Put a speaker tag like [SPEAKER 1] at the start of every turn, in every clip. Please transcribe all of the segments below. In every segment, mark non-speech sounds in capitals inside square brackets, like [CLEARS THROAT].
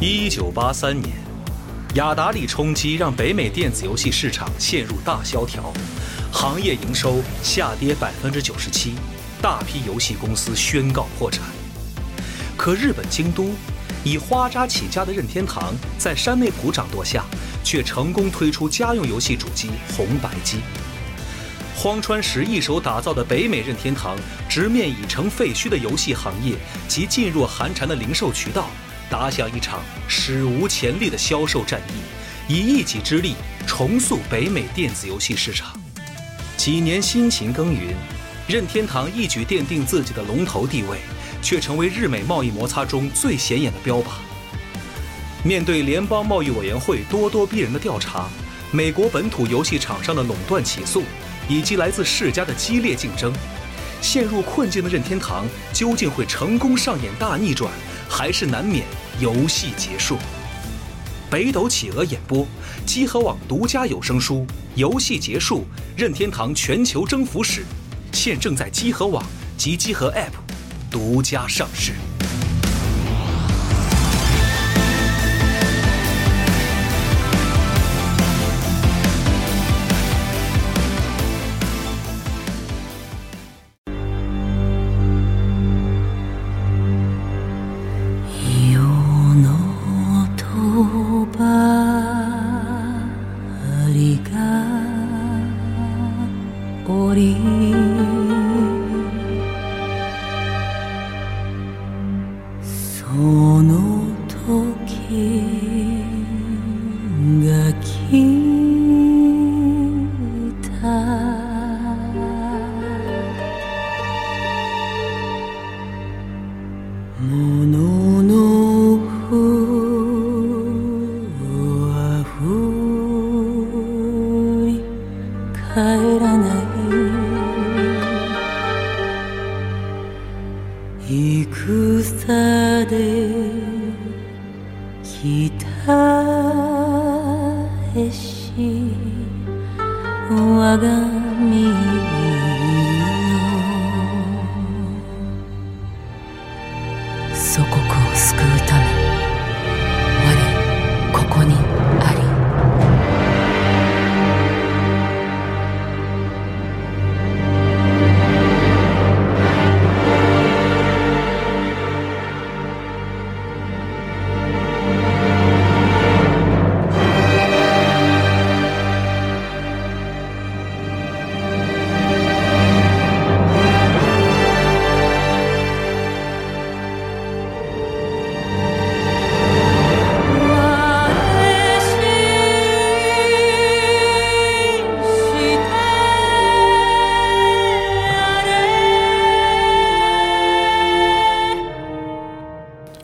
[SPEAKER 1] 一九八三年，雅达利冲击让北美电子游戏市场陷入大萧条，行业营收下跌百分之九十七，大批游戏公司宣告破产。可日本京都，以花渣起家的任天堂在山内鼓掌舵下，却成功推出家用游戏主机红白机。荒川石一手打造的北美任天堂，直面已成废墟的游戏行业及噤若寒蝉的零售渠道，打响一场史无前例的销售战役，以一己之力重塑北美电子游戏市场。几年辛勤耕耘，任天堂一举奠定自己的龙头地位，却成为日美贸易摩擦中最显眼的标靶。面对联邦贸易委员会咄咄逼人的调查，美国本土游戏厂商的垄断起诉。以及来自世家的激烈竞争，陷入困境的任天堂究竟会成功上演大逆转，还是难免游戏结束？北斗企鹅演播，积禾网独家有声书《游戏结束：任天堂全球征服史》，现正在积禾网及积禾 App 独家上市。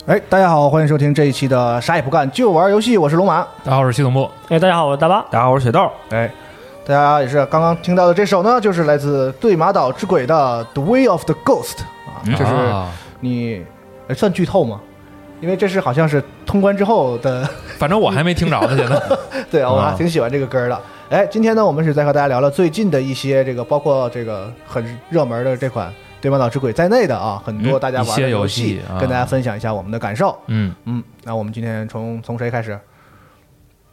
[SPEAKER 2] 哎，大家好，欢迎收听这一期的《啥也不干就玩游戏》，我是龙马。
[SPEAKER 3] 大家好，我是系统部。
[SPEAKER 4] 哎，大家好，我是大巴。
[SPEAKER 5] 大家好，我是雪豆。
[SPEAKER 2] 哎，大家也是刚刚听到的这首呢，就是来自对马岛之鬼的《The Way of the Ghost》啊，
[SPEAKER 5] 嗯
[SPEAKER 2] 就是你、哎、算剧透吗？因为这是好像是通关之后的， [LAUGHS]
[SPEAKER 3] 反正我还没听着呢，现
[SPEAKER 5] [LAUGHS]
[SPEAKER 3] 在。
[SPEAKER 2] 对，我还挺喜欢这个歌的。哎，今天呢，我们是在和大家聊聊最近的一些这个，包括这个很热门的这款。对马岛之鬼在内的啊，很多大家玩的游
[SPEAKER 3] 戏，嗯游戏啊、
[SPEAKER 2] 跟大家分享一下我们的感受。
[SPEAKER 3] 嗯
[SPEAKER 2] 嗯，那我们今天从从谁开始？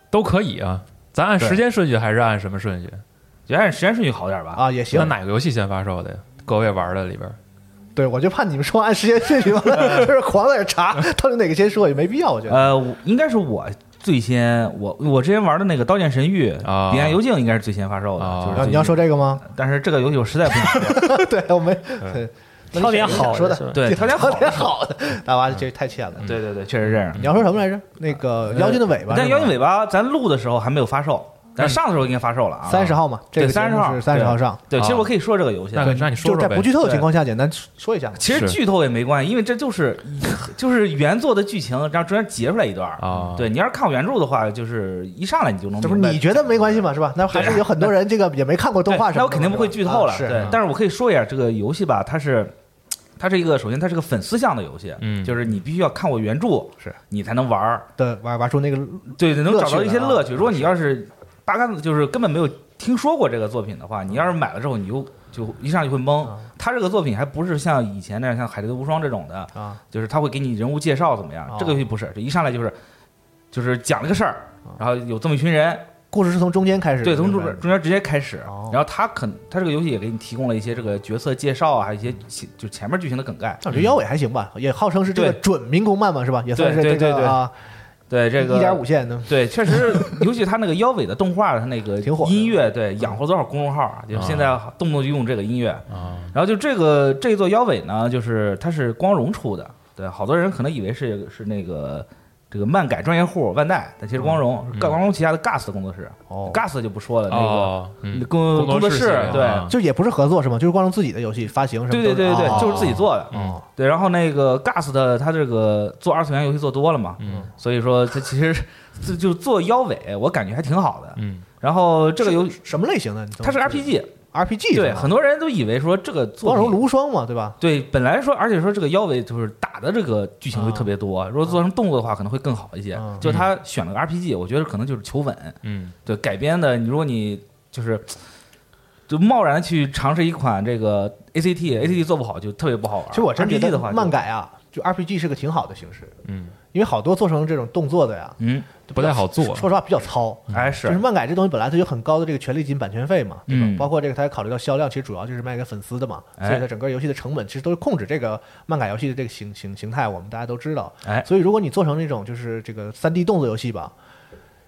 [SPEAKER 3] 都可以啊，咱按时间顺序还是按什么顺序？
[SPEAKER 5] 就按时间顺序好点吧。
[SPEAKER 2] 啊，也行。
[SPEAKER 3] 那哪个游戏先发售的呀？各位玩的里边？
[SPEAKER 2] 对，我就怕你们说按时间顺序
[SPEAKER 5] [LAUGHS]
[SPEAKER 2] 完了，就是狂在那查到底哪个先说，也没必要。我觉得，
[SPEAKER 5] 呃，应该是我。最先，我我之前玩的那个《刀剑神域》
[SPEAKER 3] 啊，
[SPEAKER 5] 《彼岸幽境》应该是最先发售的。
[SPEAKER 3] 啊、
[SPEAKER 5] 就是
[SPEAKER 2] 你要说这个吗？
[SPEAKER 5] 但是这个游戏我实在
[SPEAKER 2] [LAUGHS]
[SPEAKER 5] 不想
[SPEAKER 2] 说。对，我没
[SPEAKER 5] 嗯
[SPEAKER 2] [LAUGHS] 对，
[SPEAKER 4] 挑点好
[SPEAKER 2] 说
[SPEAKER 4] 的，
[SPEAKER 5] 对，挑点
[SPEAKER 2] 好
[SPEAKER 5] 点
[SPEAKER 2] 好的，
[SPEAKER 5] 嗯
[SPEAKER 2] 大娃这太欠了。
[SPEAKER 5] 对对对，确实这
[SPEAKER 3] 嗯
[SPEAKER 5] 样。
[SPEAKER 2] 你要说什么来着？那个《妖精的尾巴》，
[SPEAKER 5] 嗯但《妖精尾巴》咱录的时候还没有发售，但
[SPEAKER 3] 嗯
[SPEAKER 5] 上的时候应该发售了啊。
[SPEAKER 2] 三十号嘛，这个
[SPEAKER 5] 三十号
[SPEAKER 2] 是三十号上。
[SPEAKER 5] 对，其实我可以说这个游戏。
[SPEAKER 3] 啊那那你说
[SPEAKER 2] 在不剧透的情况下，简单说一下。
[SPEAKER 5] 其实剧透也没关系，因为这就是就是原作的剧情，然后中间截出来一段
[SPEAKER 3] 啊。
[SPEAKER 5] 对，你要是看过原著的话，就是一上来你就能。
[SPEAKER 2] 这不是你觉得没关系嘛，是吧？那还是有很多人这个也没看过动画什么。
[SPEAKER 5] 那我肯定不会剧透了。
[SPEAKER 2] 啊是，嗯
[SPEAKER 5] 对，但是我可以说一下这个游戏吧，它是。它是一个，首先它是个粉丝向的游戏，
[SPEAKER 3] 嗯，
[SPEAKER 5] 就是你必须要看过原著，
[SPEAKER 2] 是
[SPEAKER 5] 你才能玩儿，
[SPEAKER 2] 对，玩玩出那个
[SPEAKER 5] 对，能找到一些乐
[SPEAKER 2] 趣。
[SPEAKER 5] 如果你要是八竿子就是根本没有听说过这个作品的
[SPEAKER 2] 嗯
[SPEAKER 5] 话，你要是买了之后，你就就一上就会懵。它这个作品还不是像以前那样像《海贼无双》这种的，
[SPEAKER 2] 啊，哦
[SPEAKER 5] 就是它会给你人物介绍怎么样，这个游戏不是，这一上来就是就是讲了个事儿，
[SPEAKER 2] 哦
[SPEAKER 5] 然后有这么一群人，
[SPEAKER 2] 故事是从中间开始的，
[SPEAKER 5] 对，从
[SPEAKER 2] 明
[SPEAKER 5] 中
[SPEAKER 2] 白
[SPEAKER 5] 中间直接开始
[SPEAKER 2] 哦，
[SPEAKER 5] 然后他肯他这个游戏也给你提供了一些这个角色介绍啊，还有一些其就前面剧情的梗概。
[SPEAKER 2] 那我觉得腰尾还行吧，也号称是这个
[SPEAKER 5] 对
[SPEAKER 2] 准民工漫嘛，是吧？也算是
[SPEAKER 5] 对
[SPEAKER 2] 这
[SPEAKER 5] 对对
[SPEAKER 2] 个
[SPEAKER 5] 对
[SPEAKER 2] 啊，
[SPEAKER 5] 对这个
[SPEAKER 2] 一点五线呢。
[SPEAKER 5] 对，确实，尤其他那个腰尾的动画，他那个
[SPEAKER 2] 挺火的
[SPEAKER 5] 音乐，对，养活多少公众号啊？就是现在动不动就用这个音乐。
[SPEAKER 3] 啊，
[SPEAKER 5] 然后就这个这一座腰尾呢，就是它是光荣出的，对，好多人可能以为是是那个这个漫改专业户万代，但其实光荣、是
[SPEAKER 3] 嗯
[SPEAKER 5] 光荣旗下的 GAS 的工作室、
[SPEAKER 2] 哦
[SPEAKER 5] g，a s 就不说了，那个、
[SPEAKER 3] 哦，嗯
[SPEAKER 5] 工
[SPEAKER 3] 工
[SPEAKER 5] 作
[SPEAKER 3] 作室
[SPEAKER 5] 室
[SPEAKER 3] 系列，
[SPEAKER 5] 对。
[SPEAKER 3] 啊
[SPEAKER 2] 就也不是合作是吗？就是光荣自己的游戏发行什么都
[SPEAKER 5] 哦对
[SPEAKER 2] 是？
[SPEAKER 5] 对对对
[SPEAKER 2] 哦
[SPEAKER 5] 对，就是自己。做的。
[SPEAKER 3] 嗯
[SPEAKER 5] 对，然后那个 Gas 的他这个做二次元游戏做多了嘛，
[SPEAKER 3] 嗯
[SPEAKER 5] 所以说他其实就就做腰尾，我感觉还挺好的。
[SPEAKER 3] 嗯
[SPEAKER 5] 然后这个游
[SPEAKER 2] 是什么类型的？你
[SPEAKER 5] 它是 RPG，
[SPEAKER 2] RPG
[SPEAKER 5] 对，
[SPEAKER 2] 是吗
[SPEAKER 5] 很多人都以为说这个作
[SPEAKER 2] 光荣
[SPEAKER 5] 品
[SPEAKER 2] 无双嘛，对吧？
[SPEAKER 5] 对，本来说，而且说这个腰围就是打的这个剧情会特别
[SPEAKER 2] 嗯
[SPEAKER 5] 多，如果做成动作的话，可能会更好一些。
[SPEAKER 2] 啊
[SPEAKER 5] 就是他选了个 RPG，我觉得可能就是求稳。
[SPEAKER 3] 嗯
[SPEAKER 5] 对，改编的，你如果你就是就贸然去尝试一款这个 ACT，ACT 做不好就特别不好玩。
[SPEAKER 2] 嗯其实我真觉
[SPEAKER 5] RPG
[SPEAKER 2] 得
[SPEAKER 5] 的话就
[SPEAKER 2] 漫，改啊，就 RPG 是个挺好的形式，
[SPEAKER 3] 嗯，
[SPEAKER 2] 因为好多做成这种动作的呀，
[SPEAKER 5] 嗯，
[SPEAKER 2] 就比较
[SPEAKER 3] 不太好做
[SPEAKER 2] 说实话，比较糙。
[SPEAKER 5] 哎
[SPEAKER 2] 嗯就是
[SPEAKER 5] 是，
[SPEAKER 2] 漫改这东西本来它有很高的这个权利金、版权费嘛，对吧？
[SPEAKER 5] 嗯
[SPEAKER 2] 包括这个，它也考虑到销量，其实主要就是卖给粉丝的嘛，
[SPEAKER 5] 哎
[SPEAKER 2] 所以它整个游戏的成本其实都是控制这个漫改游戏的这个形形形态，我们大家都知道。
[SPEAKER 5] 哎
[SPEAKER 2] 所以如果你做成那种就是这个三 D 动作游戏吧，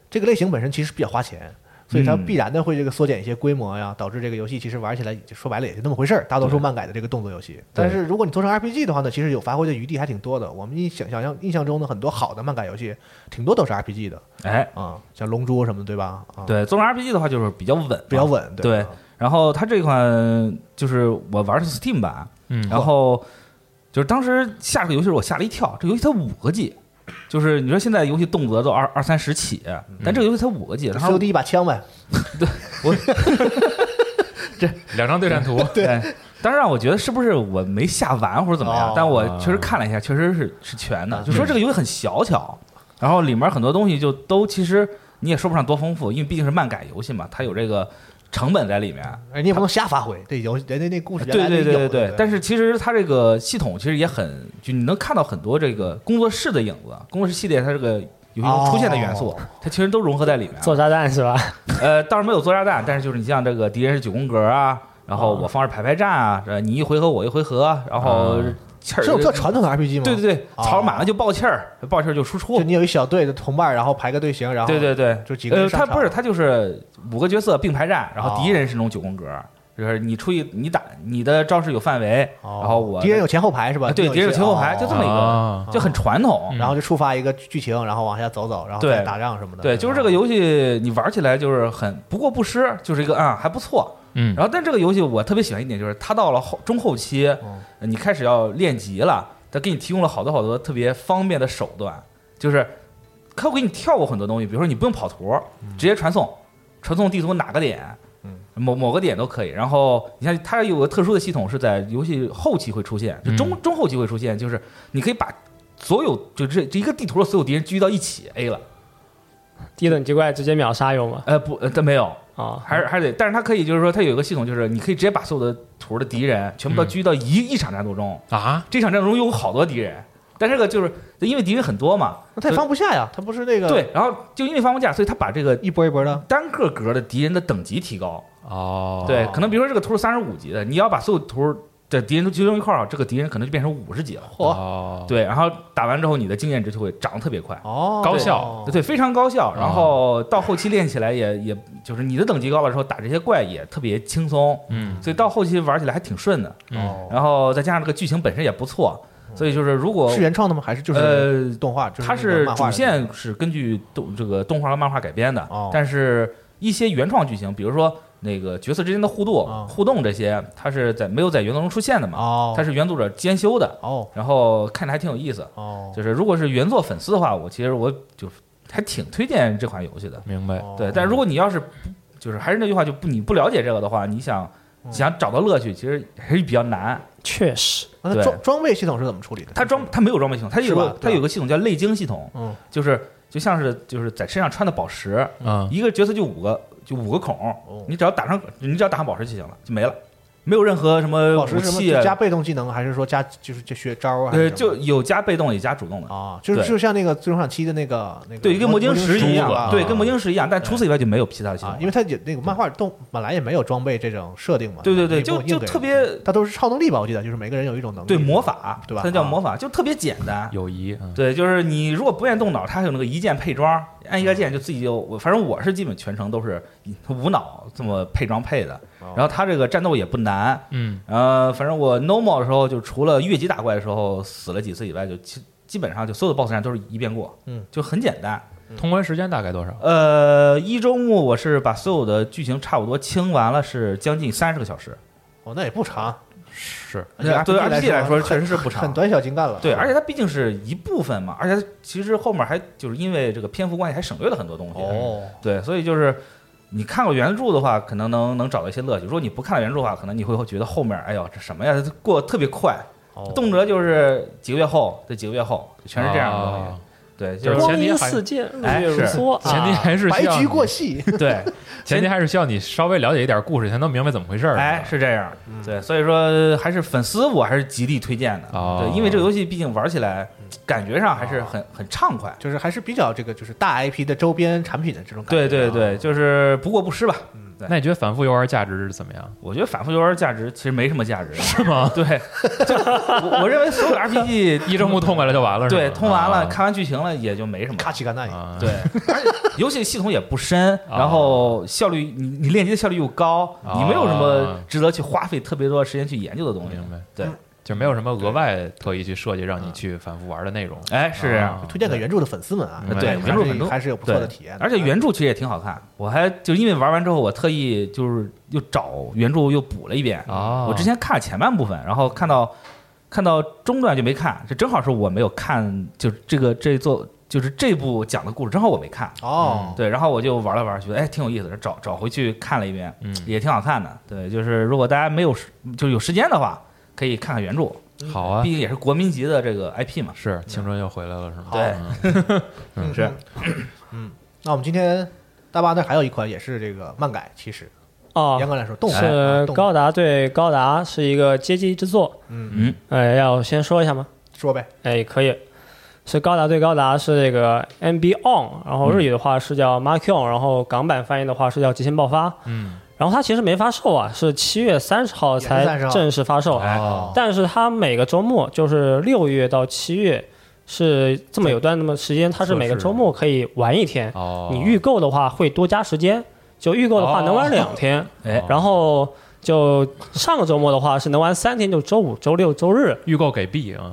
[SPEAKER 2] 这个类型本身其实比较花钱。所以它
[SPEAKER 5] 嗯
[SPEAKER 2] 必然的会这个缩减一些规模呀，导致这个游戏其实玩起来就说白了也就那么回事儿。大多数漫改的这个动作游戏，但是如果你做成 RPG 的话呢，其实有发挥的余地还挺多的。我们印想想象印象中的很多好的漫改游戏，挺多都是 RPG 的。
[SPEAKER 5] 哎，
[SPEAKER 2] 啊，像龙珠什么的，对吧？啊，，
[SPEAKER 5] 对，做成 RPG 的话就是比较稳，
[SPEAKER 2] 比较。稳，
[SPEAKER 5] 对
[SPEAKER 2] 吧，
[SPEAKER 5] 然后它这款就是我玩的是 Steam 版，
[SPEAKER 3] 嗯
[SPEAKER 5] 然后就是当时下这个游戏时候，我吓了一跳，这游戏才五个 G，就是你说现在游戏动辄都二二三十起，但
[SPEAKER 2] 嗯
[SPEAKER 5] 这个游戏才五个 G，然后
[SPEAKER 2] COD 一把枪呗，
[SPEAKER 3] 两张对战图，
[SPEAKER 5] [LAUGHS] 对，当时让我觉得是不是我没下完或者怎么样
[SPEAKER 2] 哦，
[SPEAKER 5] 但我确实看了一下，确实是是全的，
[SPEAKER 2] 嗯
[SPEAKER 5] 就说这个游戏很小巧，然后里面很多东西就都其实你也说不上多丰富，因为毕竟是漫改游戏嘛，它有这个成本在里面，
[SPEAKER 2] 哎，你也不能瞎发挥，这游人家那故事原
[SPEAKER 5] 对
[SPEAKER 2] 来
[SPEAKER 5] 对
[SPEAKER 2] 就有
[SPEAKER 5] 对
[SPEAKER 2] 的对
[SPEAKER 5] 对，但是其实它这个系统其实也很，就你能看到很多这个工作室的影子，工作室系列它这个游戏中出现的元素，
[SPEAKER 2] 哦
[SPEAKER 5] 它其实都融合在里面。啊
[SPEAKER 4] 做炸弹
[SPEAKER 5] [LAUGHS]
[SPEAKER 4] 是吧？
[SPEAKER 5] 呃，倒是没有做炸弹，但是就是你像这个敌人是九宫格啊，然后我方是排排站啊，呃你一回合我一回合，然后
[SPEAKER 3] 啊
[SPEAKER 5] 气儿
[SPEAKER 2] 这种特传统的 RPG 吗？
[SPEAKER 5] 对对对，
[SPEAKER 2] 哦
[SPEAKER 5] 草满了就爆气儿，爆气儿就输
[SPEAKER 2] 就
[SPEAKER 5] 出。
[SPEAKER 2] 你有一小队的同伴，然后排个队形，然后
[SPEAKER 5] 对对对，
[SPEAKER 2] 就几个人
[SPEAKER 5] 呃，
[SPEAKER 2] 上
[SPEAKER 5] 他
[SPEAKER 2] 场
[SPEAKER 5] 不是，他就是五个角色并排站，然后
[SPEAKER 2] 哦
[SPEAKER 5] 敌人是那种九宫格，就是你出去你打你的招式有范围，
[SPEAKER 2] 哦
[SPEAKER 5] 然后我
[SPEAKER 2] 敌人有前后排是吧？
[SPEAKER 5] 啊对
[SPEAKER 2] 你一
[SPEAKER 5] 敌人有
[SPEAKER 2] 些
[SPEAKER 5] 前后排
[SPEAKER 2] 哦
[SPEAKER 5] 就这么一个
[SPEAKER 3] 啊，
[SPEAKER 5] 就很传统
[SPEAKER 3] 嗯。
[SPEAKER 2] 然后就触发一个剧情，然后往下走走，然后
[SPEAKER 5] 对
[SPEAKER 2] 再打仗什么的。
[SPEAKER 5] 对，就是这个游戏，你玩起来就是很不过不失，就是一个啊、还不错。
[SPEAKER 3] 嗯，
[SPEAKER 5] 然后，但这个游戏我特别喜欢一点，就是它到了后中后期，
[SPEAKER 2] 嗯
[SPEAKER 5] 呃你开始要练级了，它给你提供了好多好多特别方便的手段，就是它会给你跳过很多东西，比如说你不用跑图，直接传送，传送地图哪个点
[SPEAKER 2] 嗯，
[SPEAKER 5] 某某个点都可以。然后你看它有个特殊的系统是在游戏后期会出现，就中中后期会出现，就是你可以把所有就这这一个地图的所有敌人聚集到一起 A 了，
[SPEAKER 4] 一等级怪直接秒杀有吗？
[SPEAKER 5] 呃不，呃但没有。
[SPEAKER 4] 啊，
[SPEAKER 5] 还是还是得，但是它可以，就是说，它有一个系统，就是你可以直接把所有的图的敌人全部都
[SPEAKER 3] 嗯
[SPEAKER 5] 聚集到一、一场战斗中。
[SPEAKER 3] 啊，
[SPEAKER 5] 这场战斗中有好多敌人，但这个就是因为敌人很多嘛，
[SPEAKER 2] 那他也放不下呀，他不是那个
[SPEAKER 5] 对，然哦后就因为放不下，所以他把这个
[SPEAKER 2] 一波一波的
[SPEAKER 5] 单个格的敌人的等级提高。
[SPEAKER 3] 哦，
[SPEAKER 5] 对，可能比如说这个图是三十五级的，你要把所有图的敌人都集中一块儿，这个敌人可能就变成五十级了。
[SPEAKER 3] 哦，
[SPEAKER 5] 对，然后打完之后，你的经验值就会涨得特别快。
[SPEAKER 2] 哦，
[SPEAKER 3] 高效
[SPEAKER 2] 哦
[SPEAKER 5] 对，非常高效。然后到后期练起来也也就是你的等级高了之后，打这些怪也特别轻松，
[SPEAKER 3] 嗯
[SPEAKER 5] 所以到后期玩起来还挺顺的。
[SPEAKER 3] 嗯
[SPEAKER 2] 哦，
[SPEAKER 5] 然后再加上这个剧情本身也不错，所以就是如果
[SPEAKER 2] 是原创的吗？还是就是
[SPEAKER 5] 嗯呃，
[SPEAKER 2] 动画？就是
[SPEAKER 5] 它
[SPEAKER 2] 那个
[SPEAKER 5] 是
[SPEAKER 2] 漫画
[SPEAKER 5] 主
[SPEAKER 2] 的
[SPEAKER 5] 线是根据动这个动画和漫画改编的
[SPEAKER 2] 哦，
[SPEAKER 5] 但是一些原创剧情，比如说那个角色之间的互
[SPEAKER 2] 哦
[SPEAKER 5] 动、互动这些，它是在没有在原作中出现的嘛，
[SPEAKER 2] 哦，
[SPEAKER 5] 它是原作者兼修的，
[SPEAKER 2] 哦
[SPEAKER 5] 然后看着还挺有意思。
[SPEAKER 2] 哦，
[SPEAKER 5] 就是如果是原作粉丝的话，我其实我就还挺推荐这款游戏的。
[SPEAKER 3] 明白，
[SPEAKER 2] 哦
[SPEAKER 5] 对，但如果你要是就是还是那句话，就不你不了解这个的话，你想
[SPEAKER 2] 嗯
[SPEAKER 5] 想找到乐趣，其实还是比较难。
[SPEAKER 4] 确实，
[SPEAKER 2] 那它
[SPEAKER 5] 对
[SPEAKER 2] 装装备系统是怎么处理的？
[SPEAKER 5] 它装它没有装备系统，它有
[SPEAKER 2] 是吧
[SPEAKER 5] 个它有个系统叫类晶系统，
[SPEAKER 2] 嗯
[SPEAKER 5] 就是就像是就是在身上穿的宝石，
[SPEAKER 3] 嗯
[SPEAKER 5] 一个角色就五个就五个孔
[SPEAKER 2] 哦，
[SPEAKER 5] 你只要打上你只要打上宝石就行了，就没了。没有任何什么
[SPEAKER 2] 宝
[SPEAKER 5] 武
[SPEAKER 2] 石什么
[SPEAKER 5] 器
[SPEAKER 2] 就加
[SPEAKER 5] 啊，
[SPEAKER 2] 背动技能，还是说加就是这学招啊？还
[SPEAKER 5] 呃，
[SPEAKER 2] 是什
[SPEAKER 5] 就
[SPEAKER 2] 么
[SPEAKER 5] 有加被动也加主动的，
[SPEAKER 2] 啊，就是
[SPEAKER 5] 对
[SPEAKER 2] 就像那个最终幻想七的那个那个
[SPEAKER 5] 对，跟
[SPEAKER 2] 魔
[SPEAKER 5] 魔晶石一样，
[SPEAKER 2] 啊
[SPEAKER 5] 对，跟魔晶石一样，但除此以外就没有其他的系
[SPEAKER 2] 啊
[SPEAKER 5] 统，
[SPEAKER 2] 因。为它也那个漫画动本来也没有装备这种设定嘛。
[SPEAKER 5] 对对对，
[SPEAKER 2] 你不
[SPEAKER 5] 就
[SPEAKER 2] 硬
[SPEAKER 5] 就
[SPEAKER 2] 给
[SPEAKER 5] 特别
[SPEAKER 2] 它都是超能力吧？我记得就是每个人有一种能力，
[SPEAKER 5] 对魔法，
[SPEAKER 2] 对吧
[SPEAKER 5] 它叫
[SPEAKER 2] 啊
[SPEAKER 5] 魔法，就特别简单。
[SPEAKER 3] 友谊，嗯
[SPEAKER 5] 对，就是你如果不愿意动脑，它有那个一键配装，按一个键就自己就，我反正我是基本全程都是无脑这么配装配的。
[SPEAKER 2] 哦
[SPEAKER 5] 然后它这个战斗也不难，
[SPEAKER 3] 嗯，
[SPEAKER 5] 呃，反正我 normal 的时候，就除了越级打怪的时候死了几次以外，就基基本上就所有的 boss 战都是一遍过，
[SPEAKER 2] 嗯，
[SPEAKER 5] 就很简单。
[SPEAKER 3] 通关时间大概多少？
[SPEAKER 5] 呃，一周目我是把所有的剧情差不多清完了，是将近三十个小时。
[SPEAKER 2] 哦，那也不长，
[SPEAKER 3] 是，
[SPEAKER 2] 以
[SPEAKER 5] 对 RPG 来说
[SPEAKER 2] 很
[SPEAKER 5] 确实是不长
[SPEAKER 2] 很短小精干了。
[SPEAKER 5] 对，而且它毕竟是一部分嘛，而且它其实后面还就是因为这个篇幅关系还省略了很多东西。
[SPEAKER 2] 哦，
[SPEAKER 5] 对，所以就是你看过原著的话，可能能能找到一些乐趣；如果你不看原著的话，可能你会觉得后面，哎呦，这什么呀，这过得特别快，
[SPEAKER 2] 哦
[SPEAKER 5] 动辄就是几个月后，这几个月后，全是这样的东西。
[SPEAKER 3] 啊
[SPEAKER 5] 对，就
[SPEAKER 3] 就是是
[SPEAKER 4] 光
[SPEAKER 3] 前提
[SPEAKER 4] 阴
[SPEAKER 3] 还
[SPEAKER 4] 似箭，日
[SPEAKER 5] 哎
[SPEAKER 4] 月如
[SPEAKER 5] 是
[SPEAKER 4] 梭，
[SPEAKER 3] 前提
[SPEAKER 4] 啊
[SPEAKER 3] 还是
[SPEAKER 2] 白
[SPEAKER 3] 需要
[SPEAKER 2] 驹
[SPEAKER 3] 你
[SPEAKER 2] 过隙，
[SPEAKER 5] [LAUGHS] 对，
[SPEAKER 3] 前提还是需要你稍微了解一点故事，才能明白怎么回事儿。
[SPEAKER 5] 哎，是这样。对，所以说还是粉丝，我还是极力推荐的。
[SPEAKER 3] 哦
[SPEAKER 5] 对，因为这个游戏毕竟玩起来，感觉上还是很很畅快。
[SPEAKER 2] 就是还是比较这个就是大 IP 的周边产品的这种感
[SPEAKER 5] 对
[SPEAKER 2] 觉。
[SPEAKER 5] 对对，，就是不过不失吧。
[SPEAKER 3] 那你觉得反复游玩价值是怎么样？
[SPEAKER 5] 我觉得反复游玩价值其实没什么价值，
[SPEAKER 3] 是吗？
[SPEAKER 5] 对，就我我认为所有的 RPG
[SPEAKER 3] 一周目痛快了就完了，是
[SPEAKER 5] 对
[SPEAKER 3] 吗
[SPEAKER 5] 通完了，
[SPEAKER 3] 啊
[SPEAKER 5] 看完剧情了也就没什么。
[SPEAKER 2] 卡奇甘奈
[SPEAKER 3] 啊，
[SPEAKER 5] [LAUGHS] 对，而且游戏系统也
[SPEAKER 3] [LAUGHS]
[SPEAKER 5] 不深，然后效率你你练级的效率又高，
[SPEAKER 3] 哦
[SPEAKER 5] 你没有什么值得去花费特别多时间去研究的东西
[SPEAKER 3] 明。白，
[SPEAKER 5] 对，
[SPEAKER 3] 就没有什么额外特意去设计让你去反复玩的内容。
[SPEAKER 5] 哎，是这样。
[SPEAKER 3] 啊
[SPEAKER 2] 推荐给原著的粉丝们啊，
[SPEAKER 3] 嗯
[SPEAKER 2] 还
[SPEAKER 5] 对
[SPEAKER 2] 是
[SPEAKER 5] 原著很多
[SPEAKER 2] 还是有不错的体验的。
[SPEAKER 5] 而且原著其实也挺好看，我还就因为玩完之后，我特意就是又找原著又补了一遍。
[SPEAKER 3] 哦
[SPEAKER 5] 我之前看了前半部分，然后看到看到中段就没看，这正好是我没有看，就是这个这座就是这部讲的故事，正好我没看。
[SPEAKER 2] 哦，
[SPEAKER 5] 对，然后我就玩了玩，觉得哎挺有意思的，找找回去看了一遍，
[SPEAKER 3] 嗯
[SPEAKER 5] 也挺好看的。对，就是如果大家没有时就是有时间的话，可以看看原著，
[SPEAKER 3] 好啊
[SPEAKER 5] 毕，竟也是国民级的这个 IP 嘛。
[SPEAKER 3] 是青春又回来了，是吗？
[SPEAKER 5] 对 [LAUGHS]
[SPEAKER 3] 嗯
[SPEAKER 2] 嗯
[SPEAKER 5] 是，
[SPEAKER 2] 嗯，那我们今天大巴那还有一款也是这个漫改，其实
[SPEAKER 4] 哦
[SPEAKER 2] 严，格来说，动漫啊
[SPEAKER 4] 是
[SPEAKER 2] 动
[SPEAKER 4] 高达对高达是一个阶级之作。
[SPEAKER 2] 嗯，
[SPEAKER 5] 嗯，
[SPEAKER 4] 哎，要先说一下吗？
[SPEAKER 2] 说呗，
[SPEAKER 4] 哎，可以。是高达对高达是这个 MB On，然后日语的话
[SPEAKER 2] 嗯
[SPEAKER 4] 是叫 m a r k On，然后港版翻译的话是叫极限爆发。
[SPEAKER 3] 嗯，
[SPEAKER 4] 然后它其实没发售啊，是七月三十
[SPEAKER 2] 也
[SPEAKER 4] 号
[SPEAKER 2] 是啊
[SPEAKER 4] 才
[SPEAKER 2] 30号
[SPEAKER 4] 正式发售。
[SPEAKER 3] 哎
[SPEAKER 2] 哦
[SPEAKER 4] 但是它每个周末，就是六月到七月，是这么有段那么时间，它是每个周末可以玩一
[SPEAKER 5] 哎
[SPEAKER 4] 天。
[SPEAKER 3] 哦，
[SPEAKER 4] 你预购的话会多加时间，就预购的
[SPEAKER 2] 哦
[SPEAKER 4] 话能玩两天。
[SPEAKER 5] 哎
[SPEAKER 4] 然后就上个周末的话是能玩三天，就周五、周六、
[SPEAKER 2] [LAUGHS]
[SPEAKER 4] 周日，
[SPEAKER 3] 预购给 B 啊，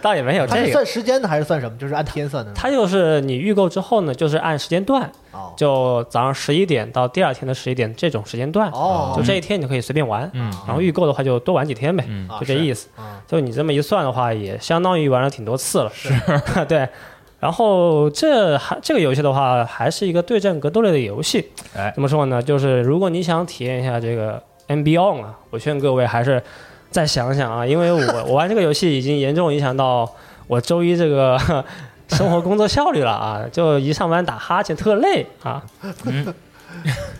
[SPEAKER 4] 倒也没有
[SPEAKER 2] 它
[SPEAKER 4] 这
[SPEAKER 2] 是
[SPEAKER 4] 个。
[SPEAKER 2] 算时间的还是算什么？就是按天算的呢？
[SPEAKER 4] 它就是你预购之后呢，就是按时间段，
[SPEAKER 2] 哦
[SPEAKER 4] 就早上十一点到第二天的十一点这种时间段，
[SPEAKER 2] 哦
[SPEAKER 4] 就这一天你就可以随便玩。
[SPEAKER 3] 嗯
[SPEAKER 4] 然后预购的话就多玩几天呗，
[SPEAKER 3] 嗯
[SPEAKER 4] 就这意思。
[SPEAKER 2] 啊，
[SPEAKER 4] 就你这么一算的话，也相当于玩了挺多次了。是， [LAUGHS] 对。然后这还这个游戏的话，还是一个对战格斗类的游戏。
[SPEAKER 5] 哎
[SPEAKER 4] 怎么说呢？就是如果你想体验一下这个 M B On 啊，我劝各位还是再想想啊，因为我我玩这个游戏已经严重影响到我周一这个 [LAUGHS] 生活工作效率了啊，就一上班打哈欠特累啊。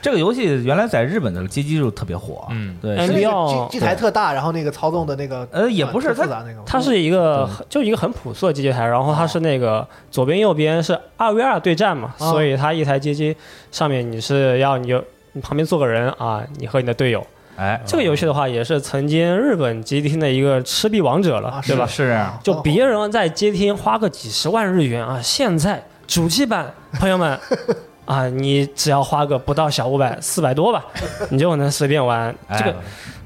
[SPEAKER 5] 这个游戏原来在日本的街机就特别火，
[SPEAKER 3] 嗯
[SPEAKER 5] 对，是
[SPEAKER 4] 哎
[SPEAKER 2] 是那
[SPEAKER 4] 必要
[SPEAKER 2] 个机机台特大，然后那个操纵的那个
[SPEAKER 5] 呃也不是
[SPEAKER 2] 特
[SPEAKER 5] 它
[SPEAKER 2] 复杂那个吗，
[SPEAKER 4] 它是一个就一个很朴素的机械台，然后它是那个左边右边是二 v 二对战嘛，
[SPEAKER 2] 哦
[SPEAKER 4] 所以它一台街机上面你是要你就你旁边坐个人啊，你和你的队友。
[SPEAKER 5] 哎，
[SPEAKER 4] 这个游戏的话也是曾经日本街机厅的一个赤壁王者
[SPEAKER 2] 啊
[SPEAKER 4] 了，
[SPEAKER 2] 是
[SPEAKER 4] 对吧？
[SPEAKER 5] 是这样。
[SPEAKER 4] 就
[SPEAKER 2] 哦
[SPEAKER 4] 别人在街厅花个几十万日元啊，现在主机版朋友们啊，你只要花个不到小五百四百多吧，你就能随便玩。这个
[SPEAKER 5] 哎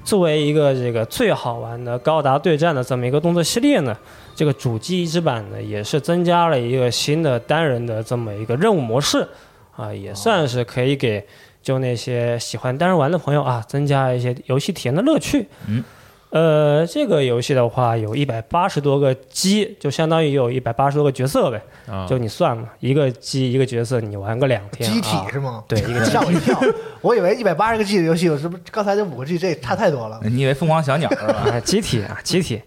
[SPEAKER 4] 作为一个这个最好玩的高达对战的这么一个动作系列呢，这个主机移植版呢也是增加了一个新的单人的这么一个任务模式啊，也算是可以给就那些喜欢单人玩的朋友啊，增加一些游戏体验的乐趣。
[SPEAKER 5] 嗯。
[SPEAKER 4] 呃，这个游戏的话有一百八十多个机，就相当于有一百八十多个角色呗。
[SPEAKER 3] 啊，
[SPEAKER 4] 就你算嘛，一个机一个角色，你玩个两天、啊。
[SPEAKER 2] 机体是吗？
[SPEAKER 4] 对一个机
[SPEAKER 2] 吓 [LAUGHS] 我一跳，我以为一百八十个 G
[SPEAKER 4] 嗯
[SPEAKER 2] 的游戏，我是不是刚才那五个 G 这差太多了？
[SPEAKER 4] [LAUGHS]
[SPEAKER 5] 你以为疯狂小鸟是吧？
[SPEAKER 4] 啊，集体啊，集体。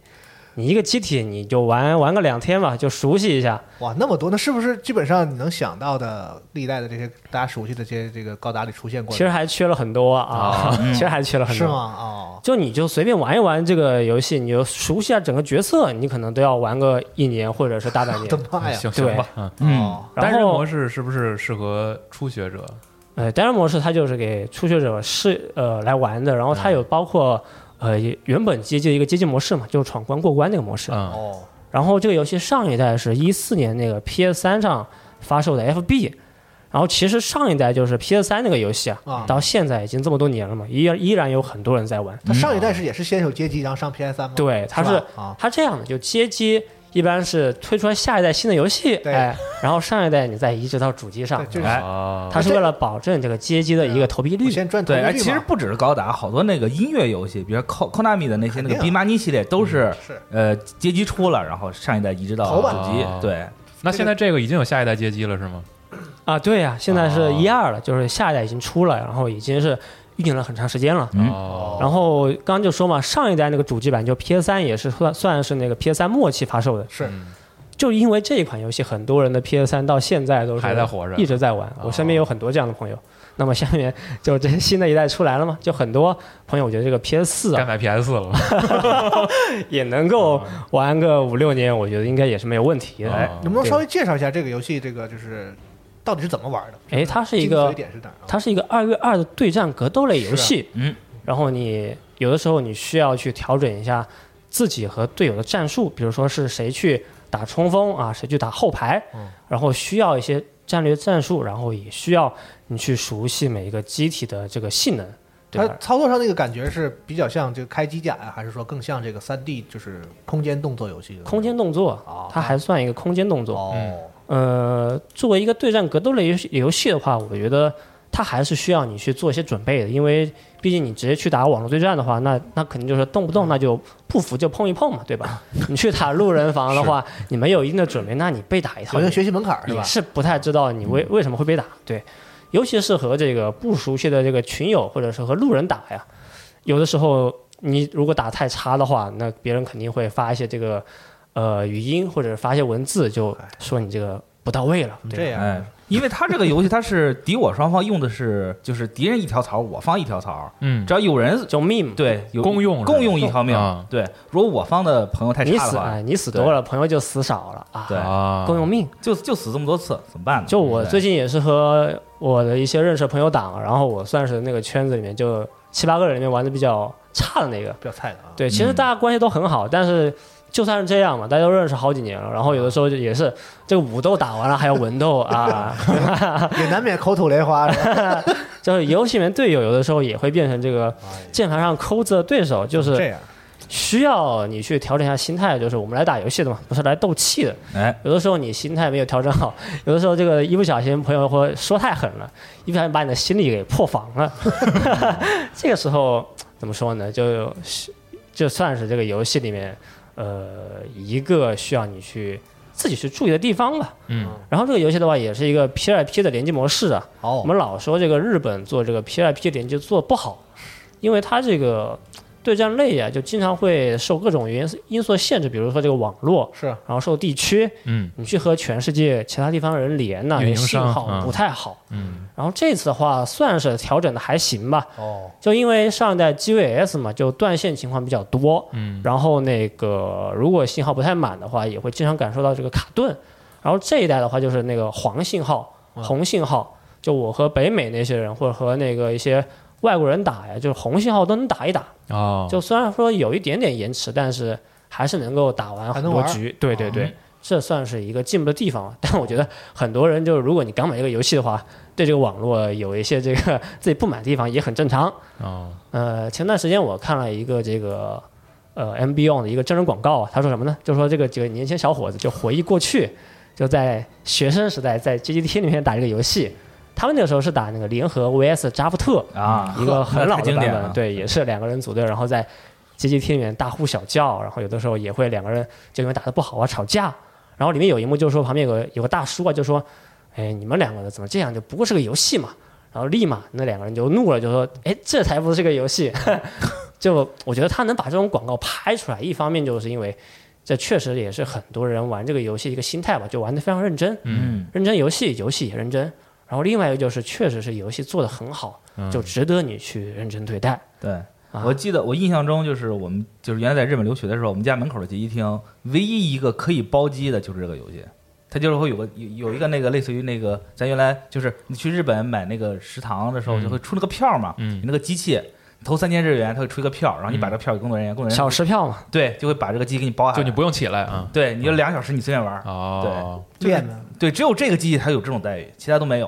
[SPEAKER 4] 你一个机体你就玩玩个两天吧，就熟悉一下。
[SPEAKER 2] 哇，那么多，那是不是基本上你能想到的历代的这些大家熟悉的这些这个高达里出现过
[SPEAKER 4] 其
[SPEAKER 2] 的？
[SPEAKER 4] 实还缺了很多啊， [LAUGHS]
[SPEAKER 5] 嗯
[SPEAKER 4] 其实还缺了很
[SPEAKER 2] 是
[SPEAKER 4] 多。
[SPEAKER 2] 吗？哦，
[SPEAKER 4] 就你就随便玩一玩这个游戏，你就熟悉一下整个角色，你可能都要玩个一年或者是大半
[SPEAKER 2] 我
[SPEAKER 4] 年
[SPEAKER 2] 的。
[SPEAKER 5] 哎
[SPEAKER 2] 妈呀！
[SPEAKER 3] 行
[SPEAKER 4] 对
[SPEAKER 3] 行吧，嗯。
[SPEAKER 2] 哦，
[SPEAKER 4] 然
[SPEAKER 3] 单人
[SPEAKER 4] 后
[SPEAKER 3] 模式是不是适合初学者？
[SPEAKER 4] 呃，单人模式它就是给初学者试呃来玩的，然后它有包括呃原本机就一个接近模式嘛，就是闯关过关那个模式。
[SPEAKER 3] 嗯，
[SPEAKER 2] 哦，
[SPEAKER 4] 然后这个游戏上一代是一四年那个 PS 三上发售的 FB，然后其实上一代就是 PS 三那个游戏啊，
[SPEAKER 2] 啊
[SPEAKER 4] 到现在已经这么多年了嘛，依依然有很多人在玩。
[SPEAKER 2] 它上一代是也是先有街机，然后上 PS 三吗？
[SPEAKER 4] 嗯对，它
[SPEAKER 2] 嗯吧
[SPEAKER 4] 是
[SPEAKER 2] 啊，
[SPEAKER 4] 它这样的，就街机一般是推出来下一代新的游戏，
[SPEAKER 2] 对
[SPEAKER 4] 哎，然后上一代你再移植到主机上
[SPEAKER 2] 对，就是啊
[SPEAKER 4] 哎
[SPEAKER 3] 哦，
[SPEAKER 4] 它是为了保证这个街机的一个投币率
[SPEAKER 2] 我。先赚投
[SPEAKER 5] 对，
[SPEAKER 2] 币率
[SPEAKER 5] 哎，
[SPEAKER 2] 嘛
[SPEAKER 5] 其实不只是高达，好多那个音乐游戏，比如 Ko- Konami 的那些那
[SPEAKER 2] 肯定啊
[SPEAKER 5] 个 b 玛尼系列，都是
[SPEAKER 2] 是
[SPEAKER 5] 呃街机出了，然后上一代移植到
[SPEAKER 2] 头版
[SPEAKER 5] 主机
[SPEAKER 3] 哦。
[SPEAKER 5] 对，
[SPEAKER 3] 那现在这个已经有下一代街机了是吗？
[SPEAKER 4] 啊，对呀、现在是
[SPEAKER 3] 哦
[SPEAKER 4] 一二了，就是下一代已经出了，然后已经是运营了很长时间了。
[SPEAKER 5] 嗯
[SPEAKER 3] 哦，
[SPEAKER 4] 然后刚刚就说嘛，上一代那个主机版就 PS 三也是算算是那个 PS 三末期发售的，
[SPEAKER 2] 是
[SPEAKER 4] 就因为这一款游戏，很多人的 PS 三到现在都是
[SPEAKER 3] 还在活着哦
[SPEAKER 4] 一直在玩。我身边有很多这样的朋友。那么下面就这新的一代出来了嘛，就很多朋友，我觉得这个 PS 四
[SPEAKER 3] 该
[SPEAKER 4] 啊
[SPEAKER 3] 买 PS 了。
[SPEAKER 4] 也能够玩个五六年，我觉得应该也是没有问题的。
[SPEAKER 3] 哦
[SPEAKER 4] 哎
[SPEAKER 2] 能不能
[SPEAKER 4] 对
[SPEAKER 2] 稍微介绍一下这个游戏？这个就是到底是怎么玩的？
[SPEAKER 4] 哎它是一个
[SPEAKER 2] 精髓点是哪儿啊？
[SPEAKER 4] 它是一个二 v 二的对战格斗类游戏，
[SPEAKER 5] 嗯，
[SPEAKER 4] 然后你有的时候你需要去调整一下自己和队友的战术，比如说是谁去打冲锋啊，谁去打后排，然后需要一些战略战术，然后也需要你去熟悉每一个机体的这个性能，对
[SPEAKER 2] 它
[SPEAKER 4] 吧？
[SPEAKER 2] 操作上那个感觉是比较像这个开机甲呀、还是说更像这个三 D 就是空间动作游戏的那种？
[SPEAKER 4] 空间动作
[SPEAKER 2] 哦，
[SPEAKER 4] 它还算一个空间动作。
[SPEAKER 2] 哦，
[SPEAKER 4] 呃，作为一个对战格斗类游戏游戏的话，我觉得它还是需要你去做一些准备的，因为毕竟你直接去打网络对战的话，那那肯定就是动不动那就不服就碰一碰嘛，对吧？ [LAUGHS] 你去打路人房的话，你没有一定的准备，那你被打一套
[SPEAKER 2] 有一
[SPEAKER 4] 你
[SPEAKER 2] 个学习门槛儿是
[SPEAKER 4] 也
[SPEAKER 2] 吧？
[SPEAKER 4] 是不太知道你为为什么会被打，对，尤其是和这个不熟悉的这个群友或者是和路人打呀，有的时候你如果打太差的话，那别人肯定会发一些这个呃语音或者发一些文字，就说你这个不到位了，对吧
[SPEAKER 2] 嗯这样
[SPEAKER 5] 哎，因为它这个游戏它是敌我双方用的是就是敌人一条槽，我方一条槽，
[SPEAKER 3] 嗯
[SPEAKER 5] 只，要有人
[SPEAKER 4] 就 meme，
[SPEAKER 5] 对有
[SPEAKER 3] 共用是吧
[SPEAKER 5] 共用一条命
[SPEAKER 3] 啊。
[SPEAKER 5] 对，如果我方的朋友太
[SPEAKER 4] 你
[SPEAKER 5] 差的
[SPEAKER 4] 死
[SPEAKER 5] 话，
[SPEAKER 4] 哎，你死多了，朋友就死少了啊，
[SPEAKER 5] 对嗯
[SPEAKER 3] 啊，
[SPEAKER 4] 共用命。
[SPEAKER 5] 就就死这么多次，怎么办呢？
[SPEAKER 4] 就我
[SPEAKER 5] 对
[SPEAKER 4] 最近也是和我的一些认识的朋友打嘛，然后我算是那个圈子里面就七八个人里面玩的比较差的那个，
[SPEAKER 2] 比较菜的啊。
[SPEAKER 4] 对，其实大家关系都很好，但是就算是这样嘛，大家都认识好几年了，然后有的时候就也是这个武斗打完了，还有文斗啊，
[SPEAKER 2] 也难免口吐莲花。
[SPEAKER 4] [LAUGHS]
[SPEAKER 2] 是吧
[SPEAKER 4] 就是游戏里面队友有的时候也会变成这个键盘上抠字的对手，就
[SPEAKER 2] 哎这
[SPEAKER 4] 是
[SPEAKER 2] 样，
[SPEAKER 4] 需要你去调整一下心态，就是我们来打游戏的嘛，不是来斗气的。
[SPEAKER 5] 哎，
[SPEAKER 4] 有的时候你心态没有调整好，有的时候这个一不小心朋友会说太狠了，一不小心把你的心理给破防了。 [LAUGHS] 这个时候怎么说呢？就就算是这个游戏里面呃一个需要你去自己去注意的地方吧。
[SPEAKER 3] 嗯，
[SPEAKER 4] 然后这个游戏的话，也是一个 P2P 的联机模式啊。我
[SPEAKER 2] 好，
[SPEAKER 4] 们老说这个日本做这个 P2P 联机做不好，因为它这个对战类啊，就经常会受各种原因素的限制，比如说这个网络，
[SPEAKER 2] 是
[SPEAKER 4] 然后受地区，
[SPEAKER 3] 嗯
[SPEAKER 4] 你去和全世界其他地方人连呢、
[SPEAKER 3] 运营
[SPEAKER 4] 信
[SPEAKER 3] 商
[SPEAKER 4] 号
[SPEAKER 3] 嗯
[SPEAKER 4] 不太好。
[SPEAKER 3] 嗯，
[SPEAKER 4] 然后这次的话，算是调整的还行吧，
[SPEAKER 2] 哦，
[SPEAKER 4] 就因为上一代 GVS 嘛，就断线情况比较多，
[SPEAKER 3] 嗯，
[SPEAKER 4] 然后那个如果信号不太满的话，也会经常感受到这个卡顿。然后这一代的话，就是那个黄信号、红信号，就我和北美那些人或者和那个一些外国人打呀，就是红信号都能打一打，
[SPEAKER 3] 哦，
[SPEAKER 4] 就虽然说有一点点延迟，但是还是能够打完
[SPEAKER 2] 还
[SPEAKER 4] 很
[SPEAKER 2] 能
[SPEAKER 4] 多
[SPEAKER 2] 玩
[SPEAKER 4] 局。对对对，这算是一个进步的地方。啊 [LAUGHS] 但我觉得很多人就是，如果你刚买这个游戏的话，对这个网络有一些这个 [LAUGHS] 自己不满的地方也很正常。
[SPEAKER 3] 哦，
[SPEAKER 4] 呃，前段时间我看了一个这个。呃，M Beyond 的一个真人广告啊，他说什么呢？就说这个几个年轻小伙子就回忆过去，就在学生时代在 GGT 里面打这个游戏，他们那个时候是打那个联合 VS 扎夫特，
[SPEAKER 5] 啊，
[SPEAKER 4] 一个
[SPEAKER 5] [LAUGHS] 呵
[SPEAKER 4] 很老
[SPEAKER 5] 太
[SPEAKER 4] 的
[SPEAKER 5] 经
[SPEAKER 4] 版
[SPEAKER 5] 典啊了
[SPEAKER 4] 本，，对，也是两个人组队，然后在 GGT 里面大呼小叫，然后有的时候也会两个人就因为打得不好啊吵架，然后里面有一幕就是说旁边有个有个大叔啊，就说，哎，你们两个怎么这样？就不过是个游戏嘛。然后立马那两个人就怒了，就说，哎，这才不是个游戏， [LAUGHS] 就我觉得他能把这种广告拍出来，一方面就是因为这确实也是很多人玩这个游戏一个心态吧，就玩的非常认真，
[SPEAKER 5] 嗯，
[SPEAKER 4] 认真游戏，游戏也认真。然后另外一个就是，确实是游戏做的很好，就值得你去认真对待。
[SPEAKER 5] 对。
[SPEAKER 4] 啊
[SPEAKER 5] 我记得我印象中就是我们就是原来在日本留学的时候，我们家门口的街机厅唯一一个可以包机的就是这个游戏，它就是会有个有有一个那个类似于那个咱原来就是你去日本买那个食堂的时候
[SPEAKER 3] 嗯
[SPEAKER 5] 就会出那个票嘛，
[SPEAKER 3] 嗯
[SPEAKER 5] 你那个机器你投三千日元，它会出一个票，然后你把这个票给工作人员，工作人员
[SPEAKER 4] 小时票嘛，
[SPEAKER 5] 对嗯就会把这个机给你包下
[SPEAKER 3] 就
[SPEAKER 5] 来，
[SPEAKER 3] 你不用起来啊。
[SPEAKER 5] 对你就两小时你随便玩儿，
[SPEAKER 3] 哦，
[SPEAKER 2] 练的，
[SPEAKER 5] 对，只有这个机器才有这种待遇，其他都没有。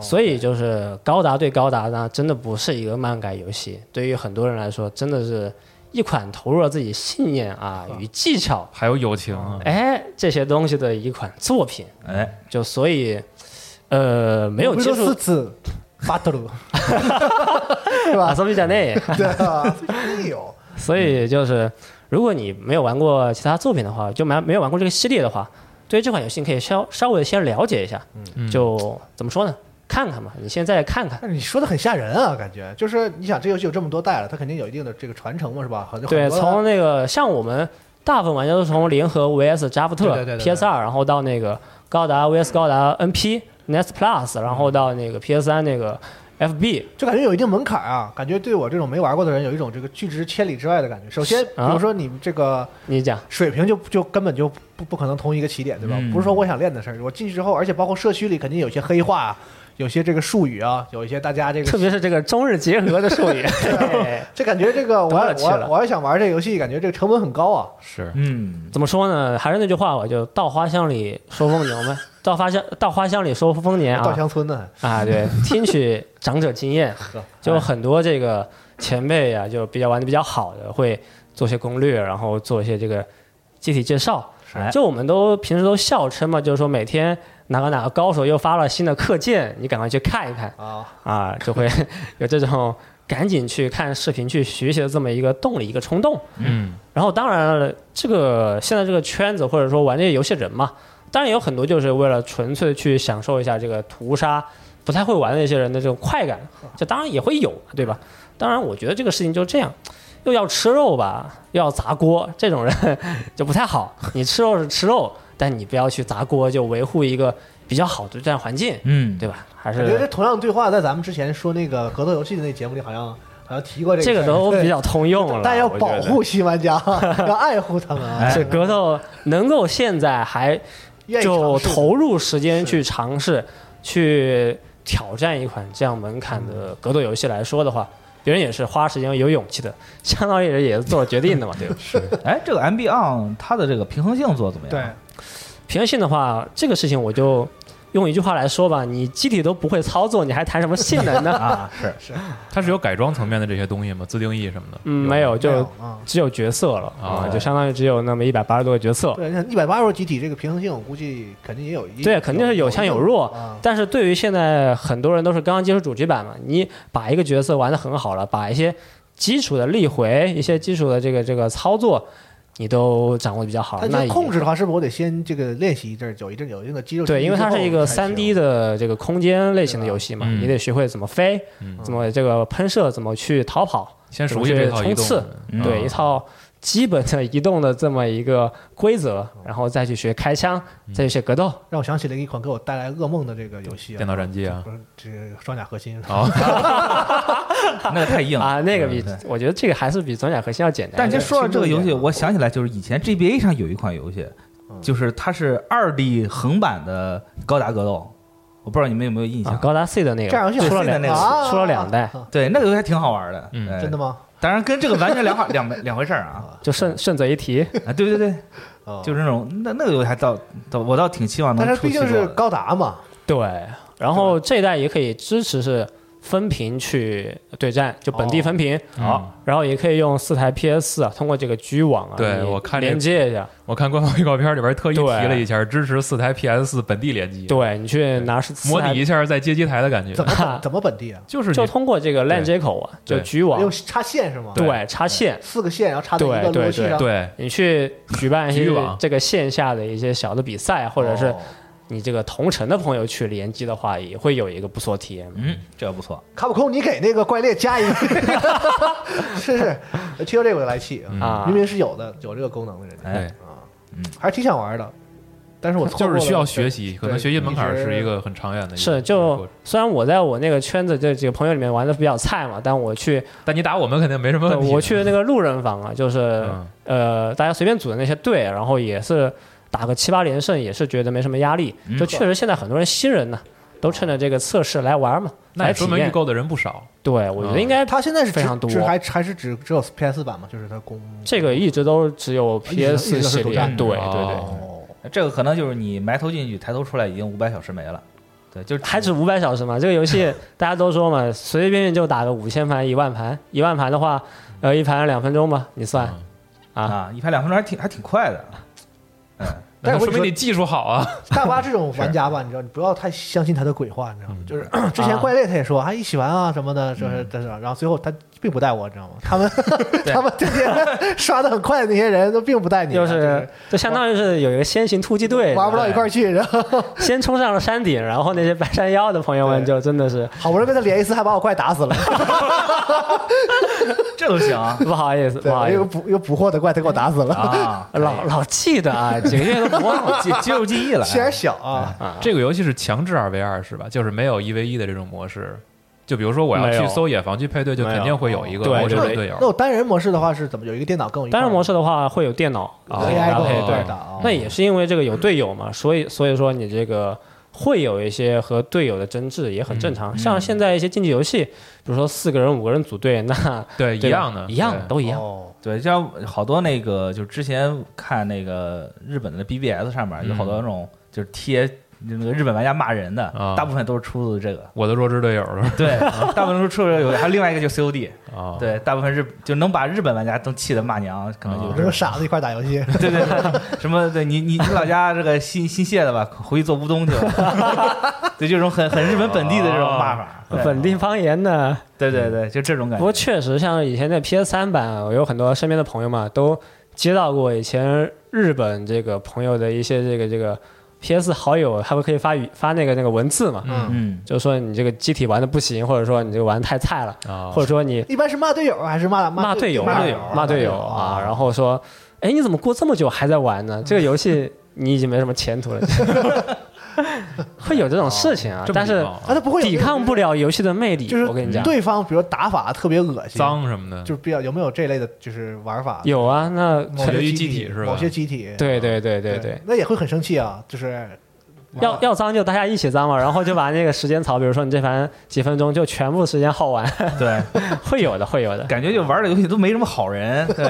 [SPEAKER 4] 所以就是高达对高达呢，真的不是一个漫改游戏。对于很多人来说，真的是一款投入了自己信念啊与技巧，
[SPEAKER 3] 还有友情啊。
[SPEAKER 4] 哎，这些东西的一款作品。
[SPEAKER 5] 哎，
[SPEAKER 4] 就所以，呃，没有接触
[SPEAKER 2] 四次
[SPEAKER 4] [LAUGHS]
[SPEAKER 2] battle，对
[SPEAKER 4] 啊，
[SPEAKER 2] 吧？
[SPEAKER 4] 所以讲那，
[SPEAKER 2] 对啊，没有，
[SPEAKER 4] 所以就是，如果你没有玩过其他作品的话，就没没有玩过这个系列的话，对于这款游戏你可以稍稍微先了解一下，
[SPEAKER 3] 嗯
[SPEAKER 4] 就怎么说呢？看看嘛，你现在看看，
[SPEAKER 2] 但是你说的很吓人啊，感觉就是你想这游戏有这么多代了，它肯定有一定的这个传承嘛，是吧？好像
[SPEAKER 4] 对，
[SPEAKER 2] 很多
[SPEAKER 4] 从那个像我们大部分玩家都从联合 VS 扎夫特
[SPEAKER 2] 对对对对对
[SPEAKER 4] PS 二，然后到那个高达 VS 高达 NP NES E Plus，然后到那个 PS 三那个 FB，
[SPEAKER 2] 就感觉有一定门槛啊，感觉对我这种没玩过的人有一种这个拒之千里之外的感觉。首先，比
[SPEAKER 4] 啊
[SPEAKER 2] 如说你这个
[SPEAKER 4] 你
[SPEAKER 2] [LAUGHS]
[SPEAKER 4] 讲
[SPEAKER 2] 水平就就根本就不不可能同一个起点，对吧？
[SPEAKER 5] 嗯
[SPEAKER 2] 不是说我想练的事儿，我进去之后，而且包括社区里肯定有些黑话啊，有些这个术语啊，有一些大家这
[SPEAKER 4] 特
[SPEAKER 2] 个。
[SPEAKER 4] 别是这个中日结合的术
[SPEAKER 2] [LAUGHS]
[SPEAKER 4] [LAUGHS] 语，对
[SPEAKER 2] 这感觉这个我
[SPEAKER 4] 多
[SPEAKER 2] 要
[SPEAKER 4] 了去
[SPEAKER 2] 我
[SPEAKER 4] 了
[SPEAKER 2] 要我要想玩这游戏，感觉这个成本很高啊。
[SPEAKER 3] 是，
[SPEAKER 5] 嗯，
[SPEAKER 4] 怎么说呢？还是那句话吧，我就稻花香里说丰年呗，稻花香稻花香里说丰年
[SPEAKER 2] 稻
[SPEAKER 4] 啊
[SPEAKER 2] 香村呢？
[SPEAKER 4] 啊！对，听取长者经验，就很多这个前辈啊，就比较玩的比较好的，会做些攻略，然后做一些这个具体介绍。
[SPEAKER 5] 哎
[SPEAKER 4] 就我们都平时都笑称嘛，就是说每天哪个哪个高手又发了新的课件，你赶快去看一看
[SPEAKER 2] 啊，
[SPEAKER 4] 啊，就会 [LAUGHS] 有这种赶紧去看视频去学习的这么一个动力，一个冲动。
[SPEAKER 3] 嗯
[SPEAKER 4] 然后当然了，这个现在这个圈子或者说玩这些游戏的人嘛，当然有很多就是为了纯粹去享受一下这个屠杀，不太会玩的那些人的这种快感，
[SPEAKER 2] 啊
[SPEAKER 4] 这当然也会有，对吧？当然，我觉得这个事情就这样，又要吃肉吧，又要砸锅，这种人 [LAUGHS] 就不太好。你吃肉是吃肉，但你不要去砸锅，就维护一个比较好的战环境，
[SPEAKER 5] 嗯，
[SPEAKER 4] 对吧？还
[SPEAKER 2] 感觉这
[SPEAKER 4] 是
[SPEAKER 2] 同样的对话在咱们之前说那个格斗游戏的那节目里，好像好像提过这个
[SPEAKER 4] 这
[SPEAKER 2] 事儿。
[SPEAKER 4] 个都
[SPEAKER 2] 对
[SPEAKER 4] 比较通用了。
[SPEAKER 2] 但要
[SPEAKER 4] 我觉
[SPEAKER 2] 保
[SPEAKER 4] 得
[SPEAKER 2] 护新玩家， [LAUGHS] 要爱护他们啊。
[SPEAKER 4] 是格斗能够现在还
[SPEAKER 2] 愿意
[SPEAKER 4] 就
[SPEAKER 2] 尝试的
[SPEAKER 4] 投入时间
[SPEAKER 2] 是
[SPEAKER 4] 去尝试、去挑战一款这样门槛的格斗游戏来说的话，别人也是花时间有勇气的， [LAUGHS] 相当于人也是做了决定的嘛，对吧？
[SPEAKER 5] 哎，这个 M B on 它的这个平衡性做得怎么样？
[SPEAKER 2] 对，
[SPEAKER 4] 平衡性的话，这个事情我就用一句话来说吧，你机体都不会操作，你还谈什么性
[SPEAKER 2] [LAUGHS]
[SPEAKER 4] 能呢？
[SPEAKER 5] 啊，是
[SPEAKER 3] 它是有改装层面的这些东西吗？自定义什么的？
[SPEAKER 4] 嗯，没有，
[SPEAKER 2] 没
[SPEAKER 4] 就
[SPEAKER 2] 有啊。
[SPEAKER 4] 只有角色了啊、
[SPEAKER 3] 哦
[SPEAKER 4] 就相当于只有那么一百八十多个角色。
[SPEAKER 2] 对，一百八十多集体这个平衡性，我估计肯定也有一
[SPEAKER 4] 对，肯定是有强有弱，
[SPEAKER 2] 啊。
[SPEAKER 4] 但是对于现在很多人都是刚刚接触主机版嘛，你把一个角色玩得很好了，把一些基础的力回、一些基础的这个这个操作，你都掌握得比较好
[SPEAKER 2] 他，
[SPEAKER 4] 啊那
[SPEAKER 2] 这
[SPEAKER 4] 也
[SPEAKER 2] 控制的话，是不是我得先这个练习一阵儿，有一阵有一定的肌肉记忆之后才
[SPEAKER 4] 对，
[SPEAKER 2] 行？
[SPEAKER 4] 因为它是一个三 D 的这个空间类型的游戏嘛，
[SPEAKER 5] 啊
[SPEAKER 3] 嗯
[SPEAKER 4] 你得学会怎么飞，
[SPEAKER 3] 嗯
[SPEAKER 4] 怎么这个喷射，怎么去逃跑，
[SPEAKER 3] 先熟悉这套移
[SPEAKER 4] 冲
[SPEAKER 3] 动
[SPEAKER 4] 刺
[SPEAKER 3] 的，
[SPEAKER 5] 嗯
[SPEAKER 4] 对，一套基本的移动的这么一个规则，然后再去学开枪，
[SPEAKER 5] 嗯
[SPEAKER 4] 再去学格斗。
[SPEAKER 2] 让我想起了一款给我带来噩梦的这个游戏啊，
[SPEAKER 3] 电脑战机啊。
[SPEAKER 2] 不是这个装甲核心。
[SPEAKER 3] 哦，
[SPEAKER 5] 那个太硬了
[SPEAKER 4] 啊，那个
[SPEAKER 5] 嗯
[SPEAKER 4] 比
[SPEAKER 5] 对
[SPEAKER 4] 我觉得这个还是比装甲核心要简单一
[SPEAKER 5] 但
[SPEAKER 4] 点。
[SPEAKER 5] 其实说到这个游
[SPEAKER 4] 轻
[SPEAKER 5] 戏，
[SPEAKER 4] 松一点
[SPEAKER 5] 我想起来就是以前 GBA 上有一款游戏，就是它是二 D 横版的高达格斗，我不知道你们有没有印
[SPEAKER 4] 啊
[SPEAKER 5] 象，？
[SPEAKER 4] 高达 C 的那个
[SPEAKER 2] 战游戏
[SPEAKER 4] 出了两
[SPEAKER 5] 那个
[SPEAKER 2] 啊
[SPEAKER 4] 出了两代，
[SPEAKER 2] 啊
[SPEAKER 5] 对，那个游戏还挺好玩的，
[SPEAKER 3] 嗯
[SPEAKER 5] 哎
[SPEAKER 2] 真的。吗？
[SPEAKER 5] 当然跟这个完全两好两两回事儿 [LAUGHS] 啊！
[SPEAKER 4] 就顺顺嘴一提，
[SPEAKER 5] 啊，对对对，
[SPEAKER 2] 啊
[SPEAKER 5] 就是那种那那个游戏还倒倒我倒挺希望能
[SPEAKER 2] 但是
[SPEAKER 5] 出
[SPEAKER 2] 毕
[SPEAKER 5] 新
[SPEAKER 2] 竟
[SPEAKER 5] 作
[SPEAKER 2] 是
[SPEAKER 5] 的。
[SPEAKER 2] 高达
[SPEAKER 3] [LAUGHS]
[SPEAKER 2] 嘛，
[SPEAKER 4] 对，然后这一代也可以支持是分屏去对战，就本地
[SPEAKER 2] 哦
[SPEAKER 4] 分屏，
[SPEAKER 3] 好，
[SPEAKER 4] 然后也可以用四台 PS 啊，通过这个局网啊，
[SPEAKER 3] 对
[SPEAKER 4] 你
[SPEAKER 3] 我看这
[SPEAKER 4] 连接一下，
[SPEAKER 3] 我看官方预告片里边特意提
[SPEAKER 4] 对
[SPEAKER 3] 了一下，支持四台 PS 本地联机，
[SPEAKER 4] 对你去拿是
[SPEAKER 3] 模拟一下在街机台的感觉
[SPEAKER 2] 怎。么
[SPEAKER 4] [LAUGHS] 哈
[SPEAKER 2] 怎么本地啊？
[SPEAKER 3] 就是
[SPEAKER 4] 就
[SPEAKER 3] 你
[SPEAKER 4] 通过这个 LAN 接口啊，就
[SPEAKER 3] 对
[SPEAKER 4] 局网
[SPEAKER 2] 用插线是吗？
[SPEAKER 4] 对插线，
[SPEAKER 2] 四个线，然后插在一个
[SPEAKER 4] 对对
[SPEAKER 2] 逻辑上。
[SPEAKER 3] 对
[SPEAKER 4] 你去举办一
[SPEAKER 3] 局
[SPEAKER 4] [LAUGHS] 些
[SPEAKER 3] 网
[SPEAKER 4] 这个线下的一些小的比赛，或者是
[SPEAKER 2] 哦
[SPEAKER 4] 你这个同城的朋友去联机的话，也会有一个不错体验。
[SPEAKER 5] 嗯，这不错。
[SPEAKER 2] 卡普空，你给那个怪猎加一
[SPEAKER 4] [LAUGHS]
[SPEAKER 2] 个，是是，听到这个我就来气
[SPEAKER 3] 嗯
[SPEAKER 4] 啊
[SPEAKER 2] 明明是有的，有这个功能的人家
[SPEAKER 5] 哎，
[SPEAKER 2] 啊
[SPEAKER 5] 嗯，
[SPEAKER 2] 还是挺想玩的，但是我错过
[SPEAKER 3] 就
[SPEAKER 2] 了
[SPEAKER 3] 是需要学习，可能
[SPEAKER 2] 对
[SPEAKER 3] 学习门槛
[SPEAKER 2] 一直
[SPEAKER 3] 是一个很长远的一个。
[SPEAKER 4] 是，
[SPEAKER 3] 一个
[SPEAKER 4] 就
[SPEAKER 3] 过程
[SPEAKER 4] 虽然我在我那个圈子这几个朋友里面玩的比较菜嘛，但我去
[SPEAKER 3] 但你打我们肯定
[SPEAKER 2] [LAUGHS]
[SPEAKER 3] 没什么问
[SPEAKER 2] 啊
[SPEAKER 3] 题。
[SPEAKER 4] 呃我去那个路人房啊，就是
[SPEAKER 3] 嗯
[SPEAKER 4] 呃，大家随便组的那些队，然后也是打个七八连胜，也是觉得没什么压力。
[SPEAKER 2] 嗯
[SPEAKER 4] 就确实现在很多人新人呢，都趁着这个测试来玩嘛，
[SPEAKER 3] 那
[SPEAKER 4] 来
[SPEAKER 3] 也
[SPEAKER 4] 体
[SPEAKER 3] 说明预
[SPEAKER 4] 验。
[SPEAKER 3] 购的人不少。
[SPEAKER 4] 对，我觉得
[SPEAKER 3] 嗯
[SPEAKER 4] 应该
[SPEAKER 2] 他现在是
[SPEAKER 4] 非常
[SPEAKER 2] 只
[SPEAKER 4] 多
[SPEAKER 2] 只还还是只只有 PS 版嘛，就是它公
[SPEAKER 4] 这个一直都只有
[SPEAKER 2] 一直都
[SPEAKER 4] PS
[SPEAKER 2] 一直都
[SPEAKER 4] 系
[SPEAKER 2] 是独
[SPEAKER 4] 列
[SPEAKER 2] 占，的
[SPEAKER 4] 对对对，
[SPEAKER 3] 哦
[SPEAKER 2] 哦，
[SPEAKER 5] 这个可能就是你埋头进去，抬头出来已经五百小时没了。对，就是
[SPEAKER 4] 还只五百小时嘛？这个游戏大家都说嘛，随随便便就打个五千盘、一万盘，一万盘的话，呃，一盘两分钟吧，你算。
[SPEAKER 2] 嗯
[SPEAKER 5] 啊，一拍两分钟还挺还挺快的。
[SPEAKER 3] 那
[SPEAKER 2] 但是我
[SPEAKER 3] 说
[SPEAKER 2] 跟你
[SPEAKER 3] 明你技术好啊。
[SPEAKER 2] 大巴这种玩家吧，你知道，你不要太相信他的鬼话，你知道吗？就是 [COUGHS] 之前
[SPEAKER 4] 啊
[SPEAKER 2] 怪猎他也说啊，一起玩啊什么
[SPEAKER 4] 嗯
[SPEAKER 2] 的，就是但是，然后最后他并不带我，你知道吗？
[SPEAKER 4] [LAUGHS]
[SPEAKER 2] 他们 [LAUGHS] 他们这些刷的很快的那些人都并不带你，
[SPEAKER 4] 就
[SPEAKER 2] 就是
[SPEAKER 4] 是，就相当于是有一个先行突击队，
[SPEAKER 2] 玩不到一块儿去，然后
[SPEAKER 4] 先冲上了山顶，然后那些白山腰的朋友们
[SPEAKER 2] 对
[SPEAKER 4] 就真的是
[SPEAKER 2] 好不容易跟他连一次，还把我快打
[SPEAKER 4] [LAUGHS]
[SPEAKER 2] 死了。
[SPEAKER 5] 这都行啊
[SPEAKER 4] 不好意思，
[SPEAKER 2] 对
[SPEAKER 4] 不，好意
[SPEAKER 2] 一个
[SPEAKER 4] 思，
[SPEAKER 2] 捕一个捕获的怪，他给我打死了，
[SPEAKER 5] 啊！
[SPEAKER 4] 老老记
[SPEAKER 2] [LAUGHS]
[SPEAKER 4] 得啊，几个月都不忘了
[SPEAKER 5] 记接入记忆了，
[SPEAKER 2] 虽然小啊，
[SPEAKER 4] 啊。
[SPEAKER 3] 这个游戏是强制二 v 二是吧？就是没有一 v 一的这种模式。就比如说我要
[SPEAKER 4] 没有
[SPEAKER 3] 去搜野房去配对，就肯定会有一个
[SPEAKER 4] 没有
[SPEAKER 3] 陌生
[SPEAKER 4] 对
[SPEAKER 3] 的队友
[SPEAKER 2] 那。我单人模式的话是怎么？有一个电脑跟我一块
[SPEAKER 4] 单
[SPEAKER 2] 儿
[SPEAKER 4] 人模式的话会有电脑
[SPEAKER 2] 有
[SPEAKER 3] 哦
[SPEAKER 4] 来
[SPEAKER 2] AI 跟我
[SPEAKER 4] 配
[SPEAKER 2] 一块儿
[SPEAKER 4] 对，
[SPEAKER 2] 打啊，
[SPEAKER 4] 那也是因为这个有队友嘛，所以所以说你这个会有一些和队友的争执也很
[SPEAKER 2] 嗯
[SPEAKER 4] 正常。像现在一些竞技游戏，比如说四个人、五个人组队，那
[SPEAKER 3] 对，一
[SPEAKER 4] 对吧
[SPEAKER 3] 样的，
[SPEAKER 4] 一样的
[SPEAKER 3] 对
[SPEAKER 4] 都一样。
[SPEAKER 2] 哦
[SPEAKER 5] 对，像好多那个，就之前看那个日本的 BBS 上面有好多那种就是贴那个日本玩家骂人的
[SPEAKER 3] 嗯啊，
[SPEAKER 5] 大部分都是出自这个。
[SPEAKER 3] 我的弱智队友了。
[SPEAKER 5] [LAUGHS] 对，大部分都是出自有，还有另外一个就是 COD，
[SPEAKER 3] 啊，
[SPEAKER 5] 对，大部分日就能把日本玩家都气得骂娘，可能
[SPEAKER 2] 我
[SPEAKER 5] 就
[SPEAKER 2] 跟个
[SPEAKER 3] 啊
[SPEAKER 5] 是
[SPEAKER 2] 傻子一块儿打游戏，
[SPEAKER 5] [LAUGHS] 对对对，什么对你你你老家这个新新卸的吧，回去做乌冬去了， [LAUGHS] 对，就这种很很日本本地的这种骂
[SPEAKER 3] 啊
[SPEAKER 5] 法，对
[SPEAKER 4] 本地方言呢？
[SPEAKER 5] 对对对，就这种感
[SPEAKER 4] 不过
[SPEAKER 5] 觉，
[SPEAKER 4] 确实，像以前的 PS 三版，我有很多身边的朋友嘛，都接到过以前日本这个朋友的一些这个这个 PS 好友，他们可以发语发那个那个文字嘛，
[SPEAKER 2] 嗯，
[SPEAKER 5] 嗯，
[SPEAKER 4] 就说你这个机体玩的不行，或者说你这个玩得太菜了，
[SPEAKER 3] 啊，
[SPEAKER 4] 或者说你
[SPEAKER 2] 一般是骂队友啊还是骂
[SPEAKER 4] 骂队友，
[SPEAKER 2] 骂
[SPEAKER 5] 队
[SPEAKER 2] 友
[SPEAKER 4] 骂队友啊，然后说，哎，你怎么过这么久还在玩呢？这个游戏你已经没什么前途了，会有这种事情啊
[SPEAKER 3] 这，么
[SPEAKER 4] 但
[SPEAKER 3] 礼
[SPEAKER 4] 是
[SPEAKER 3] 貌啊
[SPEAKER 2] 啊，他不会有
[SPEAKER 4] 抵抗不了游戏的魅力
[SPEAKER 2] 就，是
[SPEAKER 4] 我跟你讲，
[SPEAKER 2] 对方比如打法特别恶心，
[SPEAKER 3] 脏什么的，
[SPEAKER 2] 就是比较有没有这类的，就是玩法？
[SPEAKER 4] 有啊，那
[SPEAKER 2] 某
[SPEAKER 3] 取决
[SPEAKER 2] 些
[SPEAKER 3] 于
[SPEAKER 2] 机
[SPEAKER 3] 机体是吧
[SPEAKER 2] 某些机体，啊
[SPEAKER 4] 对对对对对。，
[SPEAKER 2] 那也会很生气啊，就是
[SPEAKER 4] 要要脏就大家一起脏嘛，然后就把那个时间槽，比如说你这盘几分钟就全部时间耗完， [LAUGHS]
[SPEAKER 5] 对，
[SPEAKER 4] 会有的，会有的。
[SPEAKER 5] 感觉就玩的游戏都没什么好人，
[SPEAKER 3] [LAUGHS]
[SPEAKER 5] 对，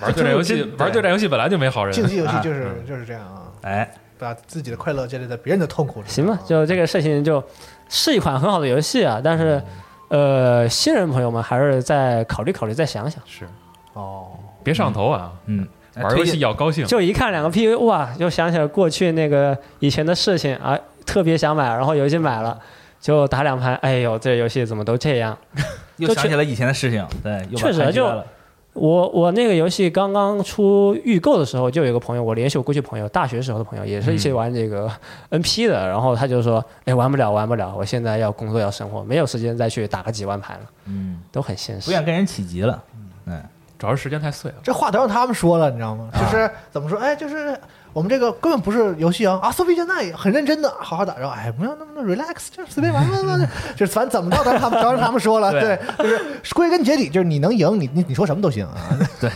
[SPEAKER 3] 玩对战游戏
[SPEAKER 5] 真，
[SPEAKER 3] 玩对
[SPEAKER 5] 对
[SPEAKER 3] 战游戏本来就没好
[SPEAKER 2] [LAUGHS]
[SPEAKER 3] 人。
[SPEAKER 2] 竞技游戏
[SPEAKER 5] 啊
[SPEAKER 2] 就是
[SPEAKER 4] 嗯
[SPEAKER 2] 就是这样啊，
[SPEAKER 5] 哎，
[SPEAKER 2] 把自己的快乐建立在别人的痛苦里。啊
[SPEAKER 4] 行吧，就这个事情就是一款很好的游戏啊，但是，呃，新人朋友们还是再考虑考虑，再想想。
[SPEAKER 3] 是，
[SPEAKER 2] 哦，
[SPEAKER 3] 别上头啊！
[SPEAKER 5] 嗯，哎
[SPEAKER 3] 玩游戏
[SPEAKER 5] 推荐
[SPEAKER 3] 要高兴。
[SPEAKER 4] 就一看两个 PV，哇，又想起了过去那个以前的事情啊，特别想买，然后游戏买了。就打两盘，哎呦，这游戏怎么都这样？
[SPEAKER 5] 又想起了以前的事情，对，又把
[SPEAKER 4] 确实
[SPEAKER 5] 盘撅
[SPEAKER 4] 就
[SPEAKER 5] 了
[SPEAKER 4] 我我那个游戏刚刚出预购的时候，就有一个朋友，我联系我过去朋友，大学时候的朋友，也是一起玩这个 [LAUGHS] NP 的，然后他就说，哎，玩不了，玩不了，我现在要工作要生活，没有时间再去打个几万盘了，
[SPEAKER 5] 嗯，
[SPEAKER 4] 都很现
[SPEAKER 5] 不
[SPEAKER 4] 实。
[SPEAKER 5] 愿跟人起急了，
[SPEAKER 3] 主要是时间太碎了。
[SPEAKER 2] 这话都让他们说了，你知道吗？就是怎么说？哎，就是我们这个根本不是游戏啊！啊，苏菲现在很认真的好好打，然后哎，不要那么那么 relax，就是随便玩玩玩，就是反正怎么着，都让他们都让他们说了，对就
[SPEAKER 5] 对，
[SPEAKER 2] 是归根结底就是你能赢，你你你说什么都行啊！
[SPEAKER 5] 对，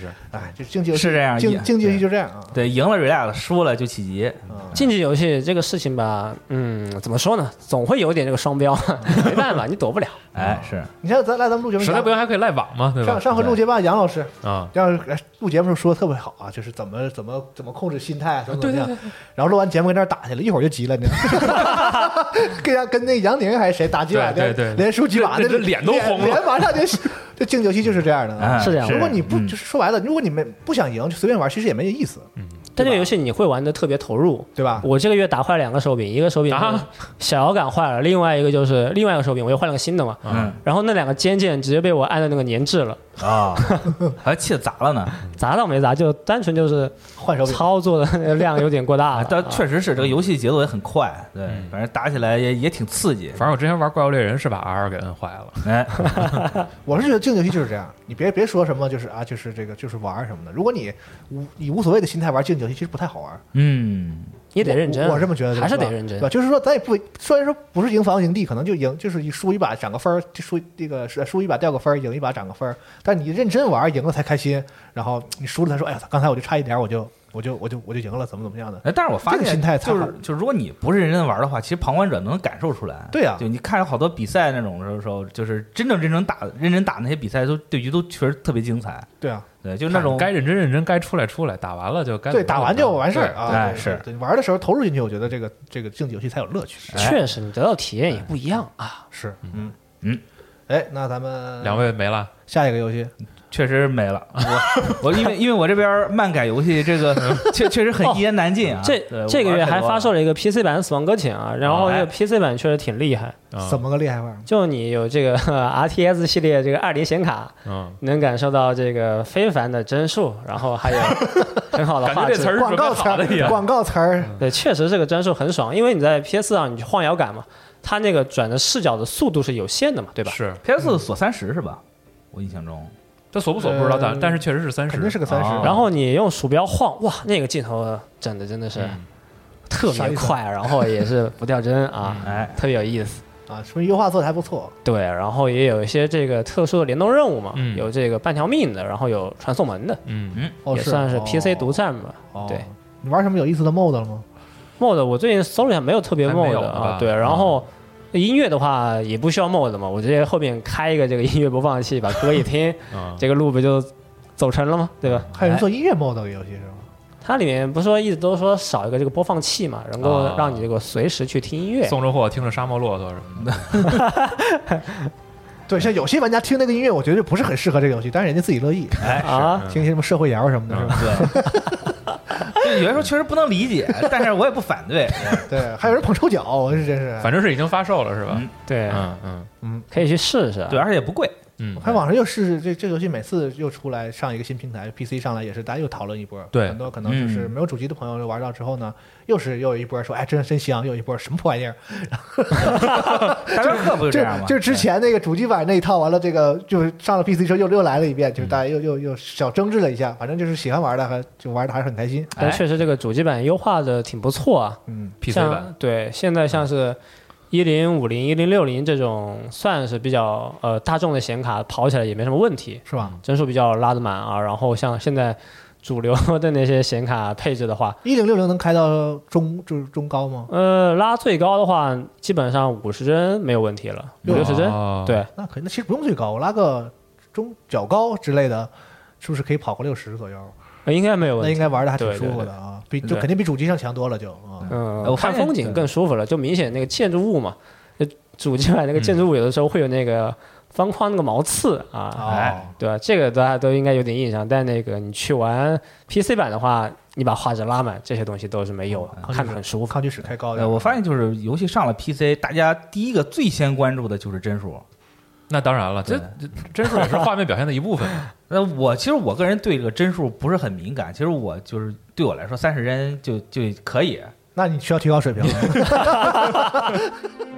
[SPEAKER 3] 是
[SPEAKER 2] 哎，就竞技游戏
[SPEAKER 5] 是这样也
[SPEAKER 2] 竞竞技游戏
[SPEAKER 5] 对
[SPEAKER 2] 就这样啊。
[SPEAKER 5] 对，赢了 relax，输了就起急，
[SPEAKER 2] 嗯
[SPEAKER 4] 竞技游戏这个事情吧，嗯，怎么说呢，总会有点这个双标， [LAUGHS] 没办法，你躲不了。
[SPEAKER 5] 哎，是
[SPEAKER 2] 你像咱来咱们录节目，
[SPEAKER 3] 实在不行还可以赖网嘛，对
[SPEAKER 2] 上
[SPEAKER 3] 吧？
[SPEAKER 2] 上回录节目，杨老师
[SPEAKER 3] 啊，
[SPEAKER 2] 杨老师录节目时候说的特别好啊，就是怎么怎么怎么控制心态啊，怎么怎么样。然后录完节目跟那儿打去了，一会儿就急了，你知道吗？跟杨跟那杨宁还是谁打几把，
[SPEAKER 3] 对
[SPEAKER 2] 连
[SPEAKER 3] 对对
[SPEAKER 2] 连输几把，
[SPEAKER 3] 这
[SPEAKER 2] 那
[SPEAKER 3] 这脸都红了
[SPEAKER 2] 脸马上就这竞技游戏就是这样的
[SPEAKER 5] 哎
[SPEAKER 2] 啊。
[SPEAKER 4] 是这样
[SPEAKER 2] 如果你不
[SPEAKER 5] 嗯
[SPEAKER 2] 就是说白了，如果你们不想赢，就随便玩，其实也没意思，
[SPEAKER 4] 但这个游戏你会玩的特别投入。
[SPEAKER 2] 对吧？
[SPEAKER 4] 我这个月打坏两个手柄，一个手柄
[SPEAKER 3] 啊
[SPEAKER 4] 小摇杆坏了，另外一个就是另外一个手柄我又换了个新的嘛。
[SPEAKER 5] 嗯，
[SPEAKER 4] 然后那两个尖键直接被我按的那个粘滞了，
[SPEAKER 5] [LAUGHS] 啊，还气得砸了呢。
[SPEAKER 4] 砸倒没砸，就单纯就是
[SPEAKER 2] 换手柄。
[SPEAKER 4] 操作的 [LAUGHS] 量有点过大
[SPEAKER 5] 啊
[SPEAKER 4] 了。
[SPEAKER 5] 但
[SPEAKER 4] 啊
[SPEAKER 5] 确实是这个游戏节奏也很快，对，
[SPEAKER 3] 嗯
[SPEAKER 5] 反正打起来也也挺刺激。
[SPEAKER 3] 反正我之前玩怪物猎人是把 R 给摁坏了，
[SPEAKER 5] 哎，
[SPEAKER 2] 我是觉得竞技游戏就是这样，你别别说什么就是啊，就是这个就是玩儿什么的。如果你无以无所谓的心态玩竞技游戏，其实不太好玩。
[SPEAKER 5] 嗯，
[SPEAKER 4] 也得认真，啊
[SPEAKER 2] 我我这么觉得，
[SPEAKER 4] 还是
[SPEAKER 2] 对吧
[SPEAKER 4] 得认真
[SPEAKER 2] 对吧？。就是说，咱也不虽然说不是赢房赢地，可能就赢，就是输一把涨个分儿，就输这个是输一把掉个分儿，赢一把涨个分儿。但你认真玩，赢了才开心。然后你输了，他说：“哎呀，刚才我就差一点儿，我就我就我就我就赢了，怎么怎么样的
[SPEAKER 5] 哎，但是我发
[SPEAKER 2] 这个
[SPEAKER 5] 现
[SPEAKER 2] 心态才
[SPEAKER 5] 就
[SPEAKER 2] 好
[SPEAKER 5] 是就是，如果你不是认真玩的话，其实旁观者能感受出来。
[SPEAKER 2] 对啊
[SPEAKER 5] 就你看着好多比赛那种的时候，就是真正认真打、认真打那些比赛都，对局都确实特别精彩。？”
[SPEAKER 2] 对啊，
[SPEAKER 5] 对，就那种
[SPEAKER 3] 该认真认真，该出来出来，打完了就该
[SPEAKER 2] 对，打完就完事儿啊。
[SPEAKER 5] 哎
[SPEAKER 2] 对
[SPEAKER 5] 是
[SPEAKER 2] 对玩的时候投入进去，我觉得这个这个竞技游戏才有乐趣。
[SPEAKER 5] 哎
[SPEAKER 4] 确实，你得到体验也不一样啊。
[SPEAKER 2] 是，嗯
[SPEAKER 5] 嗯。
[SPEAKER 2] 哎，那咱们
[SPEAKER 3] 两位没了，
[SPEAKER 2] 下一个游戏，
[SPEAKER 5] 确实没了。我 [LAUGHS] 我因为因为我这边漫改游戏这个 [LAUGHS] 确确实很一言难尽啊。
[SPEAKER 4] 这
[SPEAKER 5] 对
[SPEAKER 4] 这个月还发售
[SPEAKER 5] 了，
[SPEAKER 4] 了一个 PC 版《死亡搁浅》啊，然后这
[SPEAKER 5] 哎
[SPEAKER 4] 个 PC 版确实挺厉害，
[SPEAKER 3] 嗯
[SPEAKER 2] 怎么个厉害法儿？
[SPEAKER 4] 就你有这个 [LAUGHS] RTS 系列这个二零显卡，
[SPEAKER 3] 嗯，
[SPEAKER 4] 能感受到这个非凡的帧数，然后还有很好的
[SPEAKER 3] 感
[SPEAKER 4] 画
[SPEAKER 3] 觉这词
[SPEAKER 4] 质。
[SPEAKER 3] 儿
[SPEAKER 2] 广
[SPEAKER 3] 准备
[SPEAKER 2] 告词
[SPEAKER 3] 好的一
[SPEAKER 2] 儿，
[SPEAKER 3] 样。
[SPEAKER 2] 广告词儿，
[SPEAKER 4] 对，确实这个帧数很爽，因为你在 PS 上你去晃摇杆嘛，它那个转的视角的速度是有限的嘛，对吧？
[SPEAKER 3] 是，
[SPEAKER 5] PS 锁三十是吧？我印象中
[SPEAKER 3] 这锁不锁不知道，但
[SPEAKER 2] 呃
[SPEAKER 3] 但是确实是三十，
[SPEAKER 2] 肯定是个三十。
[SPEAKER 3] 嗯
[SPEAKER 5] 啊
[SPEAKER 4] 然后你用鼠标晃，哇，那个镜头整的真的是
[SPEAKER 3] 嗯
[SPEAKER 4] 特
[SPEAKER 2] 啥
[SPEAKER 4] 别
[SPEAKER 2] 意思
[SPEAKER 4] 快，然后也是不掉帧啊，
[SPEAKER 3] 嗯
[SPEAKER 5] 哎
[SPEAKER 4] 特别有意思。
[SPEAKER 2] 啊，说明优化做的还不错。
[SPEAKER 4] 对，然后也有一些这个特殊的联动任务嘛，
[SPEAKER 3] 嗯
[SPEAKER 4] 有这个半条命的，然后有传送门的，
[SPEAKER 3] 嗯
[SPEAKER 2] 哦，
[SPEAKER 4] 也算是
[SPEAKER 2] 哦
[SPEAKER 4] PC 独占吧。
[SPEAKER 2] 哦
[SPEAKER 4] 对
[SPEAKER 2] 你玩什么有意思的 mod 了吗？
[SPEAKER 4] mod 我最近搜了一下，没有特别
[SPEAKER 3] 还没
[SPEAKER 4] mod
[SPEAKER 3] 有
[SPEAKER 4] 的
[SPEAKER 3] 吧
[SPEAKER 4] 啊，对，然后。音乐的话也不需要 mod 嘛，我直接后面开一个这个音乐播放器，把歌一
[SPEAKER 3] [LAUGHS]
[SPEAKER 4] 听，
[SPEAKER 3] 嗯，
[SPEAKER 4] 这个路不就走成了吗？对吧？
[SPEAKER 2] 还有人做音乐 mod 的游戏是吗？
[SPEAKER 4] 它里面不是说一直都说少一个这个播放器嘛，能够
[SPEAKER 3] 啊
[SPEAKER 4] 让你这个随时去听音乐。
[SPEAKER 3] 送着货听着沙漠骆驼什么的，
[SPEAKER 2] 对，像有些玩家听那个音乐，我觉得不是很适合这个游戏，但是人家自己乐意，
[SPEAKER 5] 哎
[SPEAKER 4] 啊，
[SPEAKER 3] 嗯
[SPEAKER 2] 听一些什么社会摇什么的，是吧？
[SPEAKER 5] [LAUGHS] 对，就有些时候确实不能理解，但是我也不反 [LAUGHS] 对。
[SPEAKER 2] 对，还有人捧臭脚，我是真是。
[SPEAKER 3] 嗯反正是已经发售了是吧？
[SPEAKER 5] 嗯
[SPEAKER 4] 对，
[SPEAKER 3] 嗯嗯
[SPEAKER 4] 可以去试试。
[SPEAKER 5] 对，而且也不贵。
[SPEAKER 3] 嗯，
[SPEAKER 2] 看网上又是这这游戏每次又出来上一个新平台，PC 上来也是大家又讨论一波，
[SPEAKER 3] 对
[SPEAKER 2] 很多可能就是
[SPEAKER 5] 嗯
[SPEAKER 2] 没有主机的朋友玩到之后呢，又是又有一波说哎真真香，又有一波什么破玩意儿，
[SPEAKER 5] 大镖客不就这样吗？
[SPEAKER 2] 就是之前那个主机版那一套，完了这个就是上了 PC 之后又又来了一遍，就是大家又又又小争执了一下，反正就是喜欢玩的还就玩的还是很开心。
[SPEAKER 5] 哎
[SPEAKER 4] 但确实这个主机版优化的挺不错啊，
[SPEAKER 2] 嗯，
[SPEAKER 3] ，PC
[SPEAKER 4] 像
[SPEAKER 3] 版嗯
[SPEAKER 4] 对，现在像是一零五零、一零六零这种算是比较呃大众的显卡，跑起来也没什么问题，
[SPEAKER 2] 是吧？
[SPEAKER 4] 帧数比较拉得满啊。然后像现在主流 [LAUGHS] 的那些显卡配置的话，
[SPEAKER 2] 一零六零能开到中就是中高吗？
[SPEAKER 4] 呃，拉最高的话，基本上五十帧没有问题了，五六十帧。
[SPEAKER 3] 哦
[SPEAKER 4] 对，
[SPEAKER 2] 那可以，那其实不用最高，我拉个中较高之类的，是不是可以跑个六十左右？
[SPEAKER 4] 呃应该没有
[SPEAKER 2] 那
[SPEAKER 4] 问
[SPEAKER 2] 应
[SPEAKER 4] 题。
[SPEAKER 2] 该玩的还挺
[SPEAKER 4] 对对
[SPEAKER 2] 舒服的啊，比就肯定比主机上强多了就啊。
[SPEAKER 4] 嗯，
[SPEAKER 5] 哎我发
[SPEAKER 4] 看
[SPEAKER 5] 现
[SPEAKER 4] 风景更舒服了，就明显那个建筑物嘛，就主机版那个建筑物有的时候会有那个方框那个毛刺啊，
[SPEAKER 2] 哦
[SPEAKER 5] 哎，
[SPEAKER 4] 对吧？这个大家都应该有点印象，但那个你去玩 PC 版的话，你把画质拉满，这些东西都是没有的，看着很舒服。
[SPEAKER 2] 抗锯史开高
[SPEAKER 5] 呃，
[SPEAKER 2] 点。
[SPEAKER 5] 我发现就是游戏上了 PC，大家第一个最先关注的就是帧数。
[SPEAKER 3] 那当然了，这帧数也是画面表现的一部分。
[SPEAKER 5] 那我其实我个人对这个帧数不是很敏感，其实我就是对我来说三十帧就就可以。
[SPEAKER 2] 那你需要提高水平了。 [LAUGHS]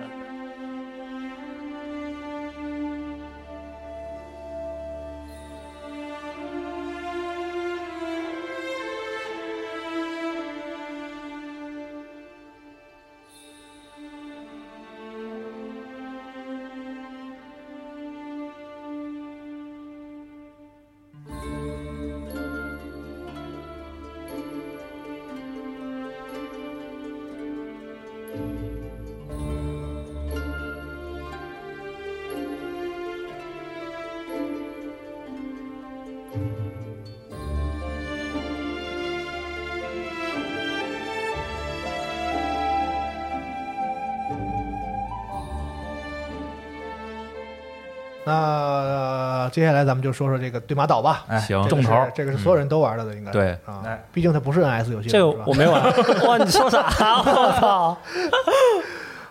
[SPEAKER 2] 那、呃接下来咱们就说说这个对马岛吧。
[SPEAKER 5] 哎，
[SPEAKER 3] 行
[SPEAKER 2] 这个
[SPEAKER 5] 重
[SPEAKER 2] 是
[SPEAKER 5] 头儿。
[SPEAKER 2] 这个是所有人都玩了的，应该
[SPEAKER 3] 对
[SPEAKER 2] 啊
[SPEAKER 5] 哎，
[SPEAKER 2] 毕竟它不是 NS 游戏嘛，
[SPEAKER 4] 这个
[SPEAKER 2] 是吧
[SPEAKER 4] 我没玩，哇！你说啥？我操！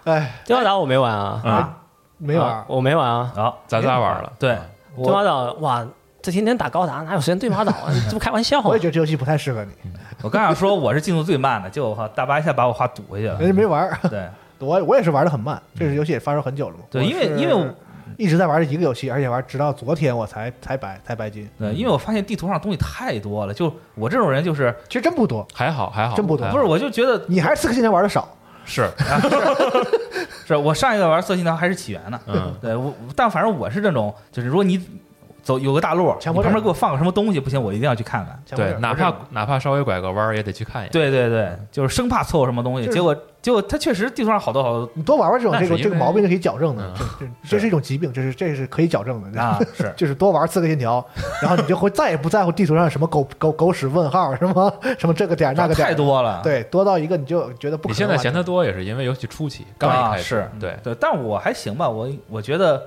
[SPEAKER 2] 哎
[SPEAKER 4] 对马岛我没玩啊，
[SPEAKER 3] 嗯，
[SPEAKER 2] 没玩
[SPEAKER 4] 啊
[SPEAKER 2] 儿，
[SPEAKER 4] 我没玩啊。
[SPEAKER 5] 好，
[SPEAKER 3] 咱仨玩了，
[SPEAKER 5] 对
[SPEAKER 4] 对马
[SPEAKER 5] 我
[SPEAKER 4] 岛哇，这天天打高达，哪有时间对马岛啊？这不开玩笑吗
[SPEAKER 2] 我也觉得这游戏不太适合你，
[SPEAKER 5] [LAUGHS] 我刚想说我是进度最慢的，结果我靠大巴一下把我话堵回
[SPEAKER 2] [LAUGHS]
[SPEAKER 5] 去了。
[SPEAKER 2] 人家没玩
[SPEAKER 5] [LAUGHS]
[SPEAKER 2] 儿。
[SPEAKER 5] 对
[SPEAKER 2] 我我也是玩的很慢，这个游戏也发售很久了嘛。
[SPEAKER 5] 对，因为因为我
[SPEAKER 2] 我一直在玩这一个游戏，而且玩直到昨天我才才白才白金，
[SPEAKER 5] 对，因为我发现地图上东西太多了，就我这种人就是
[SPEAKER 2] 其实真不多。
[SPEAKER 3] 还好还好，嗯
[SPEAKER 2] 真不多
[SPEAKER 3] 还好
[SPEAKER 5] 不是，我就觉得
[SPEAKER 2] 你还是刺客信条玩的少，
[SPEAKER 3] 是，
[SPEAKER 5] 是我上一个玩色信条还是起源呢。 [LAUGHS]
[SPEAKER 3] 嗯，
[SPEAKER 5] 对我，但反正我是这种，就是如果你走有个大路，你
[SPEAKER 2] 强迫
[SPEAKER 5] 旁
[SPEAKER 2] 症
[SPEAKER 5] 边给我放个什么东西不行，我一定要去看看。
[SPEAKER 2] 像我这
[SPEAKER 3] 对，
[SPEAKER 2] 种
[SPEAKER 3] 哪
[SPEAKER 2] 我
[SPEAKER 3] 怕哪怕稍微拐个弯儿也得去看一眼。
[SPEAKER 5] 对对对，就是生怕错过什么东西，
[SPEAKER 2] 就是
[SPEAKER 5] 结果结果他确实地图上好
[SPEAKER 2] [LAUGHS]
[SPEAKER 5] 多好多
[SPEAKER 2] 你多玩玩这种
[SPEAKER 3] 那
[SPEAKER 2] 这
[SPEAKER 3] 是
[SPEAKER 2] 种
[SPEAKER 3] 因
[SPEAKER 2] 这个
[SPEAKER 3] 为
[SPEAKER 2] 毛病是可以矫正的
[SPEAKER 3] 嗯，
[SPEAKER 2] 这这这是一种疾病，这是这是可以矫正的。
[SPEAKER 5] 啊，是
[SPEAKER 2] 就是多玩刺客信条，然后你就会再也不在乎地图上什么狗狗狗屎问号，什么什么这个点儿那个点儿，
[SPEAKER 5] 太多了。
[SPEAKER 2] 对，多到一个你就觉得不可能
[SPEAKER 3] 你
[SPEAKER 2] 完
[SPEAKER 3] 现
[SPEAKER 2] 成。
[SPEAKER 3] 在嫌它多也是因为游戏初期刚一开始
[SPEAKER 5] 啊，
[SPEAKER 3] 对，
[SPEAKER 5] 对，但我还行吧，我我觉得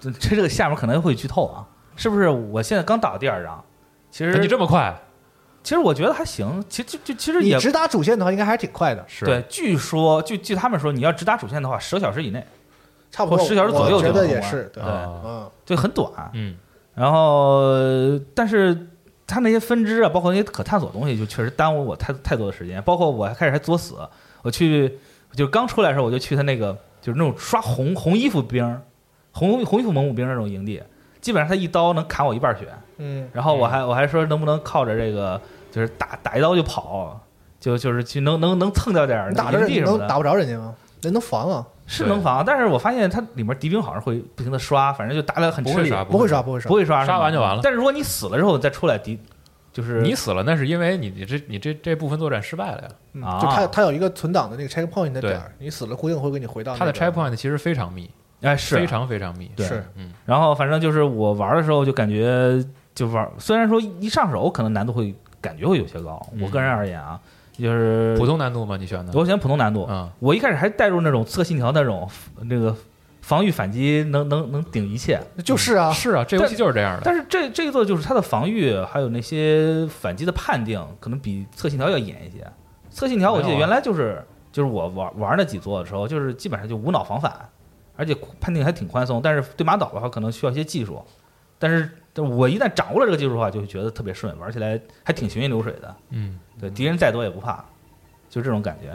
[SPEAKER 5] 这这个下面可能会剧透啊，是不是？我现在刚打到第二章，其
[SPEAKER 3] 哎你
[SPEAKER 5] 实
[SPEAKER 3] 这么快
[SPEAKER 5] 其实我觉得还行，其实就就其实
[SPEAKER 2] 你
[SPEAKER 5] 也
[SPEAKER 2] 直达主线的话，应该还是挺快的，
[SPEAKER 3] 是，
[SPEAKER 5] 对。据说据据他们说，你要直达主线的话，十个小时以内，
[SPEAKER 2] 差不多
[SPEAKER 5] 或10小时左右
[SPEAKER 2] 我觉
[SPEAKER 5] 就
[SPEAKER 2] 得
[SPEAKER 5] 能
[SPEAKER 2] 也
[SPEAKER 5] 玩
[SPEAKER 2] 是，对，
[SPEAKER 3] 啊
[SPEAKER 2] 嗯，
[SPEAKER 5] 就很短。
[SPEAKER 3] 嗯，
[SPEAKER 5] 然后，但是它那些分支啊，包括那些可探索的东西，就确实耽误我太太多的时间。包括我还开始还作死，我去就刚出来的时候，我就去他那个就是那种刷红红衣服兵儿、红红衣服蒙古兵那种营地，基本上他一刀能砍我一半血。
[SPEAKER 2] 嗯，
[SPEAKER 5] 然后我还我还说能不能靠着这个就是打打一刀就跑，就就是去能能能蹭掉点儿
[SPEAKER 2] 你打
[SPEAKER 5] 营
[SPEAKER 2] 着
[SPEAKER 5] 地
[SPEAKER 2] 你
[SPEAKER 5] 什么
[SPEAKER 2] 能
[SPEAKER 5] 的。
[SPEAKER 2] 打不着人家吗？人能防啊，
[SPEAKER 5] 是能防，但是我发现它里面敌兵好像会不停的刷，反正就打得很
[SPEAKER 3] 不
[SPEAKER 5] 吃
[SPEAKER 3] 会
[SPEAKER 5] 力，
[SPEAKER 3] 刷，
[SPEAKER 2] 不会刷，不会刷
[SPEAKER 5] 不，会刷，
[SPEAKER 3] 刷完就完了
[SPEAKER 5] 但是如果你死了之后再出来，敌就是
[SPEAKER 3] 你死了，那是因为你你这你这这部分作战失败了呀。
[SPEAKER 2] 嗯
[SPEAKER 5] 啊
[SPEAKER 2] 就它它有一个存档的那个 checkpoint 的
[SPEAKER 3] 对
[SPEAKER 2] 点儿，你死了固定会给你回到
[SPEAKER 3] 它的
[SPEAKER 2] 啊那个
[SPEAKER 3] checkpoint 其实非常密，
[SPEAKER 5] 哎是
[SPEAKER 3] 非常非常密。
[SPEAKER 5] 对
[SPEAKER 2] 是
[SPEAKER 3] 嗯，
[SPEAKER 5] 然后反正就是我玩的时候就感觉就玩，虽然说一上手可能难度会感觉会有些高，
[SPEAKER 3] 嗯
[SPEAKER 5] 我个人而言啊，就是
[SPEAKER 3] 普通难度吗？你选的？
[SPEAKER 5] 我选普通难度，
[SPEAKER 3] 嗯，
[SPEAKER 5] 我一开始还带入那种刺客信条那种那个防御反击能能能顶一切，
[SPEAKER 2] 就是啊，
[SPEAKER 3] 是啊，这游戏就是这样的。
[SPEAKER 5] 但是这这一座就是它的防御还有那些反击的判定，可能比刺客信条要严一些。刺客信条我记
[SPEAKER 3] 没
[SPEAKER 5] 得
[SPEAKER 3] 有啊
[SPEAKER 5] 原来就是就是我玩玩那几座的时候，就是基本上就无脑防反，而且判定还挺宽松。但是对马岛的话，可能需要一些技术，但是。但我一旦掌握了这个技术的话，就会觉得特别顺，玩起来还挺行云流水的。
[SPEAKER 3] 嗯，
[SPEAKER 5] 对，敌人再多也不怕，就这种感觉。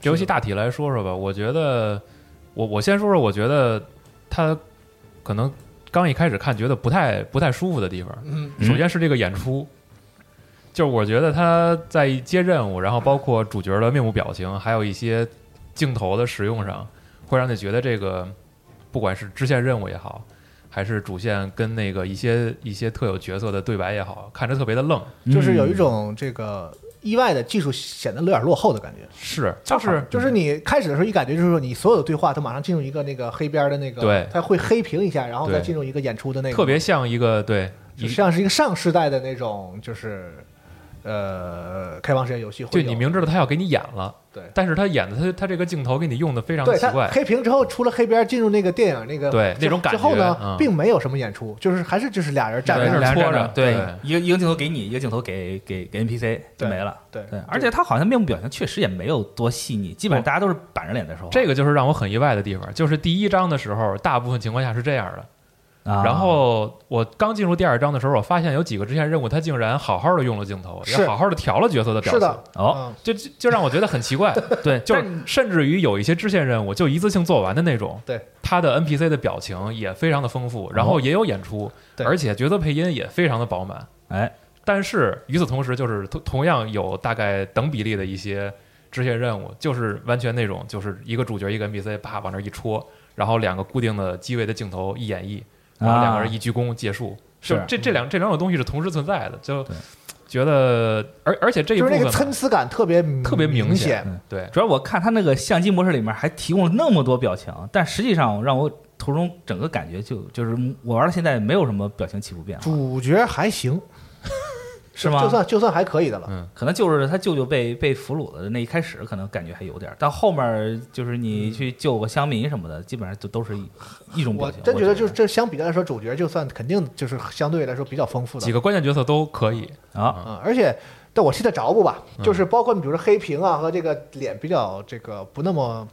[SPEAKER 3] 这游戏大体来说说吧，我觉得我我先说说，我觉得它可能刚一开始看觉得不太不太舒服的地方，
[SPEAKER 2] 嗯，
[SPEAKER 3] 首先是这个演出，就是我觉得他在接任务，然后包括主角的面部表情，还有一些镜头的使用上，会让你觉得这个不管是支线任务也好，还是主线跟那个一些一些特有角色的对白也好，看着特别的愣。
[SPEAKER 2] 嗯就是有一种这个意外的技术显得有点落后的感觉。
[SPEAKER 3] 是，就是
[SPEAKER 2] 就是你开始的时候，一感觉就是说你所有的对话，它马上进入一个那个黑边儿的那个，
[SPEAKER 3] 对
[SPEAKER 2] 它会黑屏一下，然后再
[SPEAKER 3] 对
[SPEAKER 2] 进入一个演出的那个，
[SPEAKER 3] 特别像一个对
[SPEAKER 2] 就
[SPEAKER 3] 一
[SPEAKER 2] 像是一个上世代的那种，就是呃开放世界游戏会
[SPEAKER 3] 就
[SPEAKER 2] 有，
[SPEAKER 3] 你明知道他要给你演了，
[SPEAKER 2] 对
[SPEAKER 3] 但是他演的他他这个镜头给你用的非常
[SPEAKER 2] 对
[SPEAKER 3] 奇
[SPEAKER 2] 它
[SPEAKER 3] 怪，
[SPEAKER 2] 黑屏之后出了黑边儿，进入那个电影那个
[SPEAKER 3] 对
[SPEAKER 2] 之
[SPEAKER 3] 那种感
[SPEAKER 2] 之后呢，
[SPEAKER 3] 觉嗯
[SPEAKER 2] 并没有什么演出，就是还是就是俩人站在
[SPEAKER 3] 对
[SPEAKER 2] 那儿
[SPEAKER 3] 俩人戳
[SPEAKER 5] 两
[SPEAKER 3] 着
[SPEAKER 5] 对
[SPEAKER 3] 对，
[SPEAKER 5] 一个一个镜头给你，一个镜头给给给 NPC 就
[SPEAKER 2] 对
[SPEAKER 5] 没了。
[SPEAKER 2] 对
[SPEAKER 5] 对，而且他好像面部表情确实也没有多细腻，基本上大家都是板着脸在说话。
[SPEAKER 3] 这个就是让我很意外的地方，就是第一章的时候，大部分情况下是这样的。
[SPEAKER 5] 啊，
[SPEAKER 3] 然后我刚进入第二章的时候，我发现有几个支线任务，他竟然好好的用了镜头，
[SPEAKER 2] 是
[SPEAKER 3] 也好好的调了角色的表
[SPEAKER 2] 是
[SPEAKER 3] 情，
[SPEAKER 2] 的，
[SPEAKER 5] 哦，
[SPEAKER 2] 嗯，
[SPEAKER 3] 就就就让我觉得很奇
[SPEAKER 2] [LAUGHS]
[SPEAKER 3] 怪，
[SPEAKER 5] 对，
[SPEAKER 3] 就
[SPEAKER 5] 就是
[SPEAKER 3] 是甚至于有一些支线任务就一次性做完的那种，
[SPEAKER 2] 对，哦
[SPEAKER 3] 他的 NPC 的表情也非常的丰富，然后也有演出，
[SPEAKER 2] 对
[SPEAKER 3] 而且角色配音也非常的饱满，
[SPEAKER 5] 哎，
[SPEAKER 3] 但是与此同时，就是同同样有大概等比例的一些支线任务，就是完全那种就是一个主角一个 NPC 啪往那儿一戳，然后两个固定的机位的镜头一演绎，然后两个人
[SPEAKER 5] 一
[SPEAKER 3] 一鞠躬结束，
[SPEAKER 5] 啊是嗯
[SPEAKER 3] 就这这两这两种东西是同时存在的，就
[SPEAKER 5] 对
[SPEAKER 3] 觉得而而且这一
[SPEAKER 2] 就
[SPEAKER 3] 部
[SPEAKER 2] 是那
[SPEAKER 3] 分
[SPEAKER 2] 个参差感特别
[SPEAKER 3] 特别明
[SPEAKER 2] 明
[SPEAKER 3] 显嗯对
[SPEAKER 5] 主要我看他那个相机模式里面还提供了那么多表情，但实际上让我途中整个感觉就就是我玩到现在没有什么表情起伏变化，
[SPEAKER 2] 主角还行，
[SPEAKER 5] 是吗
[SPEAKER 2] 就算就算还可以的了。
[SPEAKER 3] 嗯
[SPEAKER 5] 可能就是他舅舅被被俘虏的那一开始可能感觉还有点儿，但后面就是你去救个乡民什么的，基本上就都是一一种表
[SPEAKER 2] 我
[SPEAKER 5] 情。
[SPEAKER 2] 真
[SPEAKER 5] 我
[SPEAKER 2] 觉
[SPEAKER 5] 觉
[SPEAKER 2] 得就是这相比较来说，主角就算肯定就是相对来说比较丰富的
[SPEAKER 3] 几个关键角色都可以，
[SPEAKER 5] 啊，
[SPEAKER 2] 啊、而且但我记
[SPEAKER 3] 嗯
[SPEAKER 2] 得着不吧，就是包括你比如说黑屏啊和这个脸比较这个不那么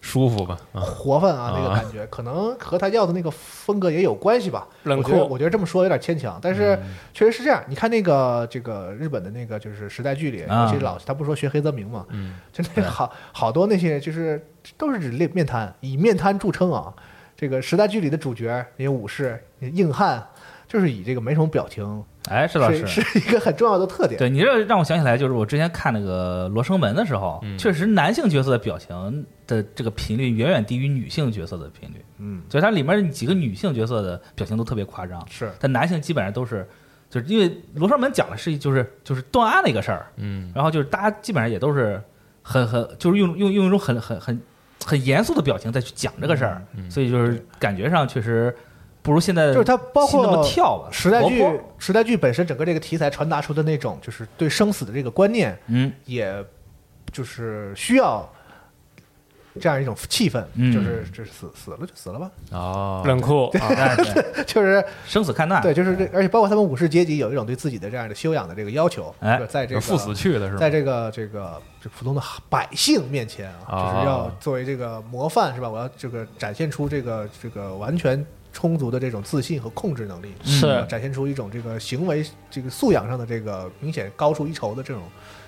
[SPEAKER 3] 舒服吧？啊，
[SPEAKER 2] 活泛啊，那个
[SPEAKER 3] 啊
[SPEAKER 2] 感觉，可能和他要的那个风格也有关系吧。
[SPEAKER 4] 冷
[SPEAKER 2] 我
[SPEAKER 5] 哦
[SPEAKER 2] 觉得
[SPEAKER 4] 酷
[SPEAKER 2] 我觉得这么说有点牵强，但是确实是这样。你看那个这个日本的那个就是时代剧里，
[SPEAKER 5] 啊
[SPEAKER 2] 尤其老他不说学黑泽明嘛，
[SPEAKER 3] 嗯，
[SPEAKER 2] 就那个好好多那些就是都是指面面瘫，以面瘫著称啊。这个时代剧里的主角那些武士、那些硬汉，就是以这个没什么表情，
[SPEAKER 5] 哎，是老师
[SPEAKER 2] 是，是一个很重要的特点。
[SPEAKER 5] 对你这让我想起来，就是我之前看那个《罗生门》的时候，
[SPEAKER 3] 嗯
[SPEAKER 5] 确实男性角色的表情的这个频率远远低于女性角色的频率，
[SPEAKER 2] 嗯，
[SPEAKER 5] 所以它里面几个女性角色的表情都特别夸张，
[SPEAKER 2] 是
[SPEAKER 5] 但男性基本上都是，就是因为《罗生门》讲的是就是就是断案的一个事儿，
[SPEAKER 3] 嗯，
[SPEAKER 5] 然后就是大家基本上也都是很很就是用用用一种很很很很严肃的表情再去讲这个事儿，
[SPEAKER 3] 嗯
[SPEAKER 5] 所以就是感觉上确实不如现在
[SPEAKER 2] 就是它包
[SPEAKER 5] 嗯戏那么
[SPEAKER 2] 括
[SPEAKER 5] 跳吧，
[SPEAKER 2] 时代剧
[SPEAKER 5] 活泼，
[SPEAKER 2] 时代剧本身整个这个题材传达出的那种就是对生死的这个观念，
[SPEAKER 3] [LAUGHS]
[SPEAKER 5] 嗯
[SPEAKER 2] 也就是需要这样一种气氛，
[SPEAKER 5] 嗯
[SPEAKER 2] 就是就是死死了就死了吧， [LAUGHS]
[SPEAKER 3] 哦，
[SPEAKER 4] 冷酷，
[SPEAKER 5] 啊，但是
[SPEAKER 2] 就是 [LAUGHS]
[SPEAKER 5] 生死看淡，
[SPEAKER 2] 对，就是这，而且包括他们武士阶级有一种对自己的这样的修养的这个要求，
[SPEAKER 5] 哎
[SPEAKER 2] 就是在这
[SPEAKER 3] 就是
[SPEAKER 2] 个
[SPEAKER 3] 赴死去的是
[SPEAKER 2] 在
[SPEAKER 3] 吧？
[SPEAKER 2] 这个这个这普通的百姓面前啊，就是要
[SPEAKER 3] 哦
[SPEAKER 2] 作为这个模范是吧？我要这个展现出这个这个完全充足的这种自信和控制能力，
[SPEAKER 3] 嗯
[SPEAKER 4] 是
[SPEAKER 2] 呃展现出一种这个行为这个素养上的这个明显高出一筹的这种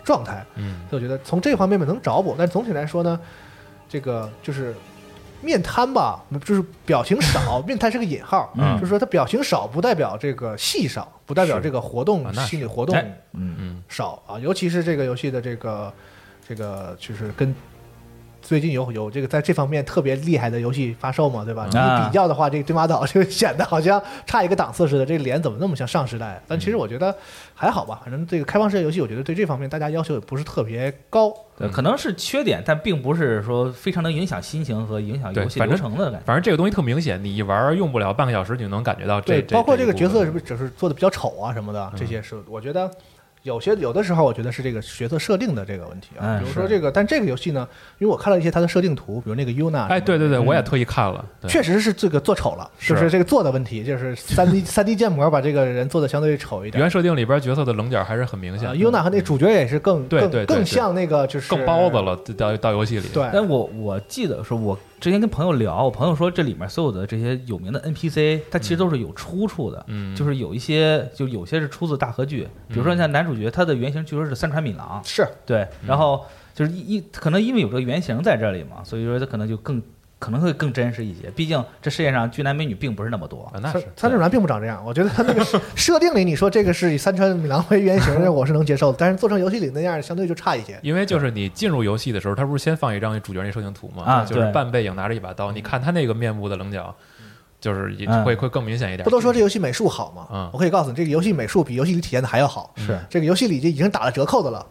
[SPEAKER 2] 状态。
[SPEAKER 3] 嗯
[SPEAKER 2] 所以我觉得从这方面能找补，但总体来说呢，这个就是面瘫吧，就是表情少，面瘫是个引号，
[SPEAKER 5] 嗯
[SPEAKER 2] 就是说他表情少不代表这个戏少，不代表
[SPEAKER 3] 是
[SPEAKER 2] 这个活动、
[SPEAKER 3] 啊那是
[SPEAKER 2] 心理活动
[SPEAKER 5] 哎嗯。
[SPEAKER 3] 嗯
[SPEAKER 2] 少啊，尤其是这个游戏的这个这个就是跟。最近有有这个在这方面特别厉害的游戏发售嘛，对吧？你
[SPEAKER 5] 啊
[SPEAKER 2] 一比较的话，这个《对马岛》就显得好像差一个档次似的，这个脸怎么那么像上时代？但其
[SPEAKER 3] 嗯
[SPEAKER 2] 实我觉得还好吧，反正这个开放式游戏，我觉得对这方面大家要求也不是特别高。
[SPEAKER 3] 嗯
[SPEAKER 5] 对，呃可能是缺点，但并不是说非常能影响心情和影响游戏
[SPEAKER 3] 对反
[SPEAKER 5] 流
[SPEAKER 3] 正
[SPEAKER 5] 程的感觉。
[SPEAKER 3] 反正这个东西特明显，你一玩儿用不了半个小时，你就能感觉到这。
[SPEAKER 2] 对，包括这
[SPEAKER 3] 这
[SPEAKER 2] 个角色是不
[SPEAKER 3] 是？
[SPEAKER 2] 是只是做的比较丑啊什么
[SPEAKER 3] 嗯
[SPEAKER 2] 的，这些是我觉得有些有的时候我觉得是这个角色设定的这个问题啊。
[SPEAKER 5] 嗯
[SPEAKER 2] 比如说
[SPEAKER 5] 是
[SPEAKER 2] 这个，但这个游戏呢，因为我看了一些它的设定图，比如那个 Yuna，
[SPEAKER 3] 哎，对对对，
[SPEAKER 5] 嗯
[SPEAKER 3] 我也特意看了，对
[SPEAKER 2] 确实是这个做丑了，就是
[SPEAKER 3] 是
[SPEAKER 2] 这个做的问题，就是三 D 三 D 建模把这个人做的相对丑一点
[SPEAKER 3] 原。设定里边角色的棱角还是很明显
[SPEAKER 2] 啊
[SPEAKER 3] 的。
[SPEAKER 2] ，Yuna 和那主角也是更
[SPEAKER 3] 对
[SPEAKER 2] 更
[SPEAKER 3] 对对
[SPEAKER 2] 更
[SPEAKER 3] 对
[SPEAKER 2] 像那个就是
[SPEAKER 3] 更包子，了，到到游戏里。
[SPEAKER 2] 对，
[SPEAKER 5] 但我我记得说，我之前跟朋友聊，我朋友说这里面所有的这些有名的 NPC，它其实都是有出处的，
[SPEAKER 3] 嗯，
[SPEAKER 5] 就是有一些就有些是出自大河剧，比如说像男主角他的原型据说是三船敏郎，
[SPEAKER 2] 是
[SPEAKER 5] 对，
[SPEAKER 3] 嗯
[SPEAKER 5] 然后就是一一可能因为有这个原型在这里嘛，所以说他可能就更可能会更真实一些。毕竟这世界上俊男美女并不是那么多，
[SPEAKER 3] 啊，那
[SPEAKER 2] 三
[SPEAKER 3] 是
[SPEAKER 2] 三川软并不长这样，我觉得他那个设设定里你说这个是以三川米郎为原
[SPEAKER 3] [LAUGHS]
[SPEAKER 2] 型的，我是能接受的，但是做成游戏里那样相对就差一些。
[SPEAKER 3] 因为就是你进入游戏的时候，他不是先放一张主角那设定图嘛？
[SPEAKER 5] 啊
[SPEAKER 3] 就是
[SPEAKER 5] 对
[SPEAKER 3] 半背影拿着一把
[SPEAKER 2] 嗯
[SPEAKER 3] 刀，你看他那个面部的棱角，就是也
[SPEAKER 5] 嗯
[SPEAKER 3] 会会更明显一点。
[SPEAKER 2] 不都说这游戏美术好吗？
[SPEAKER 3] 嗯
[SPEAKER 2] 我可以告诉你，这个游戏美术比游戏里体验的还要好。
[SPEAKER 5] 是
[SPEAKER 2] 这个游戏里就已经打了折扣的了，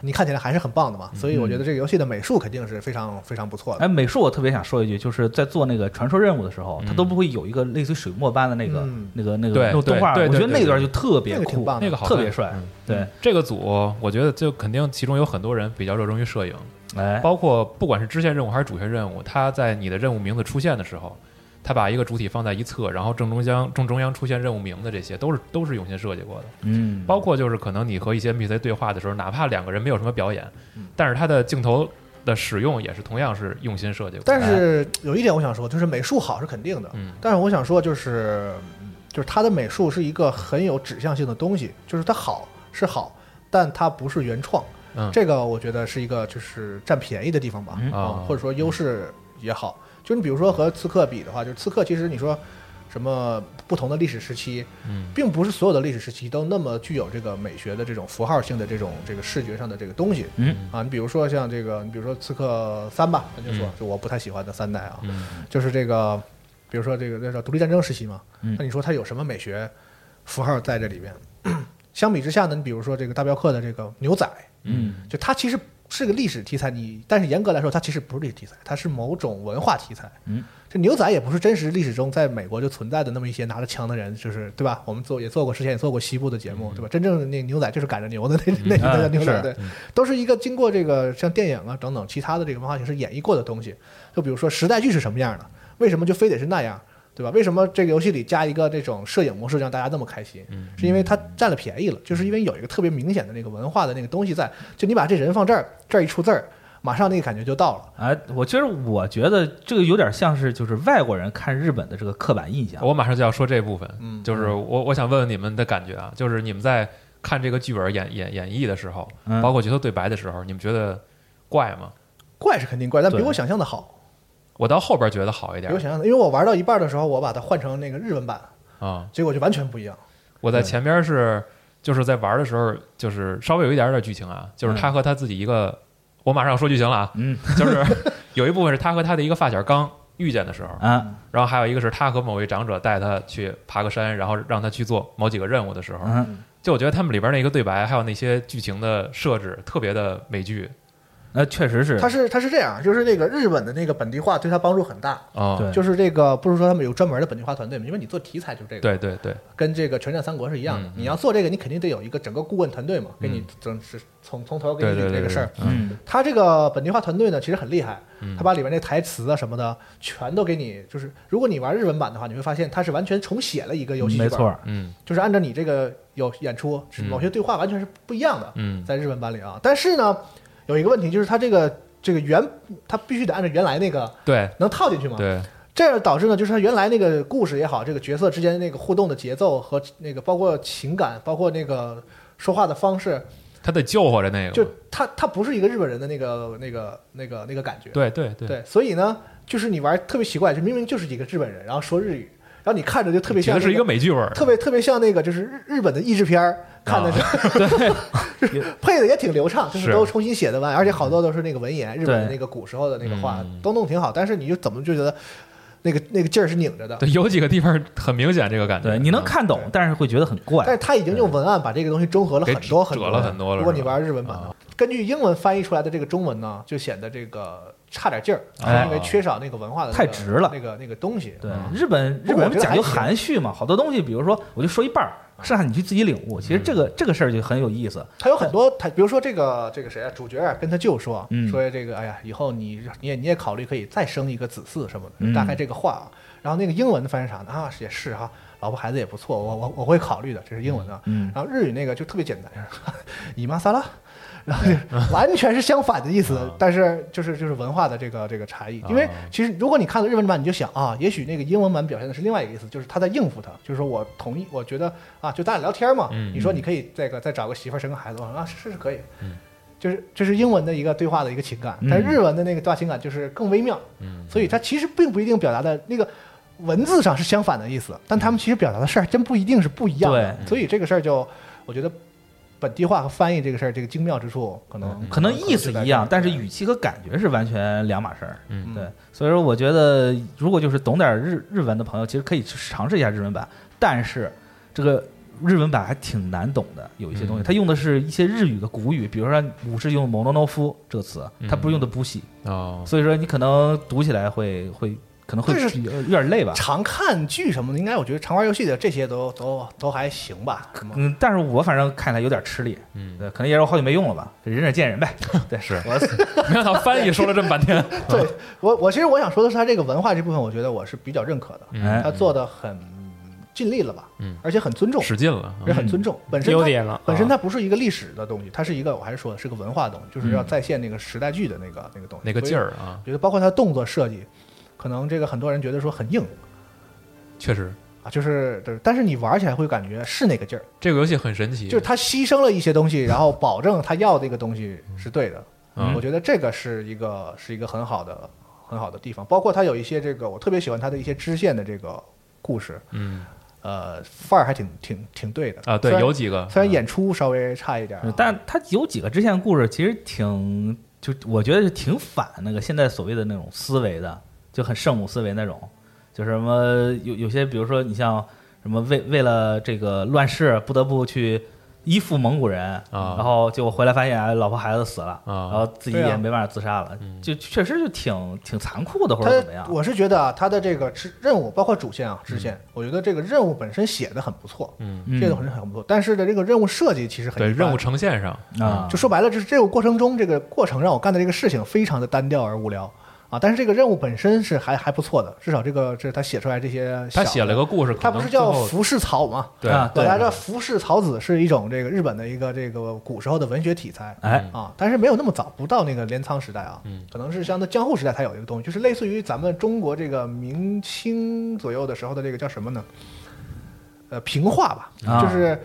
[SPEAKER 2] 你看起来还是很棒的嘛。所以我觉得这个游戏的美术肯定是非常非常不错的。
[SPEAKER 5] 哎，美术我特别想说一句，就是在做那个传说任务的时候，它都不会有一个类似于水墨般的那个、
[SPEAKER 2] 嗯
[SPEAKER 5] 那个那
[SPEAKER 3] 嗯对
[SPEAKER 5] 个那个动画，
[SPEAKER 3] 对
[SPEAKER 5] 我
[SPEAKER 3] 对
[SPEAKER 5] 觉
[SPEAKER 3] 对
[SPEAKER 5] 得那
[SPEAKER 3] 对
[SPEAKER 5] 段就特别
[SPEAKER 2] 那个挺
[SPEAKER 5] 酷，
[SPEAKER 2] 棒的
[SPEAKER 3] 那个好
[SPEAKER 5] 特
[SPEAKER 3] 看
[SPEAKER 5] 别帅。
[SPEAKER 3] 嗯
[SPEAKER 5] 对，
[SPEAKER 3] 这个组，我觉得就肯定其中有很多人比较热衷于摄影，
[SPEAKER 5] 哎，
[SPEAKER 3] 嗯包括不管是支线任务还是主线任务，它在你的任务名字出现的时候，它把一个主体放在一侧，然后正中央正中央出现任务名字，这些都是都是用心设计过的。
[SPEAKER 5] 嗯，
[SPEAKER 3] 包括就是可能你和一些 NPC 对话的时候，哪怕两个人没有什么表演，
[SPEAKER 5] 嗯
[SPEAKER 3] 但是它的镜头的使用也是同样是用心设计过的。
[SPEAKER 2] 但是有一点我想说，就是美术好是肯定的，
[SPEAKER 3] 嗯
[SPEAKER 2] 但是我想说就是，嗯就是它的美术是一个很有指向性的东西，就是它好是好，但它不是原创。
[SPEAKER 3] 嗯
[SPEAKER 2] 这个我觉得是一个就是占便宜的地方吧，
[SPEAKER 5] 嗯
[SPEAKER 2] 啊
[SPEAKER 3] 啊，
[SPEAKER 2] 或者说优势也好。就你比如说和刺客比的话，就是刺客其实你说什么不同的历史时期，
[SPEAKER 3] 嗯
[SPEAKER 2] 并不是所有的历史时期都那么具有这个美学的这种符号性的这种这个视觉上的这个东西。
[SPEAKER 5] 嗯
[SPEAKER 2] 啊，你比如说像这个，你比如说《刺客三》吧，咱就说
[SPEAKER 3] 嗯，
[SPEAKER 2] 就我不太喜欢的三代啊，
[SPEAKER 3] 嗯
[SPEAKER 2] 就是这个，比如说这个那叫独立战争时期嘛，
[SPEAKER 5] 嗯
[SPEAKER 2] 那你说它有什么美学符号在这里面？ [COUGHS] 相比之下呢，你比如说这个大镖客的这个牛仔，
[SPEAKER 5] 嗯
[SPEAKER 2] 就它其实是个历史题材，你但是严格来说，它其实不是历史题材，它是某种文化题材。
[SPEAKER 5] 嗯，
[SPEAKER 2] 这牛仔也不是真实历史中在美国就存在的那么一些拿着枪的人，就是对吧？我们做也做过之前也做过西部的节目，对吧？真正的那牛仔就是赶着牛的那
[SPEAKER 5] [LAUGHS]
[SPEAKER 2] 那那
[SPEAKER 5] 嗯
[SPEAKER 2] 个牛仔，
[SPEAKER 5] 是
[SPEAKER 2] 对，都是一个经过这个像电影啊等等其他的这个文化形式演绎过的东西。就比如说时代剧是什么样的，为什么就非得是那样？对吧？为什么这个游戏里加一个这种摄影模式让大家那么开心？
[SPEAKER 3] 嗯
[SPEAKER 2] 是因为它占了便宜了，就是因为有一个特别明显的那个文化的那个东西在，就你把这人放这儿，这儿一出字儿。马上那个感觉就到了。
[SPEAKER 5] 哎，我其实我觉得这个有点像是就是外国人看日本的这个刻板印象。
[SPEAKER 3] 我马上就要说这部分，
[SPEAKER 2] 嗯
[SPEAKER 3] 就是我我想问问你们的感觉啊，就是你们在看这个剧本演演演绎的时候，
[SPEAKER 5] 嗯
[SPEAKER 3] 包括角色对白的时候，你们觉得怪吗？
[SPEAKER 2] 怪是肯定怪，但比
[SPEAKER 5] 对
[SPEAKER 2] 我想象的好，
[SPEAKER 3] 我到后边觉得好一
[SPEAKER 2] 比
[SPEAKER 3] 点
[SPEAKER 2] 我想象的，因为我玩到一半的时候，我把它换成那个日文版，
[SPEAKER 3] 啊、
[SPEAKER 2] 结果就完全不一样。
[SPEAKER 3] 我在前边是就是在玩的时候，就是稍微有一点点剧情啊，
[SPEAKER 2] 嗯
[SPEAKER 3] 就是他和他自己一个，我马上要说剧情了啊，
[SPEAKER 5] 嗯
[SPEAKER 3] 就是有一部分是他和他的一个发小刚遇见的时候，
[SPEAKER 2] 嗯
[SPEAKER 5] 啊
[SPEAKER 3] 然后还有一个是他和某位长者带他去爬个山，然后让他去做某几个任务的时候，
[SPEAKER 5] 嗯，
[SPEAKER 3] 就我觉得他们里边那个对白，还有那些剧情的设置，特别的美剧
[SPEAKER 5] 那确实是
[SPEAKER 2] 它是它是这样，就是那个日本的那个本地化对它帮助很大。
[SPEAKER 3] 啊、
[SPEAKER 5] 对
[SPEAKER 2] 就是这个不是说他们有专门的本地化团队嘛，因为你做题材就是这个，
[SPEAKER 3] 对对对，
[SPEAKER 2] 跟这个《全战三国》是一样的
[SPEAKER 3] 嗯。
[SPEAKER 2] 你要做这个，你肯定得有一个整个顾问团队嘛，给你整是从从头给你
[SPEAKER 3] 对对
[SPEAKER 2] 捋
[SPEAKER 3] 对
[SPEAKER 2] 这个事儿。
[SPEAKER 5] 嗯
[SPEAKER 2] 他这个本地化团队呢，其实很厉害
[SPEAKER 3] 嗯，
[SPEAKER 2] 他把里面那台词啊什么的全都给你，就是如果你玩日文版的话，你会发现他是完全重写了一个游戏剧
[SPEAKER 5] 没
[SPEAKER 2] 本，
[SPEAKER 5] 错，
[SPEAKER 3] 嗯
[SPEAKER 2] 就是按照你这个有演出，是
[SPEAKER 3] 嗯
[SPEAKER 2] 某些对话完全是不一样的，
[SPEAKER 3] 嗯
[SPEAKER 2] 在日文版里啊。但是呢，有一个问题就是他这个这个原他必须得按照原来那个
[SPEAKER 3] 对
[SPEAKER 2] 能套进去吗？
[SPEAKER 3] 对
[SPEAKER 2] 这样导致呢，就是他原来那个故事也好，这个角色之间那个互动的节奏和那个包括情感，包括那个说话的方式，
[SPEAKER 3] 他得救活着那个，
[SPEAKER 2] 就他他不是一个日本人的那个那个那个那个感觉。
[SPEAKER 3] 对对对，
[SPEAKER 2] 对，所以呢，就是你玩儿特别奇怪，就明明就是一个日本人，然后说日语，然后你看着就特别
[SPEAKER 3] 觉
[SPEAKER 2] 像
[SPEAKER 3] 得
[SPEAKER 2] 那
[SPEAKER 3] 是一个美剧味儿，
[SPEAKER 2] 特别特别像那个就是日日本的译制片儿，看的是、 [LAUGHS]
[SPEAKER 5] 对
[SPEAKER 2] 配的也挺流畅，就是
[SPEAKER 3] 啊是
[SPEAKER 2] 都重新写的吧，而且好多都是那个文言，日本的那个古时候的那个话
[SPEAKER 3] 嗯
[SPEAKER 2] 都弄挺好，但是你就怎么就觉得那个那个劲儿是拧着的。
[SPEAKER 3] 对，有几个地方很明显这个感觉，
[SPEAKER 5] 对，你能
[SPEAKER 3] 嗯
[SPEAKER 5] 看懂
[SPEAKER 2] 对，
[SPEAKER 5] 但是会觉得很怪
[SPEAKER 2] 但。是他已经用文案把这个东西中和了很多
[SPEAKER 3] 给
[SPEAKER 2] 很
[SPEAKER 3] 折
[SPEAKER 2] 多，
[SPEAKER 3] 了很多了
[SPEAKER 2] 如果你
[SPEAKER 3] 是吧啊
[SPEAKER 2] 玩日文版的话，根据英文翻译出来的这个中文呢，就显得这个差点劲儿，
[SPEAKER 5] 哎
[SPEAKER 2] 因为缺少那个文化的那个
[SPEAKER 5] 太直了
[SPEAKER 2] 那个那个东西。
[SPEAKER 5] 对
[SPEAKER 3] 嗯，
[SPEAKER 5] 日本日
[SPEAKER 2] 不过我
[SPEAKER 5] 本
[SPEAKER 2] 觉得
[SPEAKER 5] 讲究
[SPEAKER 2] 还行
[SPEAKER 5] 含蓄嘛，好多东西，比如说我就说一半儿，剩下你去自己领
[SPEAKER 3] 嗯
[SPEAKER 5] 悟。其实这个这个事儿就很有意思。
[SPEAKER 2] 他有很多，他比如说这个这个谁啊，主角啊，跟他舅说，
[SPEAKER 5] 嗯
[SPEAKER 2] 说这个哎呀，以后你你也你也考虑可以再生一个子嗣什么的，
[SPEAKER 5] 嗯
[SPEAKER 2] 大概这个话啊。然后那个英文的翻译啥呢？啊，也是哈、老婆孩子也不错，我我我会考虑的，这是英文啊。
[SPEAKER 5] 嗯
[SPEAKER 2] 然后日语那个就特别简单， [LAUGHS] 姨妈
[SPEAKER 5] [LAUGHS]
[SPEAKER 2] 撒拉，然后就完全是相反的意思，
[SPEAKER 5] 啊
[SPEAKER 2] 但是就是就是文化的这个这个差异。因为其实如果你看了日文版，你就想啊，也许那个英文版表现的是另外一个意思，就是他在应付他，就是说我同意，我觉得啊，就咱俩聊天嘛，
[SPEAKER 3] 嗯
[SPEAKER 2] 你说你可以这个再找个媳妇儿生个孩子，我说啊是是可以，就是这是英文的一个对话的一个情感，但
[SPEAKER 5] 嗯
[SPEAKER 2] 日文的那个对话情感就是更微妙，
[SPEAKER 3] 嗯
[SPEAKER 2] 所以它其实并不一定表达的那个文字上是相反的意思，但他们其实表达的事儿真不一定是不一样的，
[SPEAKER 5] 嗯对
[SPEAKER 2] 所以这个事儿就我觉得本地化和翻译这个事儿，这个精妙之处嗯可能
[SPEAKER 5] 嗯可能意思一样，但是
[SPEAKER 2] 语
[SPEAKER 5] 语气和感觉是完全两码事儿。
[SPEAKER 3] 嗯
[SPEAKER 5] 对，所以说我觉得，如果就是懂点日日文的朋友，其实可以去尝试一下日文版，但是这个日文版还挺难懂的，有一些东西，
[SPEAKER 3] 嗯
[SPEAKER 5] 它用的是一些日语的古语，比如说武士用“某诺诺夫”这个词，
[SPEAKER 3] 嗯
[SPEAKER 5] 它不是用的“不喜
[SPEAKER 3] 哦”，，
[SPEAKER 5] 所以说你可能读起来会会可能会
[SPEAKER 2] 但是
[SPEAKER 5] 有有点累吧。
[SPEAKER 2] 常看剧什么的，应该我觉得常玩游戏的这些都都都还行吧。什么
[SPEAKER 5] 嗯，但是我反正看起来有点吃力，
[SPEAKER 3] 嗯，
[SPEAKER 5] 对，可能也是我好久没用了吧，仁者见仁
[SPEAKER 3] [LAUGHS]
[SPEAKER 5] 呗。对，
[SPEAKER 3] 是
[SPEAKER 5] [LAUGHS] 我
[SPEAKER 3] 没想到翻译说了这么半天，
[SPEAKER 2] 对我我其实我想说的是，他这个文化这部分，我觉得我是比较认可的，
[SPEAKER 5] 哎
[SPEAKER 2] 他做的很尽力了吧，
[SPEAKER 3] 嗯
[SPEAKER 2] 而且很尊重，
[SPEAKER 3] 使劲了，啊
[SPEAKER 2] 也很尊重。本身它
[SPEAKER 4] 优点了，
[SPEAKER 2] 本身
[SPEAKER 4] 啊
[SPEAKER 2] 它不是一个历史的东西，它是一个我还是说的是个文化的东西，就是要再现那个时代剧的那个那个东西，
[SPEAKER 3] 嗯那个劲
[SPEAKER 2] 所以
[SPEAKER 3] 儿啊
[SPEAKER 2] 我，觉得包括它的动作设计，可能这个很多人觉得说很硬
[SPEAKER 3] 确实，
[SPEAKER 2] 啊，就是就是，但是你玩起来会感觉是那个劲儿，
[SPEAKER 3] 这个游戏很神奇，
[SPEAKER 2] 就是它牺牲了一些东西，然后保证它要的一个东西是对的。
[SPEAKER 3] 嗯
[SPEAKER 2] 我觉得这个是一个是一个很好的很好的地方，包括它有一些这个我特别喜欢它的一些支线的这个故事，
[SPEAKER 3] 嗯
[SPEAKER 2] 呃，范儿还挺挺挺对的
[SPEAKER 3] 啊，对
[SPEAKER 2] 虽，然
[SPEAKER 3] 有几个，嗯
[SPEAKER 2] 虽然演出稍微差一点啊，
[SPEAKER 5] 但它有几个支线故事，其实挺就我觉得是挺反那个现在所谓的那种思维的，就很圣母思维那种，就是什么有有些，比如说你像什么为为了这个乱世不得不去依附蒙古人
[SPEAKER 3] 啊
[SPEAKER 5] 然后结果回来发现哎老婆孩子死了
[SPEAKER 3] 啊
[SPEAKER 5] 然后自己
[SPEAKER 2] 对啊
[SPEAKER 5] 也没办法自杀了，
[SPEAKER 3] 嗯
[SPEAKER 5] 就确实就挺挺残酷的或者
[SPEAKER 2] 他
[SPEAKER 5] 怎么样，
[SPEAKER 2] 我是觉得啊，他的这个支任务，包括主线啊、支线，我觉得这个任务本身写的很不错，
[SPEAKER 3] 嗯，
[SPEAKER 5] 嗯
[SPEAKER 2] 这个本身很不错。但是呢，这个任务设计其实很
[SPEAKER 3] 对，
[SPEAKER 2] 一般
[SPEAKER 3] 任务呈现上，
[SPEAKER 5] 啊
[SPEAKER 2] 就说白了，就是这个过程中这个过程让我干的这个事情非常的单调而无聊啊。但是这个任务本身是还还不错的，至少这个这是他写出来这些。
[SPEAKER 3] 他写了，个故事，可
[SPEAKER 2] 他
[SPEAKER 3] 能
[SPEAKER 2] 不是叫
[SPEAKER 3] 最后
[SPEAKER 2] 浮世草吗？
[SPEAKER 3] 对
[SPEAKER 5] 啊
[SPEAKER 2] 本来这浮世草子是一种这个日本的一个这个古时候的文学题材
[SPEAKER 5] 哎，
[SPEAKER 2] 啊，但是没有那么早，不到那个镰仓时代啊，
[SPEAKER 3] 嗯
[SPEAKER 2] 可能是相当江户时代才有一个东西，就是类似于咱们中国这个明清左右的时候的这个叫什么呢？呃，平话吧，
[SPEAKER 5] 啊
[SPEAKER 2] 就是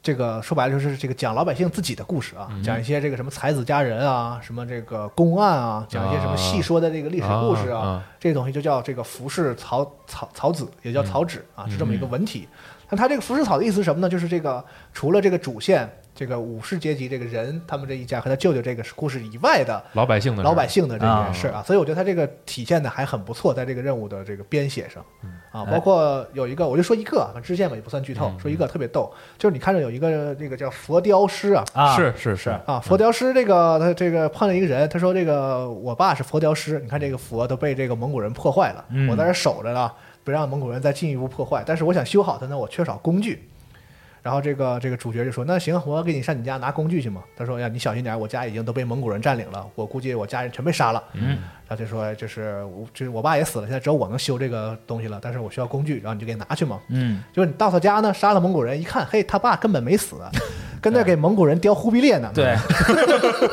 [SPEAKER 2] 这个说白了就是这个讲老百姓自己的故事
[SPEAKER 3] 嗯
[SPEAKER 2] 啊，讲一些这个什么才子佳人啊，什么这个公案啊，讲一些什么戏说的这个历史故事
[SPEAKER 3] 啊啊
[SPEAKER 2] 这东西就叫这个浮世草草草子，也叫草纸啊，是这么一个文体。那它这个浮世草的意思是什么呢？就是这个除了这个主线，这个武士阶级这个人他们这一家和他舅舅这个故事以外的
[SPEAKER 3] 老百姓的
[SPEAKER 2] 老百
[SPEAKER 3] 姓
[SPEAKER 2] 姓的这件事儿啊，所以我觉得他这个体现的还很不错，在这个任务的这个编写上啊，包括有一个我就说一个啊，支线嘛也不算剧透，说一个特别逗，就是你看着有一个那个叫佛雕师啊。
[SPEAKER 5] 啊，
[SPEAKER 3] 是是是，
[SPEAKER 2] 啊，佛雕师这个他这个碰了一个人，他说这个我爸是佛雕师，你看这个佛都被这个蒙古人破坏了，
[SPEAKER 5] 嗯
[SPEAKER 2] 我在这儿守着呢，不让蒙古人再进一步破坏，但是我想修好它呢，我缺少工具。然后这个这个主角就说：“那行，我要给你上你家拿工具去嘛。”他说：“呀，你小心点儿，我家已经都被蒙古人占领了，我估计我家人全被杀了。”
[SPEAKER 5] 嗯，
[SPEAKER 2] 然后就说：“就是我，就是我爸也死了，现在只有我能修这个东西了，但是我需要工具，然后你就给拿去嘛。”
[SPEAKER 5] 嗯，
[SPEAKER 2] 就是你到他家呢，杀了蒙古人，一看，嘿，他爸根本没死，跟那儿给蒙古人雕忽必烈呢。
[SPEAKER 5] 对， [LAUGHS]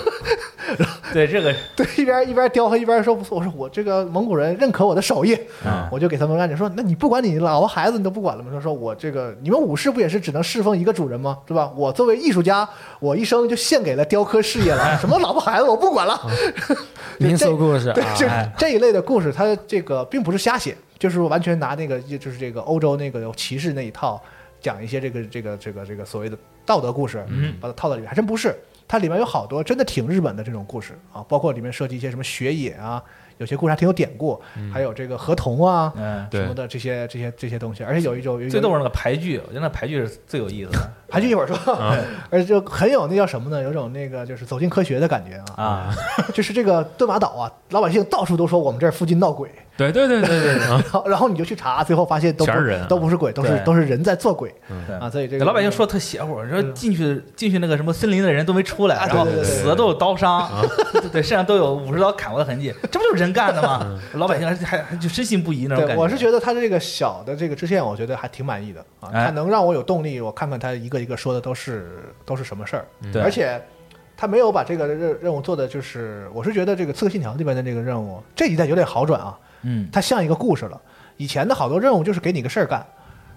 [SPEAKER 5] 对这个
[SPEAKER 2] [LAUGHS] 对，一边一边雕和一边说，我说我这个蒙古人认可我的手艺，
[SPEAKER 5] 嗯
[SPEAKER 2] 我就给他们让你说，那你不管你老婆孩子你都不管了吗？他说我这个你们武士不也是只能侍奉一个主人吗？对吧？我作为艺术家，我一生就献给了雕刻事业
[SPEAKER 5] [LAUGHS]
[SPEAKER 2] 了，什么老婆孩子我不管了。
[SPEAKER 5] 啊
[SPEAKER 2] 就
[SPEAKER 6] 民
[SPEAKER 2] 这
[SPEAKER 6] 俗故事
[SPEAKER 2] [LAUGHS] 对，
[SPEAKER 6] 啊，
[SPEAKER 2] 这
[SPEAKER 5] 哎
[SPEAKER 2] 这一类的故事，它这个并不是瞎写，就是完全拿那个就是这个欧洲那个骑士那一套讲一些这个这个这个这个所谓的道德故事，
[SPEAKER 5] 嗯，
[SPEAKER 2] 把它套到里面，还真不是。它里面有好多真的挺日本的这种故事啊，包括里面涉及一些什么雪野啊，有些故事还挺有典故，还有这个河童啊
[SPEAKER 5] 嗯，
[SPEAKER 3] 对
[SPEAKER 2] 什么的这些这些这些东西，而且有一种有一
[SPEAKER 5] 最逗
[SPEAKER 2] 种
[SPEAKER 5] 是那个牌剧，我觉得那牌剧是最有
[SPEAKER 3] [LAUGHS]
[SPEAKER 5] 意思的
[SPEAKER 2] 还去一会儿说，
[SPEAKER 5] 啊
[SPEAKER 2] [LAUGHS] 而且就很有那叫什么呢？有种那个就是走进科学的感觉啊，
[SPEAKER 5] 啊，
[SPEAKER 2] 就是这个蹲马岛啊，老百姓到处都说我们这儿附近闹鬼，
[SPEAKER 3] 对对对对
[SPEAKER 2] [LAUGHS]
[SPEAKER 3] 对，啊
[SPEAKER 2] 然后然后你就去查，最后发现都不
[SPEAKER 3] 全是人啊嗯
[SPEAKER 2] 都不是鬼，都是
[SPEAKER 5] 对
[SPEAKER 2] 都是人在做鬼
[SPEAKER 5] 对
[SPEAKER 2] 啊！所以这
[SPEAKER 5] 给
[SPEAKER 2] 个嗯
[SPEAKER 5] 老百姓说特邪乎，说进去进去那个什么森林的人都没出来，
[SPEAKER 2] 啊
[SPEAKER 5] 然后
[SPEAKER 2] 对对对啊
[SPEAKER 5] 死的都有刀伤， [LAUGHS] 对，身上都有五十刀砍过的
[SPEAKER 2] [LAUGHS]
[SPEAKER 5] 痕迹，这不就是人干的吗？老百姓还还还就深信不疑那种
[SPEAKER 2] 嗯对，
[SPEAKER 5] 感
[SPEAKER 2] 我是
[SPEAKER 5] 觉
[SPEAKER 2] 觉得他这个小的这个支线，我觉得还挺满意的啊，
[SPEAKER 5] 哎
[SPEAKER 2] 它能让我有动力，我看看他一个一个说的都是都是什么事儿，
[SPEAKER 5] 对
[SPEAKER 2] 而且。他没有把这个任任务做的，就是我是觉得这个《刺客信条》里面的这个任务，这一代有点好转啊，
[SPEAKER 5] 嗯，
[SPEAKER 2] 它像一个故事了。以前的好多任务就是给你个事儿干，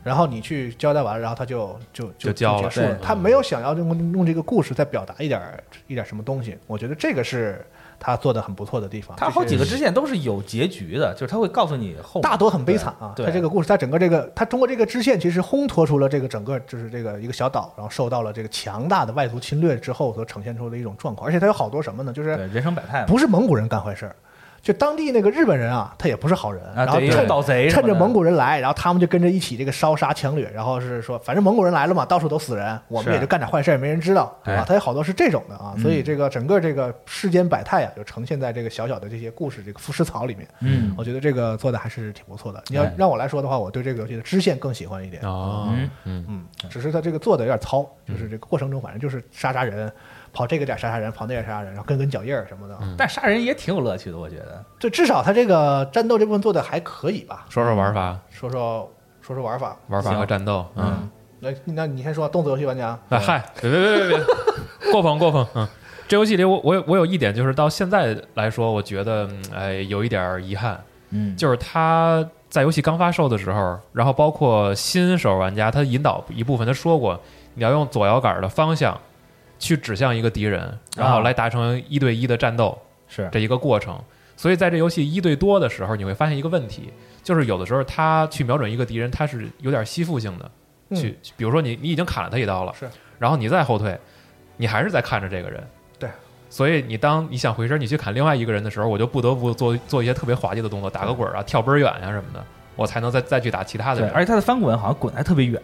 [SPEAKER 2] 然后你去交代完了，然后他就就
[SPEAKER 3] 就交了
[SPEAKER 2] 结束了
[SPEAKER 3] 对。
[SPEAKER 2] 他没有想要用用这个故事再表达一点儿一点儿什么东西，我觉得这个是他做的很不错的地方。
[SPEAKER 5] 他好几个支线都是有结局的，就是他会告诉你后面
[SPEAKER 2] 大多很悲惨啊！
[SPEAKER 5] 对
[SPEAKER 2] 他这个故事，他整个这个，他通过这个支线，其实烘托出了这个整个就是这个一个小岛，然后受到了这个强大的外族侵略之后所呈现出的一种状况。而且他有好多什么呢？就是
[SPEAKER 5] 对人生百态嘛，
[SPEAKER 2] 不是蒙古人干坏事儿，就当地那个日本人啊，他也不是好人，
[SPEAKER 5] 啊，
[SPEAKER 2] 然后
[SPEAKER 5] 对，有
[SPEAKER 2] 趁
[SPEAKER 5] 盗贼什么
[SPEAKER 2] 趁
[SPEAKER 5] 的
[SPEAKER 2] 着蒙古人来，然后他们就跟着一起这个烧杀抢掠，然后是说，反正蒙古人来了嘛，到处都死人，我们
[SPEAKER 5] 是
[SPEAKER 2] 也就干点坏事，也没人知道，对吧
[SPEAKER 5] 哎？
[SPEAKER 2] 他有好多是这种的啊，
[SPEAKER 5] 嗯
[SPEAKER 2] 所以这个整个这个世间百态啊，就呈现在这个小小的这些故事这个浮尸草里面。
[SPEAKER 5] 嗯
[SPEAKER 2] 我觉得这个做的还是挺不错的。你要
[SPEAKER 5] 哎
[SPEAKER 2] 让我来说的话，我对这个游戏的支线更喜欢一点。
[SPEAKER 3] 哦
[SPEAKER 5] 嗯
[SPEAKER 3] 嗯
[SPEAKER 2] 嗯，只是它这个做的有点糙，就是这个过程中反正就是杀杀人，跑这个点杀杀人，跑那点杀杀人，然后跟跟脚印儿什么的。
[SPEAKER 5] 但杀人也挺有乐趣的，我觉得。
[SPEAKER 2] 就至少它这个战斗这部分做的还可以吧。
[SPEAKER 3] 说说玩法，
[SPEAKER 2] 说说说说玩法，
[SPEAKER 3] 玩法和战斗，嗯，
[SPEAKER 2] 那那你先说动作游戏玩家，
[SPEAKER 3] 哎嗨，别别别别别，过捧过捧，嗯，这游戏里我我有我有一点就是到现在来说，我觉得嗯哎有一点儿遗憾，
[SPEAKER 5] 嗯，
[SPEAKER 3] 就是它在游戏刚发售的时候，然后包括新手玩家，他引导一部分他说过，你要用左摇杆的方向去指向一个敌人，然后来达成一对一的战斗
[SPEAKER 5] 是
[SPEAKER 3] 这一个过程。所以在这游戏一对多的时候，你会发现一个问题，就是有的时候他去瞄准一个敌人，他是有点吸附性的，
[SPEAKER 2] 嗯
[SPEAKER 3] 去比如说你你已经砍了他一刀了，
[SPEAKER 2] 是，
[SPEAKER 3] 然后你再后退，你还是在看着这个人，
[SPEAKER 2] 对。
[SPEAKER 3] 所以你当你想回身，你去砍另外一个人的时候，我就不得不做做一些特别滑稽的动作，打个滚儿啊，跳倍儿远呀、什么的，我才能再再去打其他的
[SPEAKER 5] 对，
[SPEAKER 3] 人，
[SPEAKER 5] 而且他的翻滚好像滚得还特别远。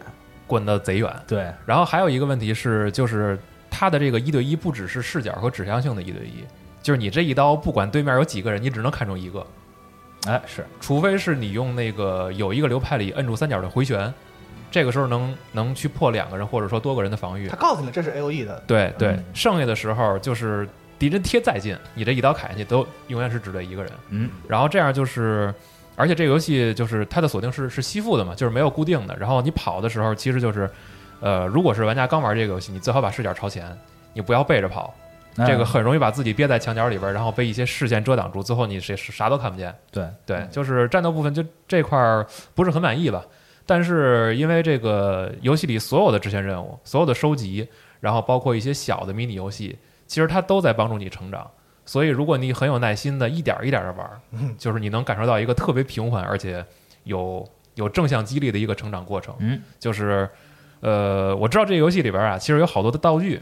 [SPEAKER 3] 滚得贼远。
[SPEAKER 5] 对，
[SPEAKER 3] 然后还有一个问题是，就是它的这个一对一不只是视角和指向性的一对一，就是你这一刀不管对面有几个人，你只能看中一个，
[SPEAKER 5] 哎，是
[SPEAKER 3] 除非是你用那个有一个流派里摁住三角的回旋，这个时候能能去破两个人或者说多个人的防御
[SPEAKER 2] 他。告诉你这是 A O E 的，
[SPEAKER 3] 对对
[SPEAKER 5] 嗯，
[SPEAKER 3] 剩下的时候就是。敌人贴再近，你这一刀砍下去都永远是只对一个人。
[SPEAKER 5] 嗯，
[SPEAKER 3] 然后这样就是，而且这个游戏就是它的锁定是是吸附的嘛，就是没有固定的。然后你跑的时候，其实就是，呃，如果是玩家刚玩这个游戏，你最好把视角朝前，你不要背着跑，
[SPEAKER 5] 嗯
[SPEAKER 3] 这个很容易把自己憋在墙角里边儿，然后被一些视线遮挡住，最后你谁啥都看不见。
[SPEAKER 5] 对
[SPEAKER 3] 对，就是战斗部分就这块儿不是很满意吧。但是因为这个游戏里所有的支线任务、所有的收集，然后包括一些小的迷你游戏，其实它都在帮助你成长。所以如果你很有耐心的一点儿一点的玩儿，
[SPEAKER 5] 嗯
[SPEAKER 3] 就是你能感受到一个特别平缓而且有有正向激励的一个成长过程。
[SPEAKER 5] 嗯，
[SPEAKER 3] 就是呃，我知道这个游戏里边啊，其实有好多的道具，